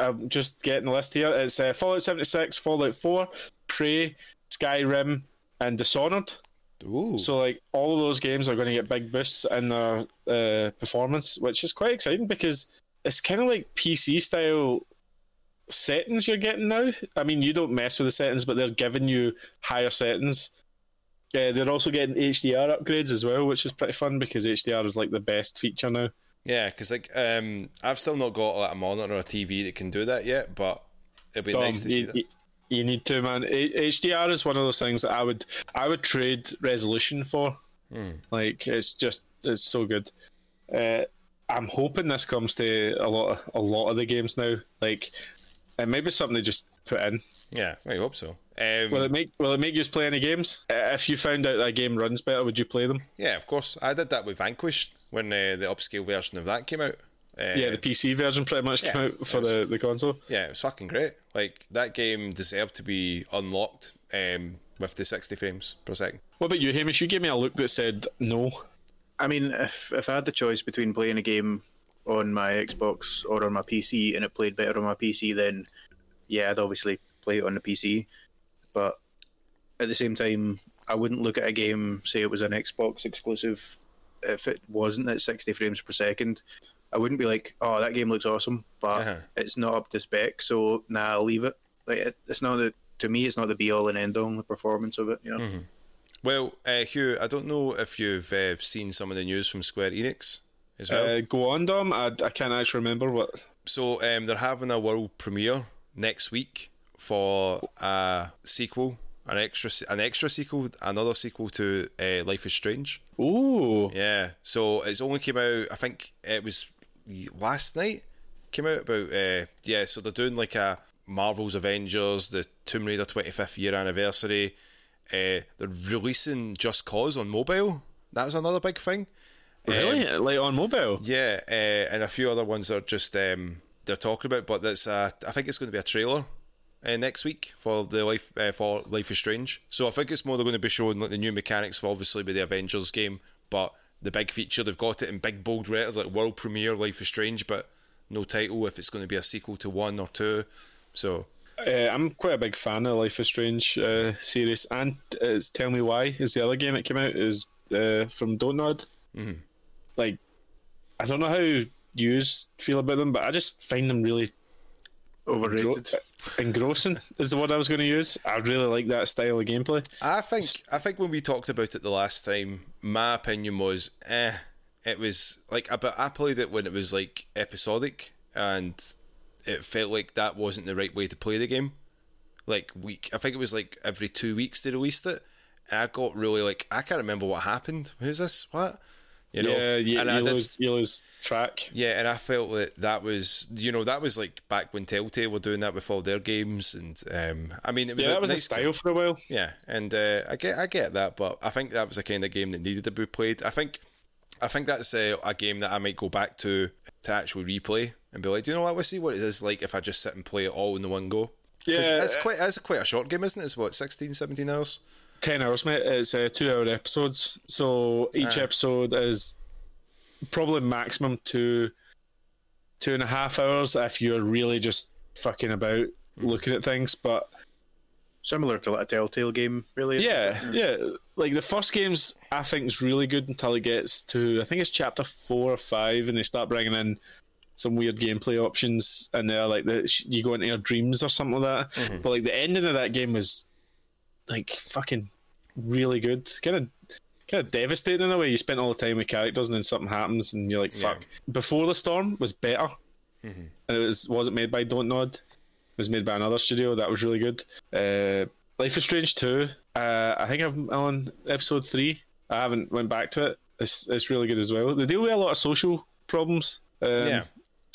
Speaker 1: I'm just getting the list here. It's uh, Fallout 76, Fallout 4, Prey, Skyrim, and Dishonored.
Speaker 2: Ooh.
Speaker 1: So like all of those games are going to get big boosts in their uh, performance, which is quite exciting because it's kind of like PC style settings you're getting now. I mean, you don't mess with the settings, but they're giving you higher settings. Yeah, they're also getting HDR upgrades as well, which is pretty fun because HDR is like the best feature now.
Speaker 2: Yeah, because like um, I've still not got like, a monitor or a TV that can do that yet, but it'd be
Speaker 1: Dom,
Speaker 2: nice to see
Speaker 1: you,
Speaker 2: that.
Speaker 1: you- you need to, man. H- HDR is one of those things that I would I would trade resolution for.
Speaker 2: Hmm.
Speaker 1: Like it's just it's so good. Uh, I'm hoping this comes to a lot of, a lot of the games now. Like it may be something they just put in.
Speaker 2: Yeah, I hope so. Um,
Speaker 1: Will it make Will it make you play any games? Uh, If you found out that a game runs better, would you play them?
Speaker 2: yeah, of course. I did that with Vanquish when uh, the upscale version of that came out. Uh,
Speaker 1: Yeah, the PC version pretty much came
Speaker 2: yeah,
Speaker 1: out for the, the console.
Speaker 2: yeah, it was fucking great. Like that game deserved to be unlocked um, with the sixty frames per second.
Speaker 1: What about you, Hamish? You gave me a look that said no.
Speaker 3: I mean, if if I had the choice between playing a game on my Xbox or on my PC and it played better on my PC, then yeah, I'd obviously play it on the PC. But at the same time, I wouldn't look at a game, say it was an Xbox exclusive, if it wasn't at 60 frames per second. I wouldn't be like, oh, that game looks awesome, but
Speaker 2: Uh-huh.
Speaker 3: it's not up to spec, so nah, I'll leave it. Like, it, it's not the, to me, it's not the be all and end all in the performance of it. You know,
Speaker 2: Well, uh, Hugh, I don't know if you've uh, seen some of the news from Square Enix as well.
Speaker 1: Uh, go on, Dom. I, I can't actually remember what
Speaker 2: So um, they're having a world premiere next week for a sequel, an extra, se- an extra sequel, another sequel to uh, Life is Strange.
Speaker 1: Ooh.
Speaker 2: Yeah. So it's only came out. I think it was last night. Came out about uh, yeah. So they're doing like a Marvel's Avengers, the Tomb Raider 25th year anniversary. Uh, they're releasing Just Cause on mobile. That was another big thing.
Speaker 1: Really? like on mobile?
Speaker 2: Yeah, uh, and a few other ones are just um, they're talking about, but that's uh, I think it's going to be a trailer uh, next week for the life uh, for Life is Strange. So I think it's more they're going to be showing like the new mechanics for obviously with the Avengers game, but the big feature they've got it in big bold letters like world premiere Life is Strange, but no title if it's going to be a sequel to one or two. So
Speaker 1: Uh, I'm quite a big fan of Life is Strange uh, series, and it's Tell Me Why is the other game that came out is uh, from Don't Nod.
Speaker 2: Mm-hmm.
Speaker 1: Like, I don't know how yous feel about them, but I just find them really
Speaker 3: overrated.
Speaker 1: engro- engrossing. Is the word I was going to use. I really like that style of gameplay.
Speaker 2: I think I think when we talked about it the last time, my opinion was eh. It was like I- but I played it when it was like episodic, and it felt like that wasn't the right way to play the game. Like week, I think it was like every two weeks they released it, and I got really like I can't remember what happened. Who's this? What? You know?
Speaker 1: yeah, you,
Speaker 2: and
Speaker 1: you
Speaker 2: I did
Speaker 1: lose, you lose track.
Speaker 2: yeah, and I felt that that was, you know, that was like back when Telltale were doing that with all their games, and um, I mean, it was
Speaker 1: Yeah,
Speaker 2: a
Speaker 1: that was
Speaker 2: nice
Speaker 1: a style for a while.
Speaker 2: yeah, and uh, I get I get that, but I think that was a kind of game that needed to be played. I think I think that's uh, a game that I might go back to to actually replay and be like, do you know what? Let's see what it is like if I just sit and play it all in the one go. 'Cause
Speaker 1: Yeah,
Speaker 2: that's
Speaker 1: uh,
Speaker 2: quite that's quite a short game, isn't it? It's what 16, 17 hours.
Speaker 1: 10 hours, mate. It's uh, two hour episodes. So each episode is probably maximum two, two and a half hours if you're really just fucking about looking at things. But
Speaker 3: Similar to like a Telltale game, really.
Speaker 1: yeah, yeah. Like the first game's, I think, is really good until it gets to, I think it's chapter four or five, and they start bringing in some weird gameplay options, and they're like, the, sh- you go into your dreams or something like that. But like the ending of that game was like fucking really good. Kind of. Kind of devastating in a way. You spent all the time with characters, and then something happens, and you're like, "Fuck!" Before the storm was better, and it was wasn't made by Don't Nod was made by another studio that was really good. Uh, Life is Strange two. Uh, I think I'm on episode three. I haven't went back to it. It's it's really good as well. They deal with a lot of social problems. Um,
Speaker 2: yeah,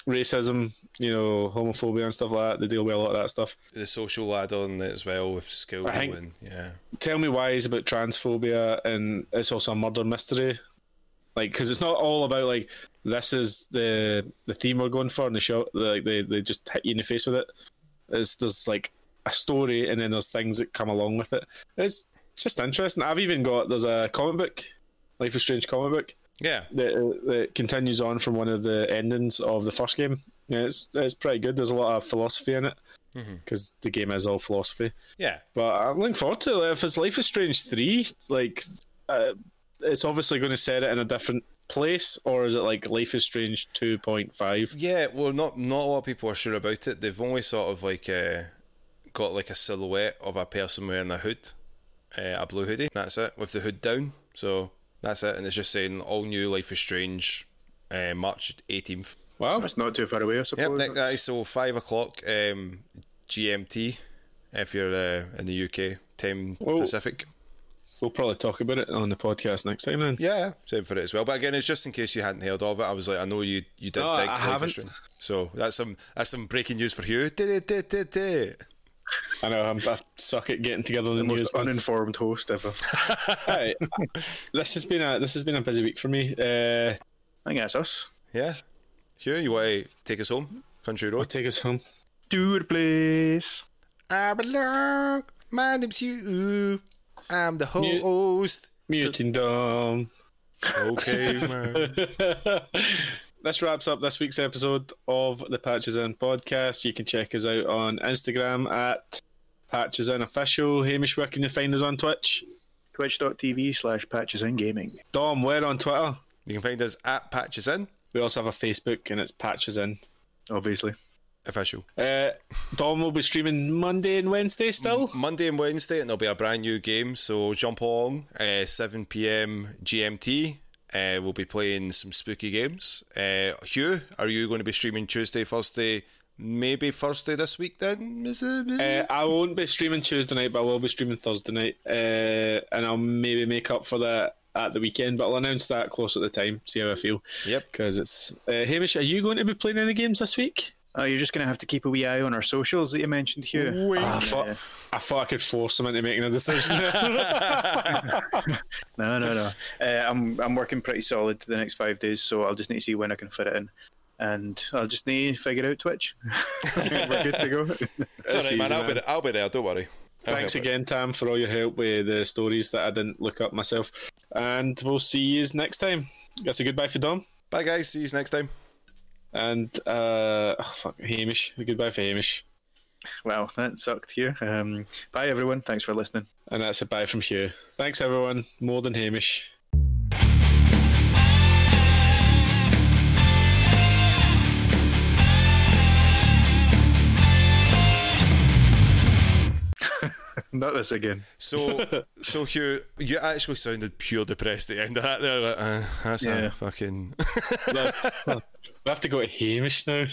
Speaker 1: Racism, you know, homophobia and stuff like that. They deal with a lot of that stuff.
Speaker 2: the social ladder and that as well with skill
Speaker 1: I think-
Speaker 2: and yeah,
Speaker 1: Tell me why is about transphobia and it's also a murder mystery. Like, because it's not all about like this is the the theme we're going for, and the show like they they just hit you in the face with it. It's there's like a story, and then there's things that come along with it. It's just interesting. I've even got there's a comic book, Life is Strange comic book
Speaker 2: yeah.
Speaker 1: that uh, that continues on from one of the endings of the first game. Yeah, it's it's pretty good. There's a lot of philosophy in it because the game is all philosophy.
Speaker 2: Yeah,
Speaker 1: But I'm looking forward to it. If it's Life is Strange 3, like, uh, it's obviously going to set it in a different place, or is it like Life is Strange 2.5?
Speaker 2: Yeah, well, not not a lot of people are sure about it. They've only sort of like uh, got like a silhouette of a person wearing a hood, uh, a blue hoodie. That's it with the hood down. So that's it, and it's just saying all new Life is Strange, uh, March eighteenth.
Speaker 1: Wow.
Speaker 3: That's not too far away, I
Speaker 2: Yep,
Speaker 3: suppose.
Speaker 2: that, that is so five o'clock um, GMT if you're uh, in the UK, time
Speaker 1: Well-
Speaker 2: Pacific.
Speaker 1: We'll probably talk about it on the podcast next time then.
Speaker 2: Yeah, same for it as well. But again, it's just in case you hadn't heard of it. I was like, I know you you did.
Speaker 1: No, I-
Speaker 2: dig
Speaker 1: I
Speaker 2: Life is
Speaker 1: haven't.
Speaker 2: Strange. So that's some that's some breaking news for you. Di-di-di-di-di.
Speaker 1: I know I'm, I suck at getting together the,
Speaker 3: the most
Speaker 1: news. but-
Speaker 3: uninformed host ever. I
Speaker 1: Aye. this has been a this has been a busy week for me. Uh,
Speaker 3: think that's us.
Speaker 2: Yeah, Hugh, you want to take us home, country road?
Speaker 1: take us home.
Speaker 3: Dude, please.
Speaker 2: I belong. My name's Hugh. I'm the
Speaker 1: Mute.
Speaker 2: host.
Speaker 1: Mutant Dom.
Speaker 2: Okay, man.
Speaker 1: this wraps up this week's episode of the Patches In podcast. You can check us out on Instagram at Patches In Official. Hamish, where can you find us on Twitch?
Speaker 3: Twitch.tv slash patches in gaming.
Speaker 1: Dom, we're on Twitter.
Speaker 2: You can find us at Patches In
Speaker 1: We also have a Facebook and it's Patches In.
Speaker 3: Obviously.
Speaker 2: official.
Speaker 1: Uh, Dom will be streaming Monday and Wednesday still.
Speaker 2: Monday and Wednesday, and there'll be a brand new game. So jump on, uh, 7 p.m. GMT. Uh, we'll be playing some spooky games. Uh, Hugh, are you going to be streaming Tuesday, Thursday, maybe Thursday this week then? Is it-
Speaker 1: Uh, I won't be streaming Tuesday night, but I will be streaming Thursday night, uh, and I'll maybe make up for that at the weekend. But I'll announce that close at the time. See how I feel.
Speaker 2: Yep.
Speaker 1: Because it's uh, Hamish. Are you going to be playing any games this week?
Speaker 3: Oh, you're just going to have to keep a wee eye on our socials that you mentioned, Ah, Hugh.
Speaker 2: Wink. Ah,
Speaker 1: I thought I thought I could force him into making a decision.
Speaker 3: No, no, no. Uh, I'm I'm working pretty solid the next five days, so I'll just need to see when I can fit it in, and I'll just need to figure out Twitch. We're good to go.
Speaker 2: It's all right, man.
Speaker 1: easy,
Speaker 2: I'll, Be,
Speaker 1: man.
Speaker 2: I'll be there. Don't worry. I'll
Speaker 1: Thanks
Speaker 2: help it.
Speaker 1: again, Tam, for all your help with the stories that I didn't look up myself. And we'll see you next time. That's a goodbye for Dom
Speaker 2: Bye, guys. See you next time.
Speaker 1: and uh, oh, fuck Hamish. A goodbye for Hamish,
Speaker 3: wow, that sucked, Hugh. Um, bye, everyone. Thanks for listening.
Speaker 1: and that's a bye from Hugh. Thanks everyone, more than Hamish.
Speaker 3: Not this again.
Speaker 2: So, so Hugh, you actually sounded pure depressed at the end of that. There, like, uh, that's
Speaker 3: Yeah.
Speaker 2: a fucking.
Speaker 1: we have to go to Hamish now.